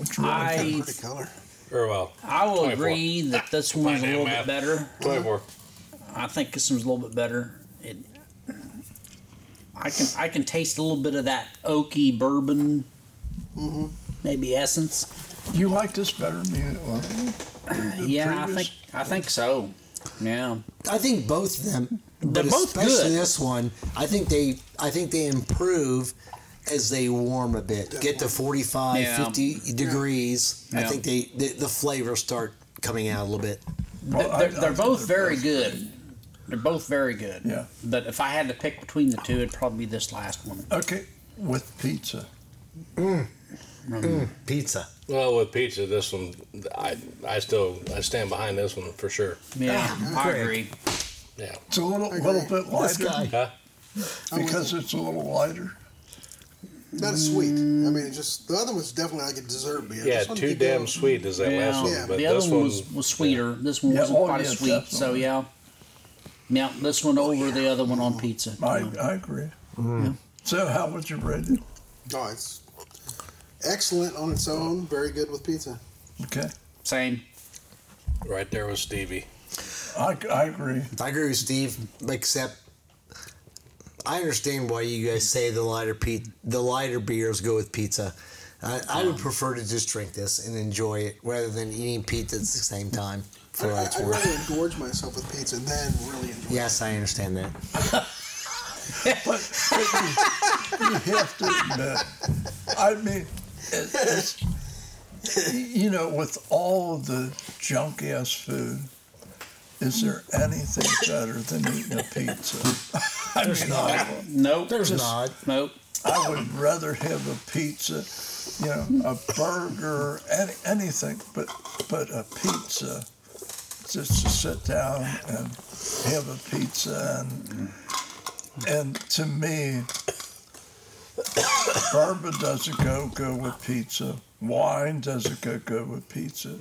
[SPEAKER 3] It's really good.
[SPEAKER 5] I
[SPEAKER 1] Pretty color.
[SPEAKER 4] Or well,
[SPEAKER 5] I will
[SPEAKER 4] 24.
[SPEAKER 5] agree that this one's a
[SPEAKER 4] Goddamn
[SPEAKER 5] little
[SPEAKER 4] math.
[SPEAKER 5] bit better.
[SPEAKER 4] 24.
[SPEAKER 5] I think this one's a little bit better. It, I can I can taste a little bit of that oaky bourbon,
[SPEAKER 3] Mm-hmm.
[SPEAKER 5] maybe essence.
[SPEAKER 3] You like this better than you well,
[SPEAKER 5] yeah, I
[SPEAKER 3] previous-
[SPEAKER 5] think I think so. Yeah,
[SPEAKER 2] I think both of them, but
[SPEAKER 5] They're both
[SPEAKER 2] especially
[SPEAKER 5] good.
[SPEAKER 2] this one, I think they I think they improve as they warm a bit. Get to 45,
[SPEAKER 5] Yeah.
[SPEAKER 2] 50 degrees. I
[SPEAKER 5] Yeah.
[SPEAKER 2] think they the, the flavors start coming out a little bit.
[SPEAKER 3] well, I-
[SPEAKER 5] they're,
[SPEAKER 3] I
[SPEAKER 5] they're
[SPEAKER 3] think
[SPEAKER 5] both very
[SPEAKER 3] both-
[SPEAKER 5] good. They're both very good.
[SPEAKER 3] Yeah.
[SPEAKER 5] But if I had to pick between the two, it'd probably be this last one.
[SPEAKER 3] Okay. With pizza.
[SPEAKER 2] Pizza.
[SPEAKER 4] Well, with pizza, this one, I, I still I stand behind this one for sure.
[SPEAKER 5] Yeah,
[SPEAKER 3] Ah,
[SPEAKER 5] I agree.
[SPEAKER 4] Yeah.
[SPEAKER 3] It's a little little bit
[SPEAKER 2] This
[SPEAKER 3] lighter
[SPEAKER 2] guy.
[SPEAKER 4] Huh?
[SPEAKER 3] because it's a little lighter.
[SPEAKER 1] Not as sweet. I mean, it just, the other one's definitely like a dessert beer.
[SPEAKER 4] Yeah,
[SPEAKER 1] This one
[SPEAKER 4] too
[SPEAKER 1] could
[SPEAKER 4] damn
[SPEAKER 1] go-
[SPEAKER 4] sweet is that last
[SPEAKER 5] Yeah,
[SPEAKER 4] one.
[SPEAKER 1] Yeah,
[SPEAKER 4] but
[SPEAKER 5] the other
[SPEAKER 4] this
[SPEAKER 5] one, was, was sweeter. This one
[SPEAKER 3] Yeah,
[SPEAKER 5] wasn't
[SPEAKER 3] oh,
[SPEAKER 5] quite as
[SPEAKER 3] yeah,
[SPEAKER 5] sweet. So
[SPEAKER 3] definitely.
[SPEAKER 5] yeah, yeah, this one over the other one on pizza.
[SPEAKER 3] I, I agree.
[SPEAKER 2] Mm-hmm.
[SPEAKER 3] So how would you rate it?
[SPEAKER 1] Oh, it's excellent on its own. Very good with pizza.
[SPEAKER 3] Okay.
[SPEAKER 5] Same.
[SPEAKER 4] Right there with Stevie.
[SPEAKER 3] I, I agree.
[SPEAKER 2] I agree with Steve, except I understand why you guys say the lighter pe- the lighter beers go with pizza. I, I would prefer to just drink this and enjoy it rather than eating pizza at the same time.
[SPEAKER 4] Oh,
[SPEAKER 2] For
[SPEAKER 1] I,
[SPEAKER 2] what it's
[SPEAKER 1] I'd
[SPEAKER 2] worth.
[SPEAKER 1] rather gorge myself with pizza than really enjoy it.
[SPEAKER 2] Yes, I understand that.
[SPEAKER 3] But you, you have to admit, I mean, it's, you know, with all of the junk ass food, is there anything better than eating a pizza? I mean, I,
[SPEAKER 5] Nope.
[SPEAKER 7] There's
[SPEAKER 5] Just-
[SPEAKER 7] not.
[SPEAKER 5] Nope.
[SPEAKER 3] I would rather have a pizza, you know, a burger, any, anything, but but a pizza. Just to sit down and have a pizza, and and to me, bourbon doesn't go good with pizza. Wine doesn't go good with pizza.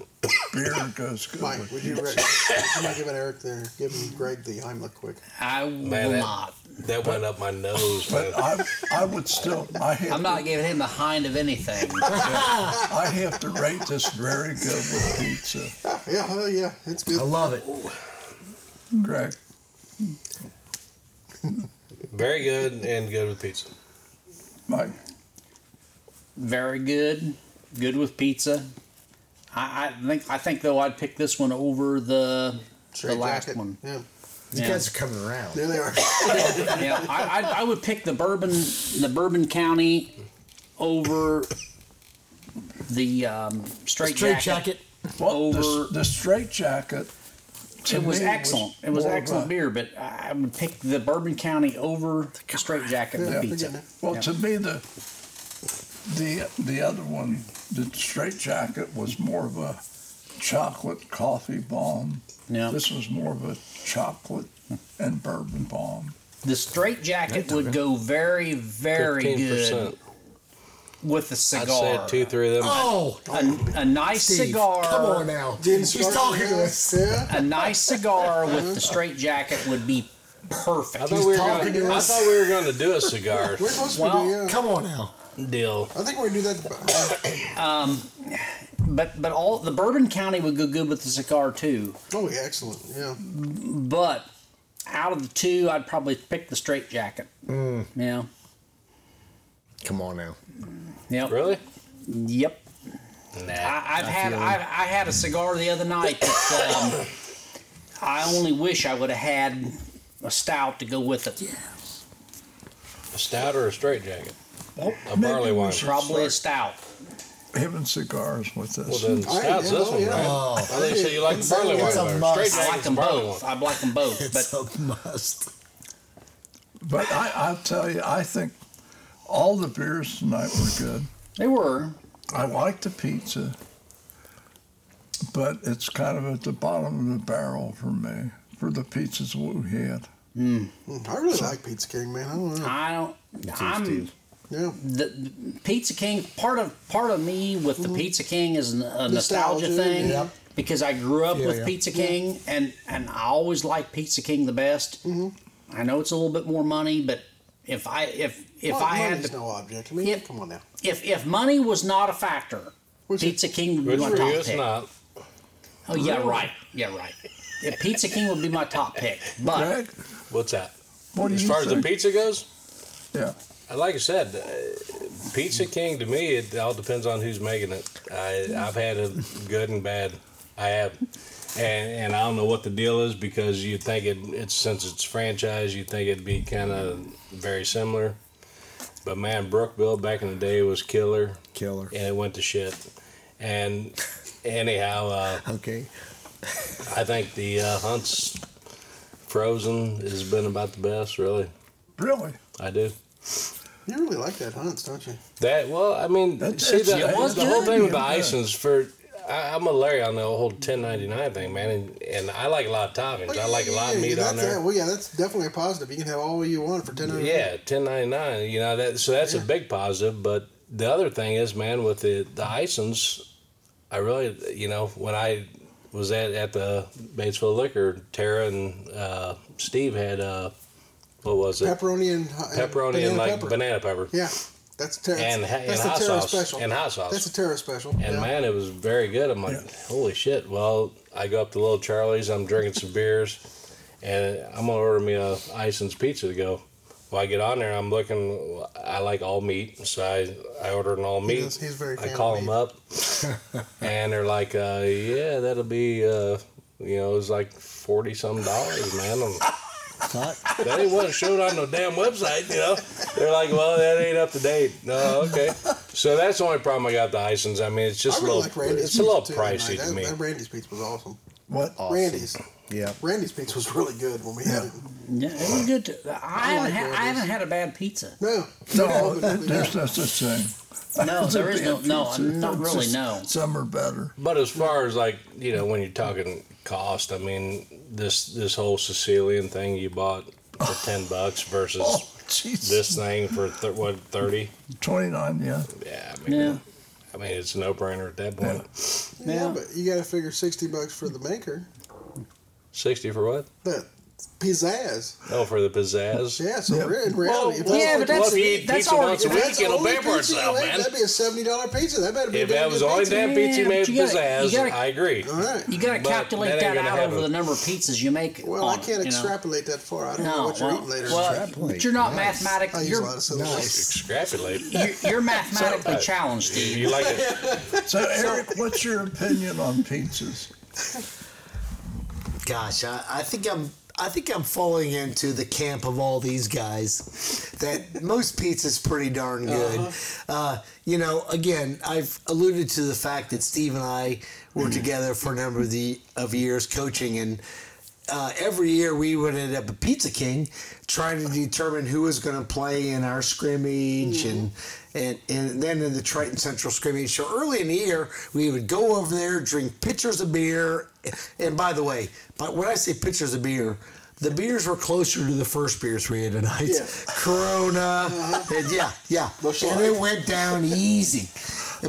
[SPEAKER 3] Beer goes good
[SPEAKER 1] Mike,
[SPEAKER 3] with
[SPEAKER 1] would you,
[SPEAKER 3] pizza.
[SPEAKER 1] rec- would you mind giving Eric there, giving Greg the Heimlich quick?
[SPEAKER 5] I will
[SPEAKER 4] Man, that-
[SPEAKER 5] not.
[SPEAKER 4] That went up my nose. man.
[SPEAKER 3] But uh, I, I would still, I have,
[SPEAKER 5] I'm not giving him the hind of anything.
[SPEAKER 3] to, I have to rate this very good with pizza,
[SPEAKER 1] Yeah, oh yeah, it's good.
[SPEAKER 7] I love it.
[SPEAKER 3] Greg.
[SPEAKER 4] Very good and good with pizza.
[SPEAKER 3] Mike.
[SPEAKER 5] Very good. Good with pizza. I, I think I think though I'd pick this one over the
[SPEAKER 1] Straight
[SPEAKER 5] the last
[SPEAKER 1] jacket.
[SPEAKER 5] one.
[SPEAKER 1] Yeah,
[SPEAKER 7] You
[SPEAKER 5] Yeah.
[SPEAKER 7] guys are coming around.
[SPEAKER 1] there they are.
[SPEAKER 5] yeah, I, I, I would pick the Bourbon the Bourbon County over the um, straight,
[SPEAKER 7] Straight
[SPEAKER 5] jacket.
[SPEAKER 7] jacket.
[SPEAKER 3] Well, the,
[SPEAKER 5] over-
[SPEAKER 3] s- the straight jacket. to
[SPEAKER 5] It was
[SPEAKER 3] me
[SPEAKER 5] excellent. it was
[SPEAKER 3] more of
[SPEAKER 5] excellent
[SPEAKER 3] a-
[SPEAKER 5] beer, but I I would pick the Bourbon County over the straight jacket with
[SPEAKER 1] Yeah, forgetting
[SPEAKER 5] pizza.
[SPEAKER 1] it.
[SPEAKER 3] Well,
[SPEAKER 5] Yeah.
[SPEAKER 3] to me, the the the other one, the straight jacket, was more of a chocolate coffee bomb.
[SPEAKER 5] Yeah.
[SPEAKER 3] This was more of a chocolate and bourbon bomb.
[SPEAKER 5] The straight jacket would go very, very good
[SPEAKER 4] 15%.
[SPEAKER 5] with a
[SPEAKER 4] I'd
[SPEAKER 5] cigar.
[SPEAKER 4] say two, three of them.
[SPEAKER 7] Oh,
[SPEAKER 5] A, a nice
[SPEAKER 7] Steve,
[SPEAKER 5] cigar.
[SPEAKER 7] Come on now.
[SPEAKER 1] Didn't
[SPEAKER 7] He's
[SPEAKER 1] start
[SPEAKER 7] talking to
[SPEAKER 1] with
[SPEAKER 7] us.
[SPEAKER 1] that. Yeah.
[SPEAKER 5] A nice cigar with the straight jacket would be perfect.
[SPEAKER 4] I thought, we were
[SPEAKER 7] talking to
[SPEAKER 4] gonna, I
[SPEAKER 7] us.
[SPEAKER 4] thought we were going to do a cigar
[SPEAKER 1] We're supposed to
[SPEAKER 5] Well,
[SPEAKER 1] do, yeah.
[SPEAKER 7] Come on now.
[SPEAKER 4] deal.
[SPEAKER 1] I think we're gonna do that. uh,
[SPEAKER 5] But but all the Bourbon County would go good with the cigar too.
[SPEAKER 1] Oh, yeah, excellent. Yeah.
[SPEAKER 5] But out of the two, I'd probably pick the straight jacket. Yeah.
[SPEAKER 7] Mm. Come on now.
[SPEAKER 5] Yep.
[SPEAKER 4] Really?
[SPEAKER 5] Yep.
[SPEAKER 4] Nah.
[SPEAKER 5] I, I've had I've, I had a cigar the other night that um, I only wish I would have had a stout to go with it.
[SPEAKER 4] A stout or a straight jacket?
[SPEAKER 3] Well,
[SPEAKER 4] A barley wine.
[SPEAKER 5] Probably a stout.
[SPEAKER 3] Having cigars with
[SPEAKER 4] Well,
[SPEAKER 3] this.
[SPEAKER 4] then stout's
[SPEAKER 1] yeah,
[SPEAKER 4] this
[SPEAKER 1] oh,
[SPEAKER 4] one,
[SPEAKER 1] yeah.
[SPEAKER 4] right? I think so. You like the barley
[SPEAKER 7] it's a
[SPEAKER 4] wine
[SPEAKER 7] must.
[SPEAKER 4] better. Straight
[SPEAKER 5] I like
[SPEAKER 4] jacket's
[SPEAKER 5] them
[SPEAKER 4] barley
[SPEAKER 5] both.
[SPEAKER 4] wine.
[SPEAKER 5] I like them both.
[SPEAKER 7] It's
[SPEAKER 5] But
[SPEAKER 7] a must.
[SPEAKER 3] but I, I'll tell you, I think all the beers tonight were good.
[SPEAKER 5] they were.
[SPEAKER 3] I like the pizza, but it's kind of at the bottom of the barrel for me for the pizzas we had.
[SPEAKER 1] Mm, I really like Pizza King, man. I don't
[SPEAKER 7] Mm.
[SPEAKER 1] know.
[SPEAKER 5] I don't. I'm
[SPEAKER 1] Yeah.
[SPEAKER 5] the the Pizza King. Part of part of me with
[SPEAKER 7] Mm-hmm.
[SPEAKER 5] the Pizza King is n- a nostalgia,
[SPEAKER 1] Nostalgia,
[SPEAKER 5] thing
[SPEAKER 1] yeah.
[SPEAKER 5] because I grew up
[SPEAKER 7] Yeah,
[SPEAKER 5] with
[SPEAKER 7] yeah. Mm-hmm.
[SPEAKER 5] Pizza King and and I always liked Pizza King the best. I know it's a little bit more money, but if I if
[SPEAKER 7] Oh,
[SPEAKER 5] if
[SPEAKER 1] Well,
[SPEAKER 5] I had
[SPEAKER 1] money's
[SPEAKER 5] to,
[SPEAKER 1] no object. I mean,
[SPEAKER 5] Yeah.
[SPEAKER 1] come on now.
[SPEAKER 5] if if money was not a factor,
[SPEAKER 1] Which it-
[SPEAKER 5] Pizza King would be
[SPEAKER 4] Good
[SPEAKER 5] my
[SPEAKER 4] for
[SPEAKER 5] top
[SPEAKER 4] you, it's
[SPEAKER 5] pick.
[SPEAKER 4] not.
[SPEAKER 5] Oh yeah, right. Yeah, right. Yeah, Pizza King would be my top pick, but.
[SPEAKER 3] Greg,
[SPEAKER 4] What's that?
[SPEAKER 3] what do
[SPEAKER 4] As
[SPEAKER 3] you
[SPEAKER 4] far as
[SPEAKER 3] think?
[SPEAKER 4] the pizza goes,
[SPEAKER 3] Yeah.
[SPEAKER 4] like I said, uh, Pizza King to me, it all depends on who's making it. I, I've had a good and bad. I have, and and I don't know what the deal is because you think it, it's since it's franchise, you think it'd be kind of very similar. But man, Brookville back in the day was killer,
[SPEAKER 7] Killer.
[SPEAKER 4] and it went to shit. And anyhow, uh,
[SPEAKER 7] Okay.
[SPEAKER 4] I think the uh, Hunts Frozen has been about the best, really.
[SPEAKER 3] Really?
[SPEAKER 4] I do.
[SPEAKER 1] You really like that Hunts, don't you?
[SPEAKER 4] That well, I mean,
[SPEAKER 3] That's-
[SPEAKER 4] see the,
[SPEAKER 3] it's- it was
[SPEAKER 4] the whole
[SPEAKER 3] good.
[SPEAKER 4] thing with the
[SPEAKER 3] Yeah.
[SPEAKER 4] icings for. I, I'm a Larry on the whole 1099 thing, man, and, and I like a lot of toppings. I like a lot of
[SPEAKER 1] Oh, Yeah,
[SPEAKER 4] meat
[SPEAKER 1] that's uh,
[SPEAKER 4] on
[SPEAKER 1] that.
[SPEAKER 4] there.
[SPEAKER 1] Well, yeah, that's definitely a positive. You can have all you want for ten dollars.
[SPEAKER 4] Yeah, 1099. You know that, so that's a big positive. But the other thing is, man, with the the icings, I really, you know, when I was at at the Batesville Liquor, Tara and uh, Steve had uh, what was it?
[SPEAKER 1] pepperoni and uh,
[SPEAKER 4] pepperoni
[SPEAKER 1] banana
[SPEAKER 4] and like
[SPEAKER 1] pepper.
[SPEAKER 4] banana pepper.
[SPEAKER 1] Yeah, That's a Terra.
[SPEAKER 4] And, ha- and
[SPEAKER 1] that's
[SPEAKER 4] hot
[SPEAKER 1] the Terra
[SPEAKER 4] sauce.
[SPEAKER 1] special.
[SPEAKER 4] And hot sauce.
[SPEAKER 1] That's a Terra special.
[SPEAKER 4] And
[SPEAKER 1] yeah.
[SPEAKER 4] man, it was very good. I'm like, holy shit. Well, I go up to Little Charlie's, I'm drinking some beers, and I'm gonna order me a Ison's pizza to go. Well, I get on there, I'm looking. I like all meat, so I, I order an all meat.
[SPEAKER 1] is- he's very
[SPEAKER 4] I
[SPEAKER 1] fan
[SPEAKER 4] call
[SPEAKER 1] of
[SPEAKER 4] them
[SPEAKER 1] meat.
[SPEAKER 4] up, and they're like, uh, yeah, that'll be, uh, you know, it was like forty some dollars, man. I'm- that ain't what it showed on the damn website, you know. They're like, well, that ain't up to date. No, okay. So that's the only problem I got with the Isons. I mean, it's
[SPEAKER 1] I
[SPEAKER 4] just
[SPEAKER 1] really
[SPEAKER 4] a little,
[SPEAKER 1] like Randy's.
[SPEAKER 4] it's a little
[SPEAKER 1] pizza, too, that night.
[SPEAKER 4] pricey to
[SPEAKER 1] That-
[SPEAKER 4] me.
[SPEAKER 1] That Randy's pizza was awesome.
[SPEAKER 3] What?
[SPEAKER 4] Oh.
[SPEAKER 1] Randy's.
[SPEAKER 7] Yeah.
[SPEAKER 1] Randy's pizza was really good when we had it.
[SPEAKER 5] Yeah, it was good. To, I, haven't
[SPEAKER 1] like
[SPEAKER 5] had,
[SPEAKER 1] Randy's.
[SPEAKER 5] I haven't had a bad pizza.
[SPEAKER 1] No,
[SPEAKER 3] No,
[SPEAKER 1] but-
[SPEAKER 3] there's no such thing.
[SPEAKER 5] No, there is no. No,
[SPEAKER 3] Pizza,
[SPEAKER 5] not
[SPEAKER 3] it's
[SPEAKER 5] really.
[SPEAKER 3] just-
[SPEAKER 5] No.
[SPEAKER 3] Some are better.
[SPEAKER 4] But as far as like you know, when you're talking cost, I mean, this this whole Sicilian thing you bought for ten bucks versus
[SPEAKER 3] Oh, Jesus.
[SPEAKER 4] this thing for th- what thirty?
[SPEAKER 3] 29, yeah.
[SPEAKER 4] Yeah, I mean,
[SPEAKER 5] Yeah.
[SPEAKER 4] I mean, it's a no brainer at that point.
[SPEAKER 1] yeah,
[SPEAKER 5] Yeah.
[SPEAKER 1] but you got to figure sixty bucks for the maker.
[SPEAKER 4] Sixty for what?
[SPEAKER 1] That pizzazz.
[SPEAKER 4] Oh, for the pizzazz.
[SPEAKER 1] Yeah, so
[SPEAKER 3] Yeah.
[SPEAKER 1] in
[SPEAKER 4] Oh,
[SPEAKER 1] reality, if
[SPEAKER 5] yeah, but that's-
[SPEAKER 4] well, if you eat
[SPEAKER 5] that's
[SPEAKER 4] pizza
[SPEAKER 5] already-
[SPEAKER 4] once a
[SPEAKER 1] if
[SPEAKER 4] week,
[SPEAKER 1] that's the
[SPEAKER 4] it'll
[SPEAKER 1] only
[SPEAKER 4] pay for
[SPEAKER 1] pizza you
[SPEAKER 4] itself,
[SPEAKER 1] ate,
[SPEAKER 4] man.
[SPEAKER 1] That'd be a seventy dollar pizza. That better be. a
[SPEAKER 4] If
[SPEAKER 1] damn
[SPEAKER 4] that was
[SPEAKER 1] good
[SPEAKER 4] only
[SPEAKER 1] pizza.
[SPEAKER 4] that pizza you
[SPEAKER 5] Yeah,
[SPEAKER 4] made
[SPEAKER 5] but
[SPEAKER 4] with
[SPEAKER 5] you gotta- you
[SPEAKER 4] pizzazz,
[SPEAKER 5] gotta-
[SPEAKER 4] I agree.
[SPEAKER 1] All right.
[SPEAKER 5] You got to
[SPEAKER 4] But that
[SPEAKER 5] calculate
[SPEAKER 4] ain't
[SPEAKER 5] that,
[SPEAKER 4] gonna
[SPEAKER 5] out
[SPEAKER 4] happen.
[SPEAKER 5] over the number of pizzas you make.
[SPEAKER 1] Well,
[SPEAKER 5] on
[SPEAKER 1] I can't
[SPEAKER 5] it, you know?
[SPEAKER 1] extrapolate that far. I don't know
[SPEAKER 5] No,
[SPEAKER 1] what you're
[SPEAKER 5] well,
[SPEAKER 1] eating later.
[SPEAKER 5] well,
[SPEAKER 7] Extrapolate.
[SPEAKER 5] but you're not
[SPEAKER 7] Nice.
[SPEAKER 1] I
[SPEAKER 5] mathematic.
[SPEAKER 1] use
[SPEAKER 5] You're,
[SPEAKER 1] a lot of syllables.
[SPEAKER 4] Extrapolate.
[SPEAKER 5] you're, you're mathematically challenged, Steve.
[SPEAKER 4] You like it?
[SPEAKER 3] So, Eric, what's your opinion on pizzas?
[SPEAKER 2] Gosh, I, I think I'm. I think I'm falling into the camp of all these guys that most pizza's pretty darn good. uh you know, again, I've alluded to the fact that Steve and I were together for a number of, the, of years coaching, and uh, every year we would end up at Pizza King trying to determine who was going to play in our scrimmage and, and and then in the Triton Central scrimmage. So early in the year, we would go over there, drink pitchers of beer. And by the way, but when I say pitchers of beer, the beers were closer to the first beers we had tonight.
[SPEAKER 1] Yeah.
[SPEAKER 2] Corona, and yeah, yeah,
[SPEAKER 1] Busch
[SPEAKER 2] and
[SPEAKER 1] Light.
[SPEAKER 2] it went down easy.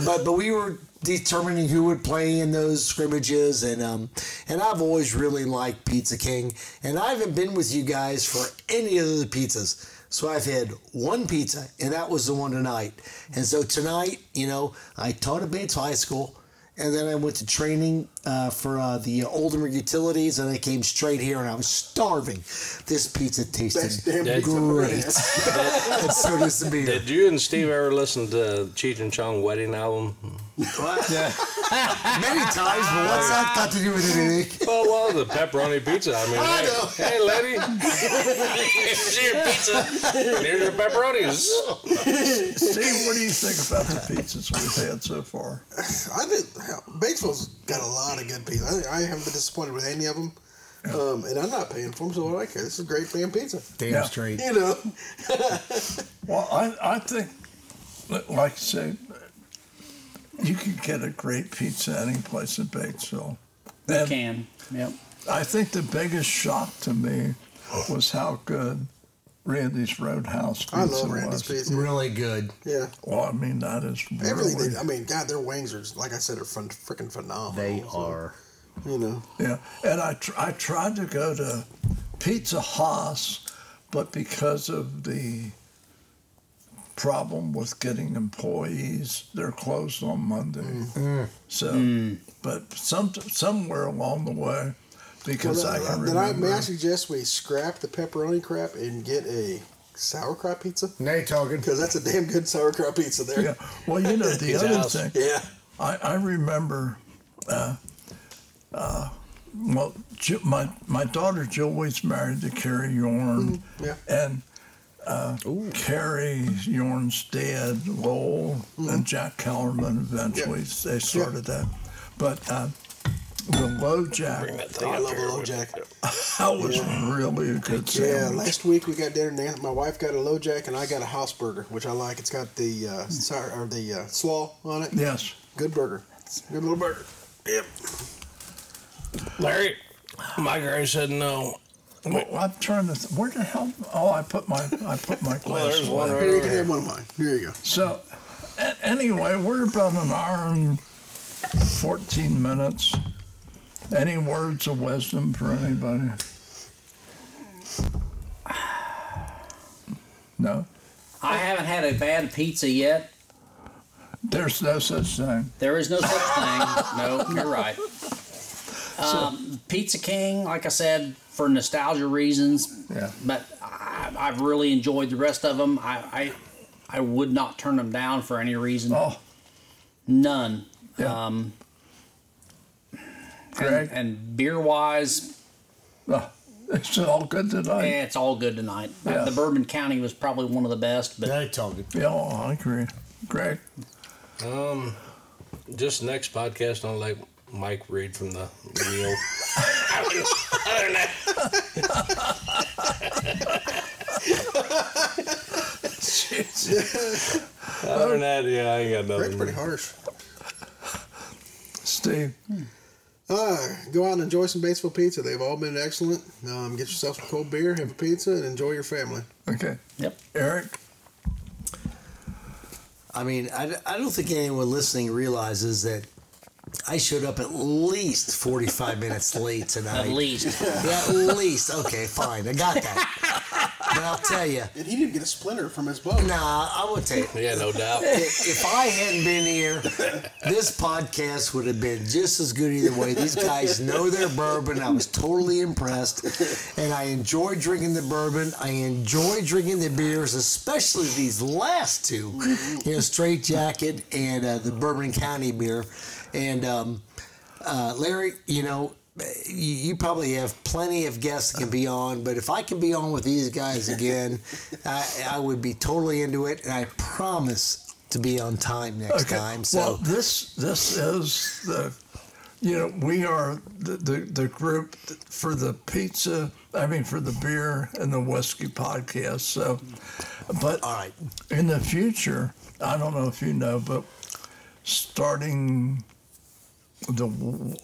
[SPEAKER 2] But but we were determining who would play in those scrimmages, and um and I've always really liked Pizza King, and I haven't been with you guys for any of the pizzas. So I've had one pizza, and that was the one tonight. And so tonight, you know, I taught at Bates High School. And then I went to training uh, for uh, the Oldimer Utilities, and I came straight here, and I was starving. This pizza
[SPEAKER 1] Best
[SPEAKER 2] tasted
[SPEAKER 1] damn
[SPEAKER 4] That's
[SPEAKER 1] pizza.
[SPEAKER 2] great. and so does the beer.
[SPEAKER 4] Did you and Steve ever listen to Cheech and Chong wedding album?
[SPEAKER 2] Many times, but what's that got to do with anything?
[SPEAKER 4] Well, well, the pepperoni pizza. I mean,
[SPEAKER 2] I
[SPEAKER 4] hey,
[SPEAKER 2] know.
[SPEAKER 4] hey, lady, here's your pizza. Here's your pepperonis.
[SPEAKER 3] Steve, what do you think about the pizzas we've had so far?
[SPEAKER 1] I think hell, Batesville's got a lot of good pizza. I, think- I haven't been disappointed with any of them. Um, and I'm not paying for them, so what do I care? This is great damn pizza.
[SPEAKER 7] Damn
[SPEAKER 3] Yeah.
[SPEAKER 7] straight.
[SPEAKER 1] You know,
[SPEAKER 3] Well, I, I think, li- like I say, you can get a great pizza any place in Batesville.
[SPEAKER 5] You
[SPEAKER 3] And
[SPEAKER 5] can. Yep.
[SPEAKER 3] I think the biggest shock to me was how good Randy's Roadhouse pizza
[SPEAKER 1] I love Randy's
[SPEAKER 3] was.
[SPEAKER 1] pizza.
[SPEAKER 7] Really good.
[SPEAKER 1] Yeah,
[SPEAKER 3] Well, I mean, that is
[SPEAKER 1] everything.
[SPEAKER 3] really,
[SPEAKER 1] They, I mean, God, their wings are just- like I said are fun, freaking phenomenal.
[SPEAKER 7] They
[SPEAKER 1] So,
[SPEAKER 7] are.
[SPEAKER 1] You know,
[SPEAKER 3] Yeah, and I tr- I tried to go to Pizza Haas, but because of the problem with getting employees, they're closed on Monday.
[SPEAKER 1] Mm.
[SPEAKER 3] So, but some somewhere along the way, because
[SPEAKER 1] Well,
[SPEAKER 3] I can
[SPEAKER 1] uh, then I,
[SPEAKER 3] remember.
[SPEAKER 1] may I suggest we scrap the pepperoni crap and get a sauerkraut pizza
[SPEAKER 7] Now you're talking.
[SPEAKER 1] because that's a damn good sauerkraut pizza there.
[SPEAKER 3] yeah. Well, you know the
[SPEAKER 4] Pizza
[SPEAKER 3] other
[SPEAKER 4] Haas.
[SPEAKER 3] thing.
[SPEAKER 1] Yeah.
[SPEAKER 3] I, I remember, uh, uh, well, Ju- my my daughter Jill was married to Carrie Yorn,
[SPEAKER 4] Mm.
[SPEAKER 1] yeah.
[SPEAKER 3] and uh, Carrie Yorn's dad Lowell
[SPEAKER 4] Mm.
[SPEAKER 3] and Jack Kellerman eventually they started that, but uh, the Low Jack
[SPEAKER 4] Bring that thing
[SPEAKER 1] I
[SPEAKER 4] up
[SPEAKER 1] love a
[SPEAKER 4] here.
[SPEAKER 1] low jack.
[SPEAKER 3] that was really a good
[SPEAKER 1] Yeah,
[SPEAKER 3] sandwich.
[SPEAKER 1] last week we got dinner. and My wife got a low jack, and I got a house burger, which I like. It's got the uh, sour, or the uh, slaw on it.
[SPEAKER 3] yes.
[SPEAKER 1] Good burger. Good little burger. Yep.
[SPEAKER 4] Larry, my Gary said no.
[SPEAKER 3] Well, I'm trying to. Th- where the hell? Oh, I put my I put my glass.
[SPEAKER 4] Well, there's
[SPEAKER 3] away.
[SPEAKER 4] one right
[SPEAKER 1] Here you
[SPEAKER 4] over
[SPEAKER 1] can
[SPEAKER 4] here.
[SPEAKER 1] have one of mine. Here you go.
[SPEAKER 3] So, a- anyway, we're about an hour and 14 minutes. Any words of wisdom for anybody? No?
[SPEAKER 5] I haven't had a bad pizza yet.
[SPEAKER 3] There's no such thing.
[SPEAKER 5] There is no such thing. No, you're right. Um, Pizza King, like I said, for nostalgia reasons,
[SPEAKER 3] Yeah.
[SPEAKER 5] but I, I've really enjoyed the rest of them. I, I, I would not turn them down for any reason.
[SPEAKER 3] Oh,
[SPEAKER 5] None.
[SPEAKER 3] Yeah.
[SPEAKER 5] Um,
[SPEAKER 3] Greg.
[SPEAKER 5] and, and beer wise,
[SPEAKER 3] oh, it's all good tonight.
[SPEAKER 5] eh, it's all good tonight.
[SPEAKER 3] Yeah.
[SPEAKER 5] The Bourbon County was probably one of the best, but
[SPEAKER 7] Now you talking.
[SPEAKER 3] Yeah, I agree. Greg.
[SPEAKER 4] Um, just next podcast, I'll let Mike read from the meal. Other than that, other than that, yeah, I ain't got
[SPEAKER 1] Greg's
[SPEAKER 4] nothing.
[SPEAKER 3] Mm.
[SPEAKER 1] pretty harsh.
[SPEAKER 3] Steve.
[SPEAKER 1] Uh, go out and enjoy some Batesville pizza. They've all been excellent. Um, get yourself some cold beer, have a pizza, and enjoy your family.
[SPEAKER 3] Okay.
[SPEAKER 5] yep.
[SPEAKER 3] Eric.
[SPEAKER 2] I mean, I, I don't think anyone listening realizes that I showed up at least 45 minutes late tonight.
[SPEAKER 5] At least
[SPEAKER 2] Yeah, at least. Okay, fine. I got that. but I'll tell you,
[SPEAKER 1] And he didn't get a splinter from his boat.
[SPEAKER 2] nah, I will tell you.
[SPEAKER 4] Yeah, no doubt.
[SPEAKER 2] If if I hadn't been here, this podcast would have been just as good either way. These guys know their bourbon. I was totally impressed. And I enjoy drinking the bourbon. I enjoy drinking the beers, especially these last two. You know, Straight Jacket and uh, the Bourbon County beer. And um, uh, Larry, you know, you, you probably have plenty of guests that can be on, but if I can be on with these guys again, I, I would be totally into it, and I promise to be on time next
[SPEAKER 3] Okay.
[SPEAKER 2] time. So
[SPEAKER 3] Well, this this is the, you know, we are the, the the group for the pizza. I mean, for the beer and the whiskey podcast. So, but
[SPEAKER 2] all right,
[SPEAKER 3] in the future, I don't know if you know, but starting the w-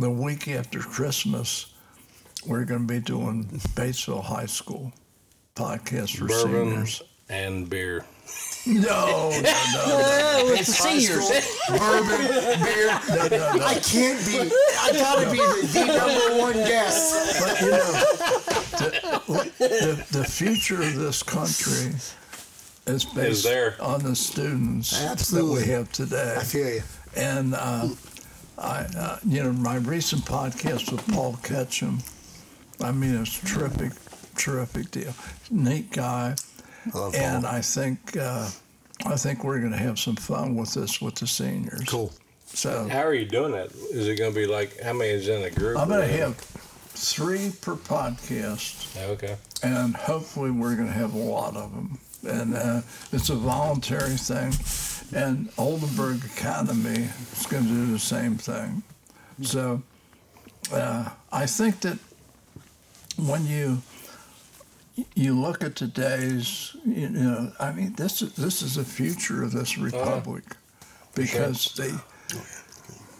[SPEAKER 3] the week after Christmas, we're going to be doing Batesville High School podcast for
[SPEAKER 4] Bourbon
[SPEAKER 3] seniors.
[SPEAKER 4] and beer.
[SPEAKER 3] No, no, no,
[SPEAKER 5] it's the seniors.
[SPEAKER 2] bourbon beer.
[SPEAKER 3] no, no, no.
[SPEAKER 2] I can't be. I gotta be the, the number one guest.
[SPEAKER 3] But you know, the, the, the future of this country is based
[SPEAKER 4] there.
[SPEAKER 3] on the students
[SPEAKER 2] Absolutely.
[SPEAKER 3] that we have today.
[SPEAKER 2] I feel you.
[SPEAKER 3] And uh, I, uh, you know, my recent podcast with Paul Ketchum. I mean, it's terrific, terrific deal. Neat guy,
[SPEAKER 2] Love
[SPEAKER 3] and I think uh, I think we're going to have some fun with this with the seniors.
[SPEAKER 2] Cool.
[SPEAKER 3] So
[SPEAKER 4] How are you doing that? Is it going to be like how many is in a group?
[SPEAKER 3] I'm
[SPEAKER 4] or
[SPEAKER 3] going to
[SPEAKER 4] whatever?
[SPEAKER 3] have three per podcast.
[SPEAKER 4] Okay.
[SPEAKER 3] and hopefully we're going to have a lot of them. And uh, it's a voluntary thing, and Oldenburg Academy is going to do the same thing. So uh, I think that when you you look at today's, you know, I mean, this is this is the future of
[SPEAKER 4] Oh,
[SPEAKER 3] this republic because the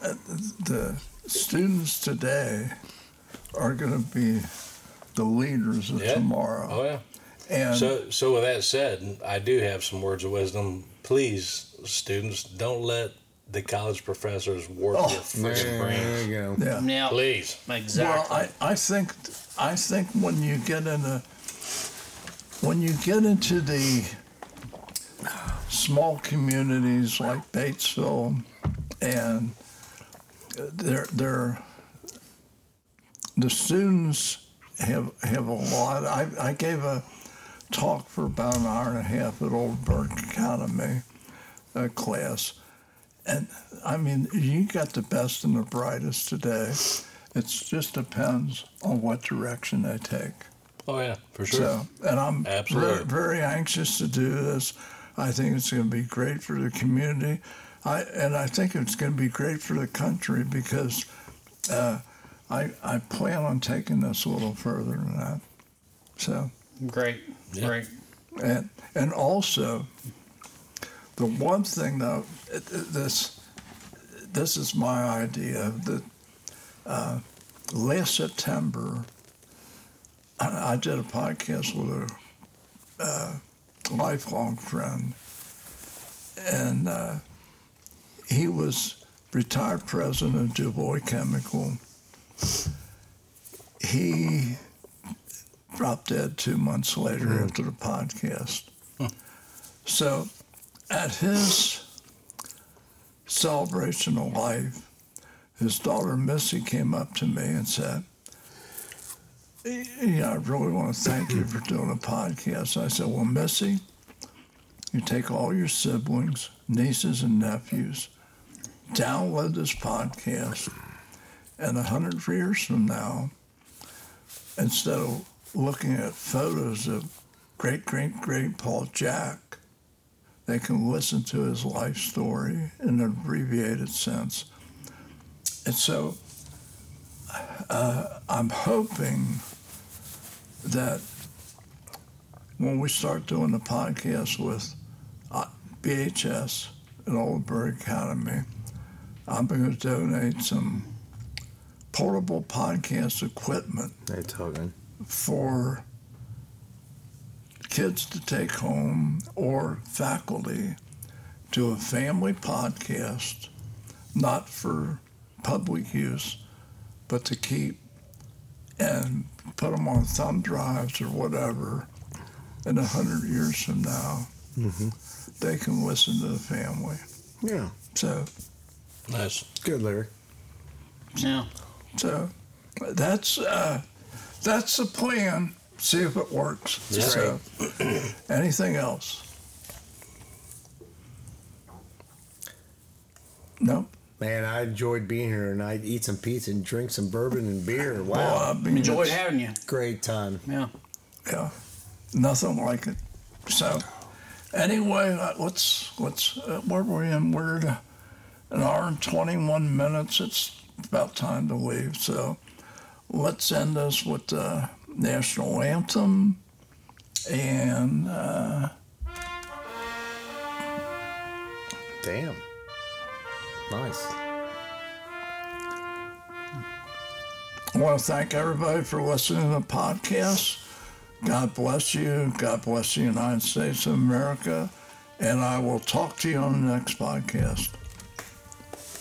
[SPEAKER 3] uh, the students today are going to be the leaders of
[SPEAKER 4] Yeah.
[SPEAKER 3] tomorrow.
[SPEAKER 4] Oh yeah.
[SPEAKER 3] And
[SPEAKER 4] So, so with that said, I do have some words of wisdom. Please, students, don't let the college professors warp
[SPEAKER 3] Oh,
[SPEAKER 4] your freaking brain.
[SPEAKER 7] you go.
[SPEAKER 3] yeah.
[SPEAKER 5] Now,
[SPEAKER 4] Please.
[SPEAKER 5] exactly.
[SPEAKER 3] Well, I, I think I think when you get in a when you get into the small communities like Batesville and they're, they're the students have have a lot. I, I gave a talk for about an hour and a half at Oldberg Academy uh, class, and I mean you got the best and the brightest today. It just depends on what direction they take.
[SPEAKER 4] Oh yeah, for sure.
[SPEAKER 3] So, and I'm ver-
[SPEAKER 4] Absolutely.
[SPEAKER 3] very anxious to do this. I think it's going to be great for the community. I and I think it's going to be great for the country because uh, I I plan on taking this a little further than that. So
[SPEAKER 5] great, great.
[SPEAKER 3] and and also the one thing though it- it- this this is my idea that uh, last September I, I did a podcast with a uh, lifelong friend and uh, he was retired president of Dubois Chemical he dropped dead two months later after the podcast. So at his celebration of life, his daughter Missy came up to me and said, yeah, I really want to thank you for doing a podcast. I said, Well, Missy, you take all your siblings, nieces, and nephews, download this podcast, and a 100 years from now, instead of looking at photos of great, great, great Paul Jack, they can listen to his life story in an abbreviated sense. And so uh, I'm hoping that when we start doing the podcast with uh, BHS and Oldbury Academy, I'm going to donate some portable podcast equipment
[SPEAKER 10] They're talking.
[SPEAKER 3] for kids to take home or faculty to a family podcast, not for public use, but to keep and put them on thumb drives or whatever. And a hundred years from now, they can listen to the family.
[SPEAKER 10] Yeah.
[SPEAKER 3] So,
[SPEAKER 4] Nice.
[SPEAKER 10] Good, Larry.
[SPEAKER 5] Yeah.
[SPEAKER 3] so that's uh, that's the plan. See if it works.
[SPEAKER 4] That's
[SPEAKER 3] so, anything else? No.
[SPEAKER 10] Man, I enjoyed being here and I'd eat some pizza and drink some bourbon and beer. Wow.
[SPEAKER 3] Well, I mean,
[SPEAKER 5] Enjoyed
[SPEAKER 3] it's-
[SPEAKER 5] having you.
[SPEAKER 10] Great time.
[SPEAKER 5] Yeah.
[SPEAKER 3] Yeah, nothing like it. So, anyway, uh, let's let's uh, where we're in we're at an hour and twenty one minutes. It's about time to leave. So, let's end this with the national anthem and uh,
[SPEAKER 10] Damn. Nice.
[SPEAKER 3] I want to thank everybody for listening to the podcast. God bless you. God bless the United States of America. And I will talk to you on the next podcast.